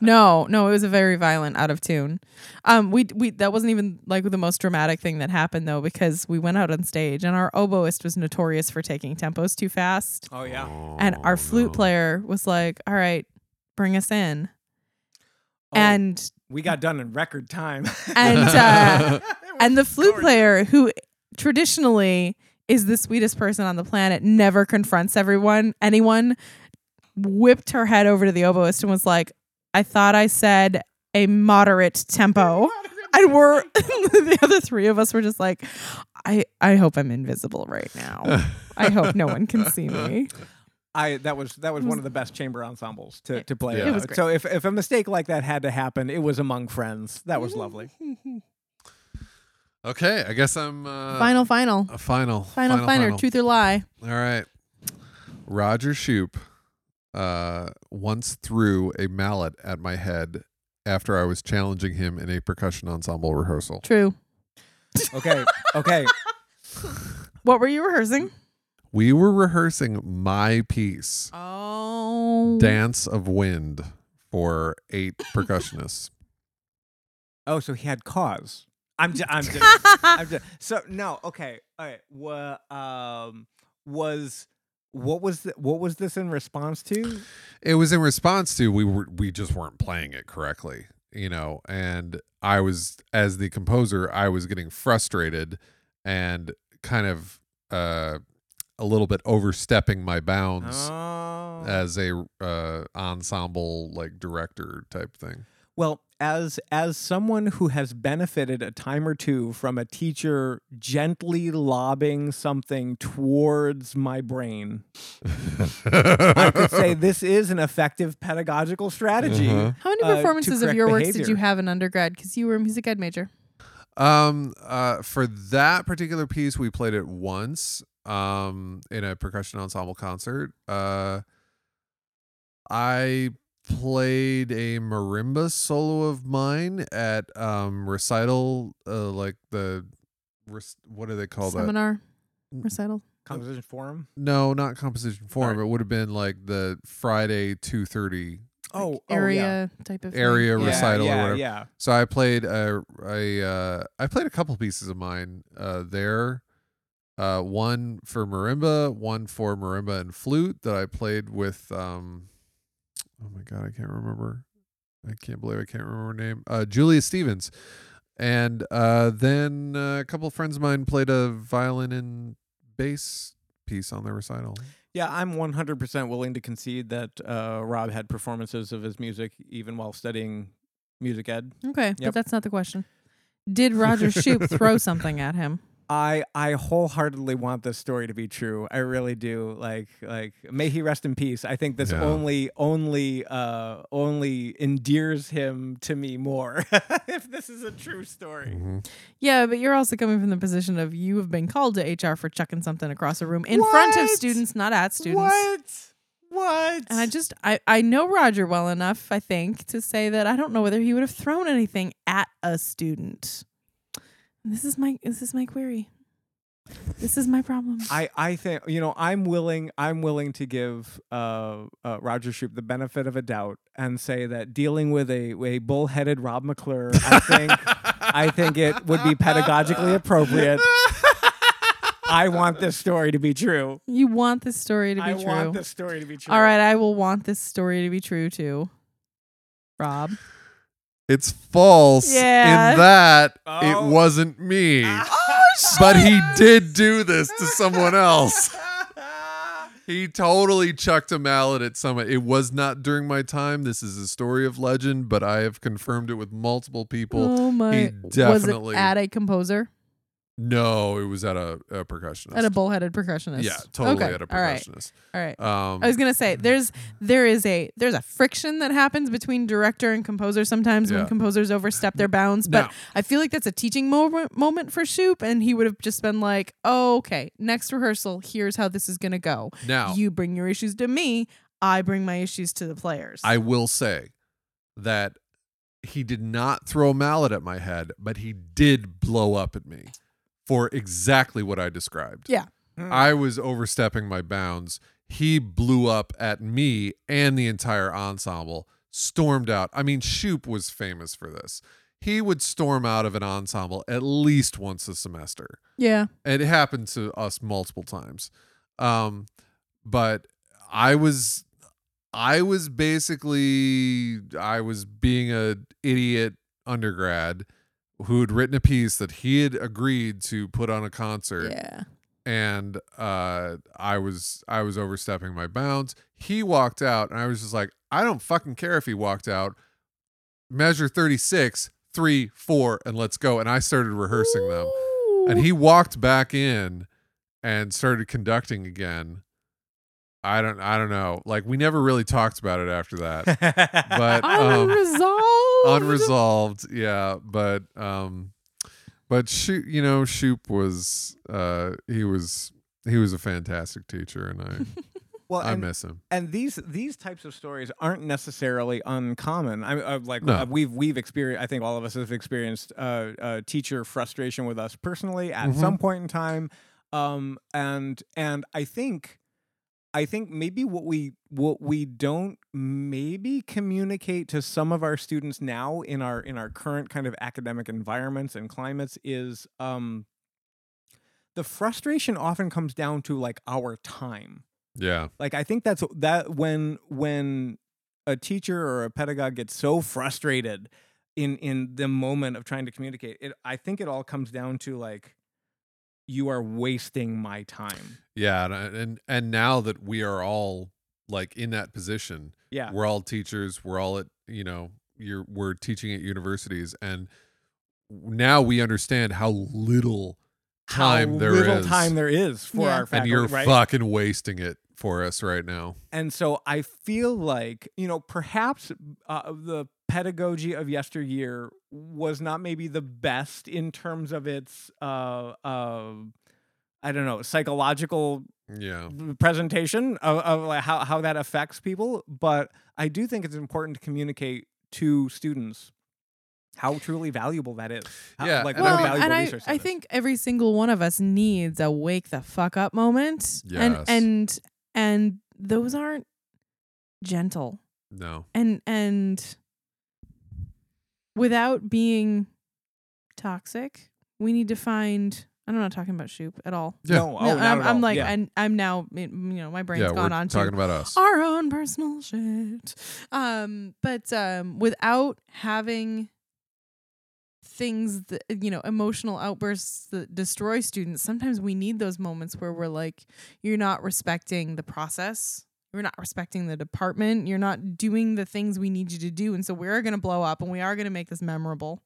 S3: no, it was a very violent, out of tune. Um, we we that wasn't even like the most dramatic thing that happened though, because we went out on stage and our oboist was notorious for taking tempos too fast,
S1: Oh yeah.
S3: and our flute
S2: no.
S3: player was like, "All right, bring us in,"
S1: Oh,
S3: and
S1: we got done in record time.
S3: and uh,
S1: It was
S3: and the flute
S1: gorgeous.
S3: player who traditionally is the sweetest person on the planet never confronts everyone anyone whipped her head over to the oboist and was like i thought i said a moderate tempo and we're the other three of us were just like i i hope i'm invisible right now i hope no one can see me
S1: I that was that was
S3: It was-
S1: one of the best chamber ensembles to,
S3: Yeah.
S1: to play.
S2: Yeah. It was
S1: out.
S3: great.
S1: So if, if a mistake like that had to happen, it was among friends. That
S3: Mm-hmm.
S1: was lovely.
S2: Okay, I guess I'm uh,
S3: final final
S2: a final,
S3: final final, truth or lie
S2: All right, Roger Shoup uh, once threw a mallet at my head after I was challenging him in a percussion ensemble rehearsal.
S3: true
S1: Okay, okay.
S3: what were you rehearsing
S2: We were rehearsing my piece,
S3: oh
S2: Dance of Wind, for eight percussionists.
S1: Oh, so he had cause. I'm just, I'm just, I'm just. So no, okay, all right. What um was what was the, what was this in response to?
S2: it was in response to we were we just weren't playing it correctly you know and i was as the composer i was getting frustrated and kind of uh a little bit overstepping my bounds
S1: Oh.
S2: as a uh ensemble like director type thing
S1: Well, as as someone who has benefited a time or two from a teacher gently lobbing something towards my brain, I could say this is an effective pedagogical strategy.
S2: Uh-huh.
S3: How many
S1: uh, to
S3: performances of
S1: correct
S3: your works did
S1: behavior.
S3: you have in undergrad? Because you were a music ed major.
S2: Um, uh, for that particular piece, we played it once, um, in a percussion ensemble concert. Uh, I played a marimba solo of mine at um recital, uh, like the, rec- what do they call that?
S3: Seminar,
S1: Mm.
S3: recital.
S1: Composition forum.
S2: No, not composition form.
S1: Sorry.
S2: It would have been like the Friday two thirty
S1: Oh, oh, yeah.
S3: area type of thing.
S2: Area
S1: yeah,
S2: recital or
S1: yeah,
S2: whatever.
S1: Yeah.
S2: So I played uh, I uh, I played a couple pieces of mine uh, there. Uh, one for marimba, one for marimba and flute that I played with. Um, oh my god, I can't remember. I can't believe I can't remember her name. Uh, Julia Stevens, and uh, then uh, a couple friends of mine played a violin and bass piece on their recital.
S1: Yeah, I'm 100% willing to concede that uh, Rob had performances of his music even while studying music ed.
S3: Okay, but
S1: Yep.
S3: that's not the question. Did Roger Shoup throw something at him?
S1: I I wholeheartedly want this story to be true. I really do. Like like may he rest in peace. I think this
S2: Yeah.
S1: only only uh only endears him to me more if this is a true story.
S3: Yeah, but you're also coming from the position of you have been called to HR for chucking something across a room in front of
S1: What?
S3: students, not at students.
S1: What? What?
S3: And I just I, I know Roger well enough, I think, to say that I don't know whether he would have thrown anything at a student. And this is my this is my query. This is my problem.
S1: I, I think you know I'm willing I'm willing to give uh, uh, Roger Shoup the benefit of a doubt and say that dealing with a a bullheaded Rob McClure I think I think it would be pedagogically appropriate. I want this story to be true.
S3: you want this story to be
S1: I
S3: true.
S1: want this story to be true.
S3: All right, I will want this story to be true too. Rob.
S2: It's false
S3: Yeah.
S2: in that
S1: Oh.
S2: it wasn't me. But he did do this to someone else. He totally chucked a mallet at someone. It was not during my time. This is a story of legend, but I have confirmed it with multiple people.
S3: oh my
S2: he
S3: was
S2: definitely-
S3: it at a composer?
S2: No, it was at a, a percussionist.
S3: At a bullheaded percussionist.
S2: yeah, totally
S3: Okay,
S2: at a
S3: All right.
S2: percussionist.
S3: All right.
S2: Um,
S3: I was gonna say there's there is a there's a friction that happens between director and composer sometimes when
S2: Yeah.
S3: composers overstep their bounds, but
S2: No.
S3: I feel like that's a teaching moment moment for Shoop, and he would have just been like, oh, "Okay, next rehearsal, here's how this is gonna go.
S2: now,
S3: You bring your issues to me, I bring my issues to the players."
S2: I will say that he did not throw a mallet at my head, but he did blow up at me for exactly what I described.
S3: Yeah.
S1: Hmm.
S2: I was overstepping my bounds. He blew up at me and the entire ensemble, stormed out. I mean, Shoop was famous for this. He would storm out of an ensemble at least once a semester
S3: yeah,
S2: it happened to us multiple times um but i was i was basically i was being a idiot undergrad who had written a piece that he had agreed to put on a concert
S3: yeah.
S2: and uh i was i was overstepping my bounds he walked out and i was just like i don't fucking care if he walked out measure 36 3 4 and let's go and i started rehearsing them and he walked back in and started conducting again i don't i don't know like we never really talked about it after that but um
S3: unresolved.
S2: unresolved yeah but um but shoot you know shoop was uh he was he was a fantastic teacher and i
S1: well,
S2: i
S1: and,
S2: miss him
S1: and these these types of stories aren't necessarily uncommon. I, I like
S2: No.
S1: uh, we've we've experienced. I think all of us have experienced uh, uh, teacher frustration with us personally at
S2: Mhm.
S1: some point in time. Um, and and I think I think maybe what we what we don't maybe communicate to some of our students now in our in our current kind of academic environments and climates is um, the frustration often comes down to like our time
S2: yeah
S1: like i think that's that when when a teacher or a pedagogue gets so frustrated in in the moment of trying to communicate it i think it all comes down to like you are wasting my time
S2: yeah and uh, and, and now that we are all like in that position
S1: yeah
S2: we're all teachers we're all at you know you're we're teaching at universities and now we understand how little time
S1: How
S2: there
S1: little
S2: is.
S1: time there is for
S3: Yeah.
S1: our
S2: and
S1: faculty
S2: you're
S1: right
S2: fucking wasting it for us right now
S1: And so I feel like, you know, perhaps uh, the pedagogy of yesteryear was not maybe the best in terms of its, uh, uh, I don't know, psychological
S2: yeah
S1: presentation of, of like how, how that affects people. But I do think it's important to communicate to students how truly valuable that is. How,
S2: Yeah,
S1: Like
S2: and
S1: what
S2: I
S1: a
S2: mean-
S1: valuable
S3: and I,
S1: resource that
S3: I
S1: is.
S3: think every single one of us needs a wake the fuck up moment.
S2: Yes.
S3: And and and those aren't gentle.
S2: No.
S3: and and without being toxic, we need to find. I'm not talking about Shoop at all.
S2: Yeah.
S1: No, oh,
S3: No,
S1: not
S3: I'm,
S1: at
S3: I'm
S1: all.
S3: like,
S1: yeah.
S3: and I'm now, you know, my brain's
S2: yeah, we're
S3: gone on
S2: talking
S3: to
S2: about us.
S3: our own personal shit. Um, but um, without having things that you know, emotional outbursts that destroy students, sometimes we need those moments where we're like, you're not respecting the process. You're not respecting the department. You're not doing the things we need you to do. And so we're going to blow up and we are going to make this memorable.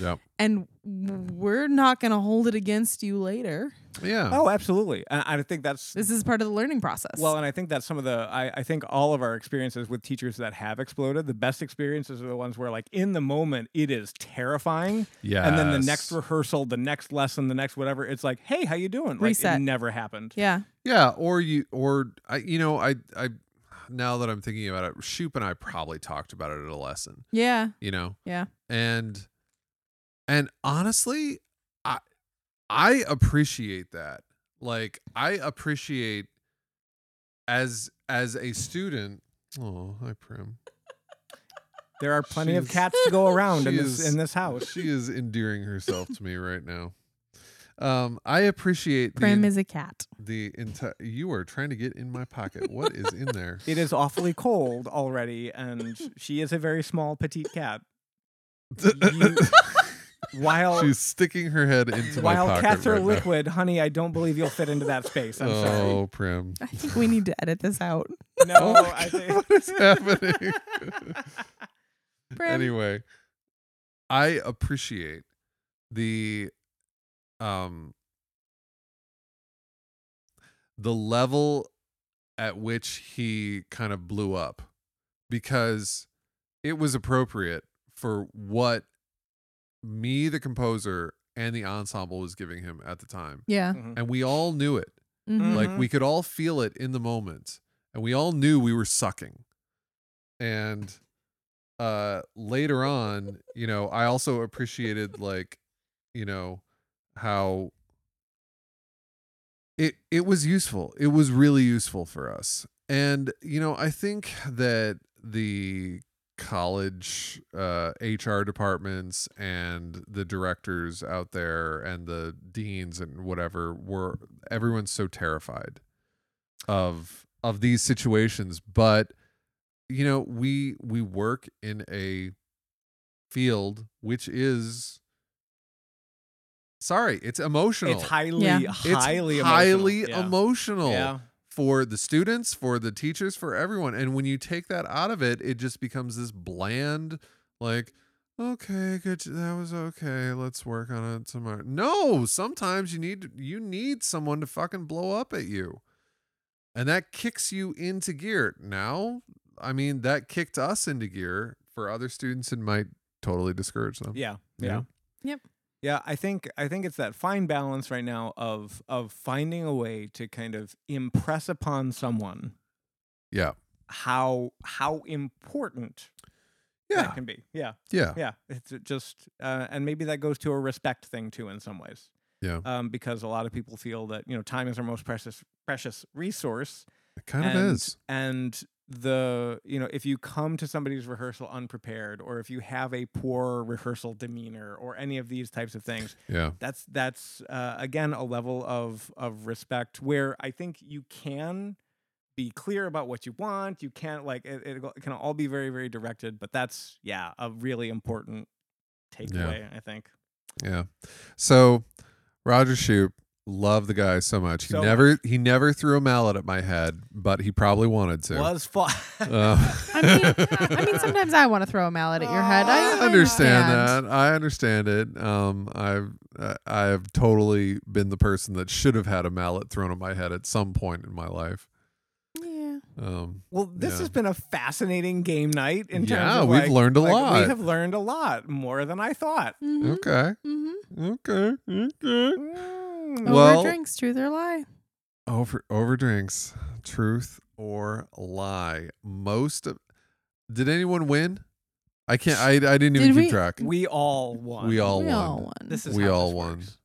S2: Yep.
S3: And we're not going to hold it against you later.
S2: Yeah.
S1: oh, absolutely. And I think that's
S3: This is part of the learning process.
S1: Well, and I think that some of the I, I think all of our experiences with teachers that have exploded, the best experiences are the ones where like in the moment it is terrifying.
S2: Yeah.
S1: And then the next rehearsal, the next lesson, the next whatever, it's like, hey, how you doing? Like
S3: Reset.
S1: it never happened.
S3: yeah.
S2: Yeah, or you or I you know, I I now that I'm thinking about it, Shoop and I probably talked about it at a lesson,
S3: Yeah.
S2: you know.
S3: Yeah.
S2: And and honestly, I I appreciate that. Like I appreciate as as a student, oh, hi Prim.
S1: There are plenty of
S2: She's-
S1: cats to go around in
S2: she's-
S1: this in this house.
S2: She is endearing herself to me right now. Um, I appreciate the
S3: Prim
S2: en-
S3: is a cat.
S2: the entire you are trying to get in my pocket. What is in there?
S1: It is awfully cold already, and she is a very small petite cat. You- while
S2: She's sticking her head into my
S1: while
S2: pocket
S1: cats are
S2: right now.
S1: liquid, honey, I don't believe you'll fit into that space. I'm sorry.
S2: Oh, Prim.
S3: I think we need to edit this out.
S1: No,
S2: my
S1: I
S2: God,
S1: think
S2: what is happening?
S3: Prim,
S2: anyway, I appreciate the um the level at which he kind of blew up because it was appropriate for what me the composer and the ensemble was giving him at the time
S3: Yeah.
S2: and we all knew it
S3: Mhm.
S1: Like-
S2: like we could all feel it in the moment and we all knew we were sucking and uh later on you know i also appreciated like you know how it it was useful it was really useful for us and you know i think that the college uh, hr departments and the directors out there and the deans and whatever were everyone's so terrified of of these situations but you know we we work in a field which is sorry it's emotional
S1: it's highly,
S3: Yeah.
S2: Oh. It's
S1: highly,
S2: highly
S1: emotional. Yeah.
S2: emotional
S1: Yeah.
S2: for the students, for the teachers, for everyone. And when you take that out of it, it just becomes this bland, like, okay, good, j- that was okay. Let's work on it tomorrow. No, sometimes you need you need someone to fucking blow up at you, and that kicks you into gear. Now, I mean, that kicked us into gear. For other students, it might totally discourage them.
S1: Yeah.
S2: You
S1: Yeah.
S2: know?
S3: Yep.
S1: Yeah, I think I think it's that fine balance right now of of finding a way to kind of impress upon someone
S2: Yeah.
S1: how how important
S2: Yeah.
S1: that can be. Yeah.
S2: Yeah.
S1: Yeah. It's just uh, and maybe that goes to a respect thing too in some ways.
S2: Yeah.
S1: Um, because a lot of people feel that, you know, time is our most precious precious resource
S2: It kind of
S1: and,
S2: is.
S1: And the you know, if you come to somebody's rehearsal unprepared, or if you have a poor rehearsal demeanor, or any of these types of things,
S2: Yeah.
S1: that's that's uh, again a level of of respect where I think you can be clear about what you want. You can't like it, it can all be very very directed, but that's yeah a really important takeaway. I think.
S2: Yeah. So Roger Shoup, love the guy so much. He
S1: So
S2: never he never threw a mallet at my head, but he probably wanted to.
S1: Was fun.
S2: Uh,
S3: I mean, I mean, sometimes I want to throw a mallet at your head. I,
S2: I understand that. I understand it. Um, I've uh, I have totally been the person that should have had a mallet thrown at my head at some point in my life.
S3: Yeah.
S2: Um,
S1: Well, this
S2: Yeah.
S1: has been a fascinating game night in terms
S2: Yeah,
S1: of
S2: we've
S1: like-
S2: learned a
S1: like,
S2: lot.
S1: We have learned a lot more than I thought.
S3: Mm-hmm.
S2: okay,
S3: Mm-hmm.
S2: okay, okay.
S1: Mm.
S3: Over
S2: Well-
S3: drinks, truth or lie.
S2: Over over drinks, truth or lie. Most of did anyone win? I can't. I I didn't even
S3: Did
S2: keep
S3: we-
S2: track.
S1: We all won.
S2: We all
S3: we
S2: won.
S3: all won.
S1: This is
S2: we
S1: how
S2: all
S1: this
S2: won.
S1: works.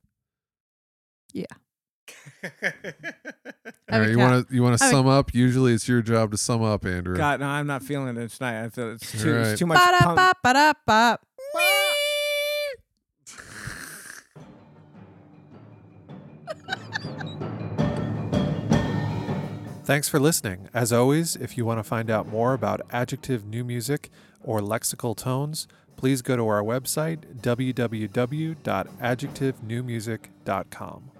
S3: I
S2: All right,
S3: would
S2: you
S3: count.
S2: want to you want to
S3: I would-
S2: sum up? Usually, it's your job to sum up, Andrew.
S1: God, no, I'm not feeling it tonight. I feel it's too,
S2: Right.
S1: it's too much punk.
S3: Ba-da-ba, ba-da-ba.
S5: Thanks for listening. As always, if you want to find out more about adjective new music or lexical tones, please go to our website, www.adjectivenewmusic.com.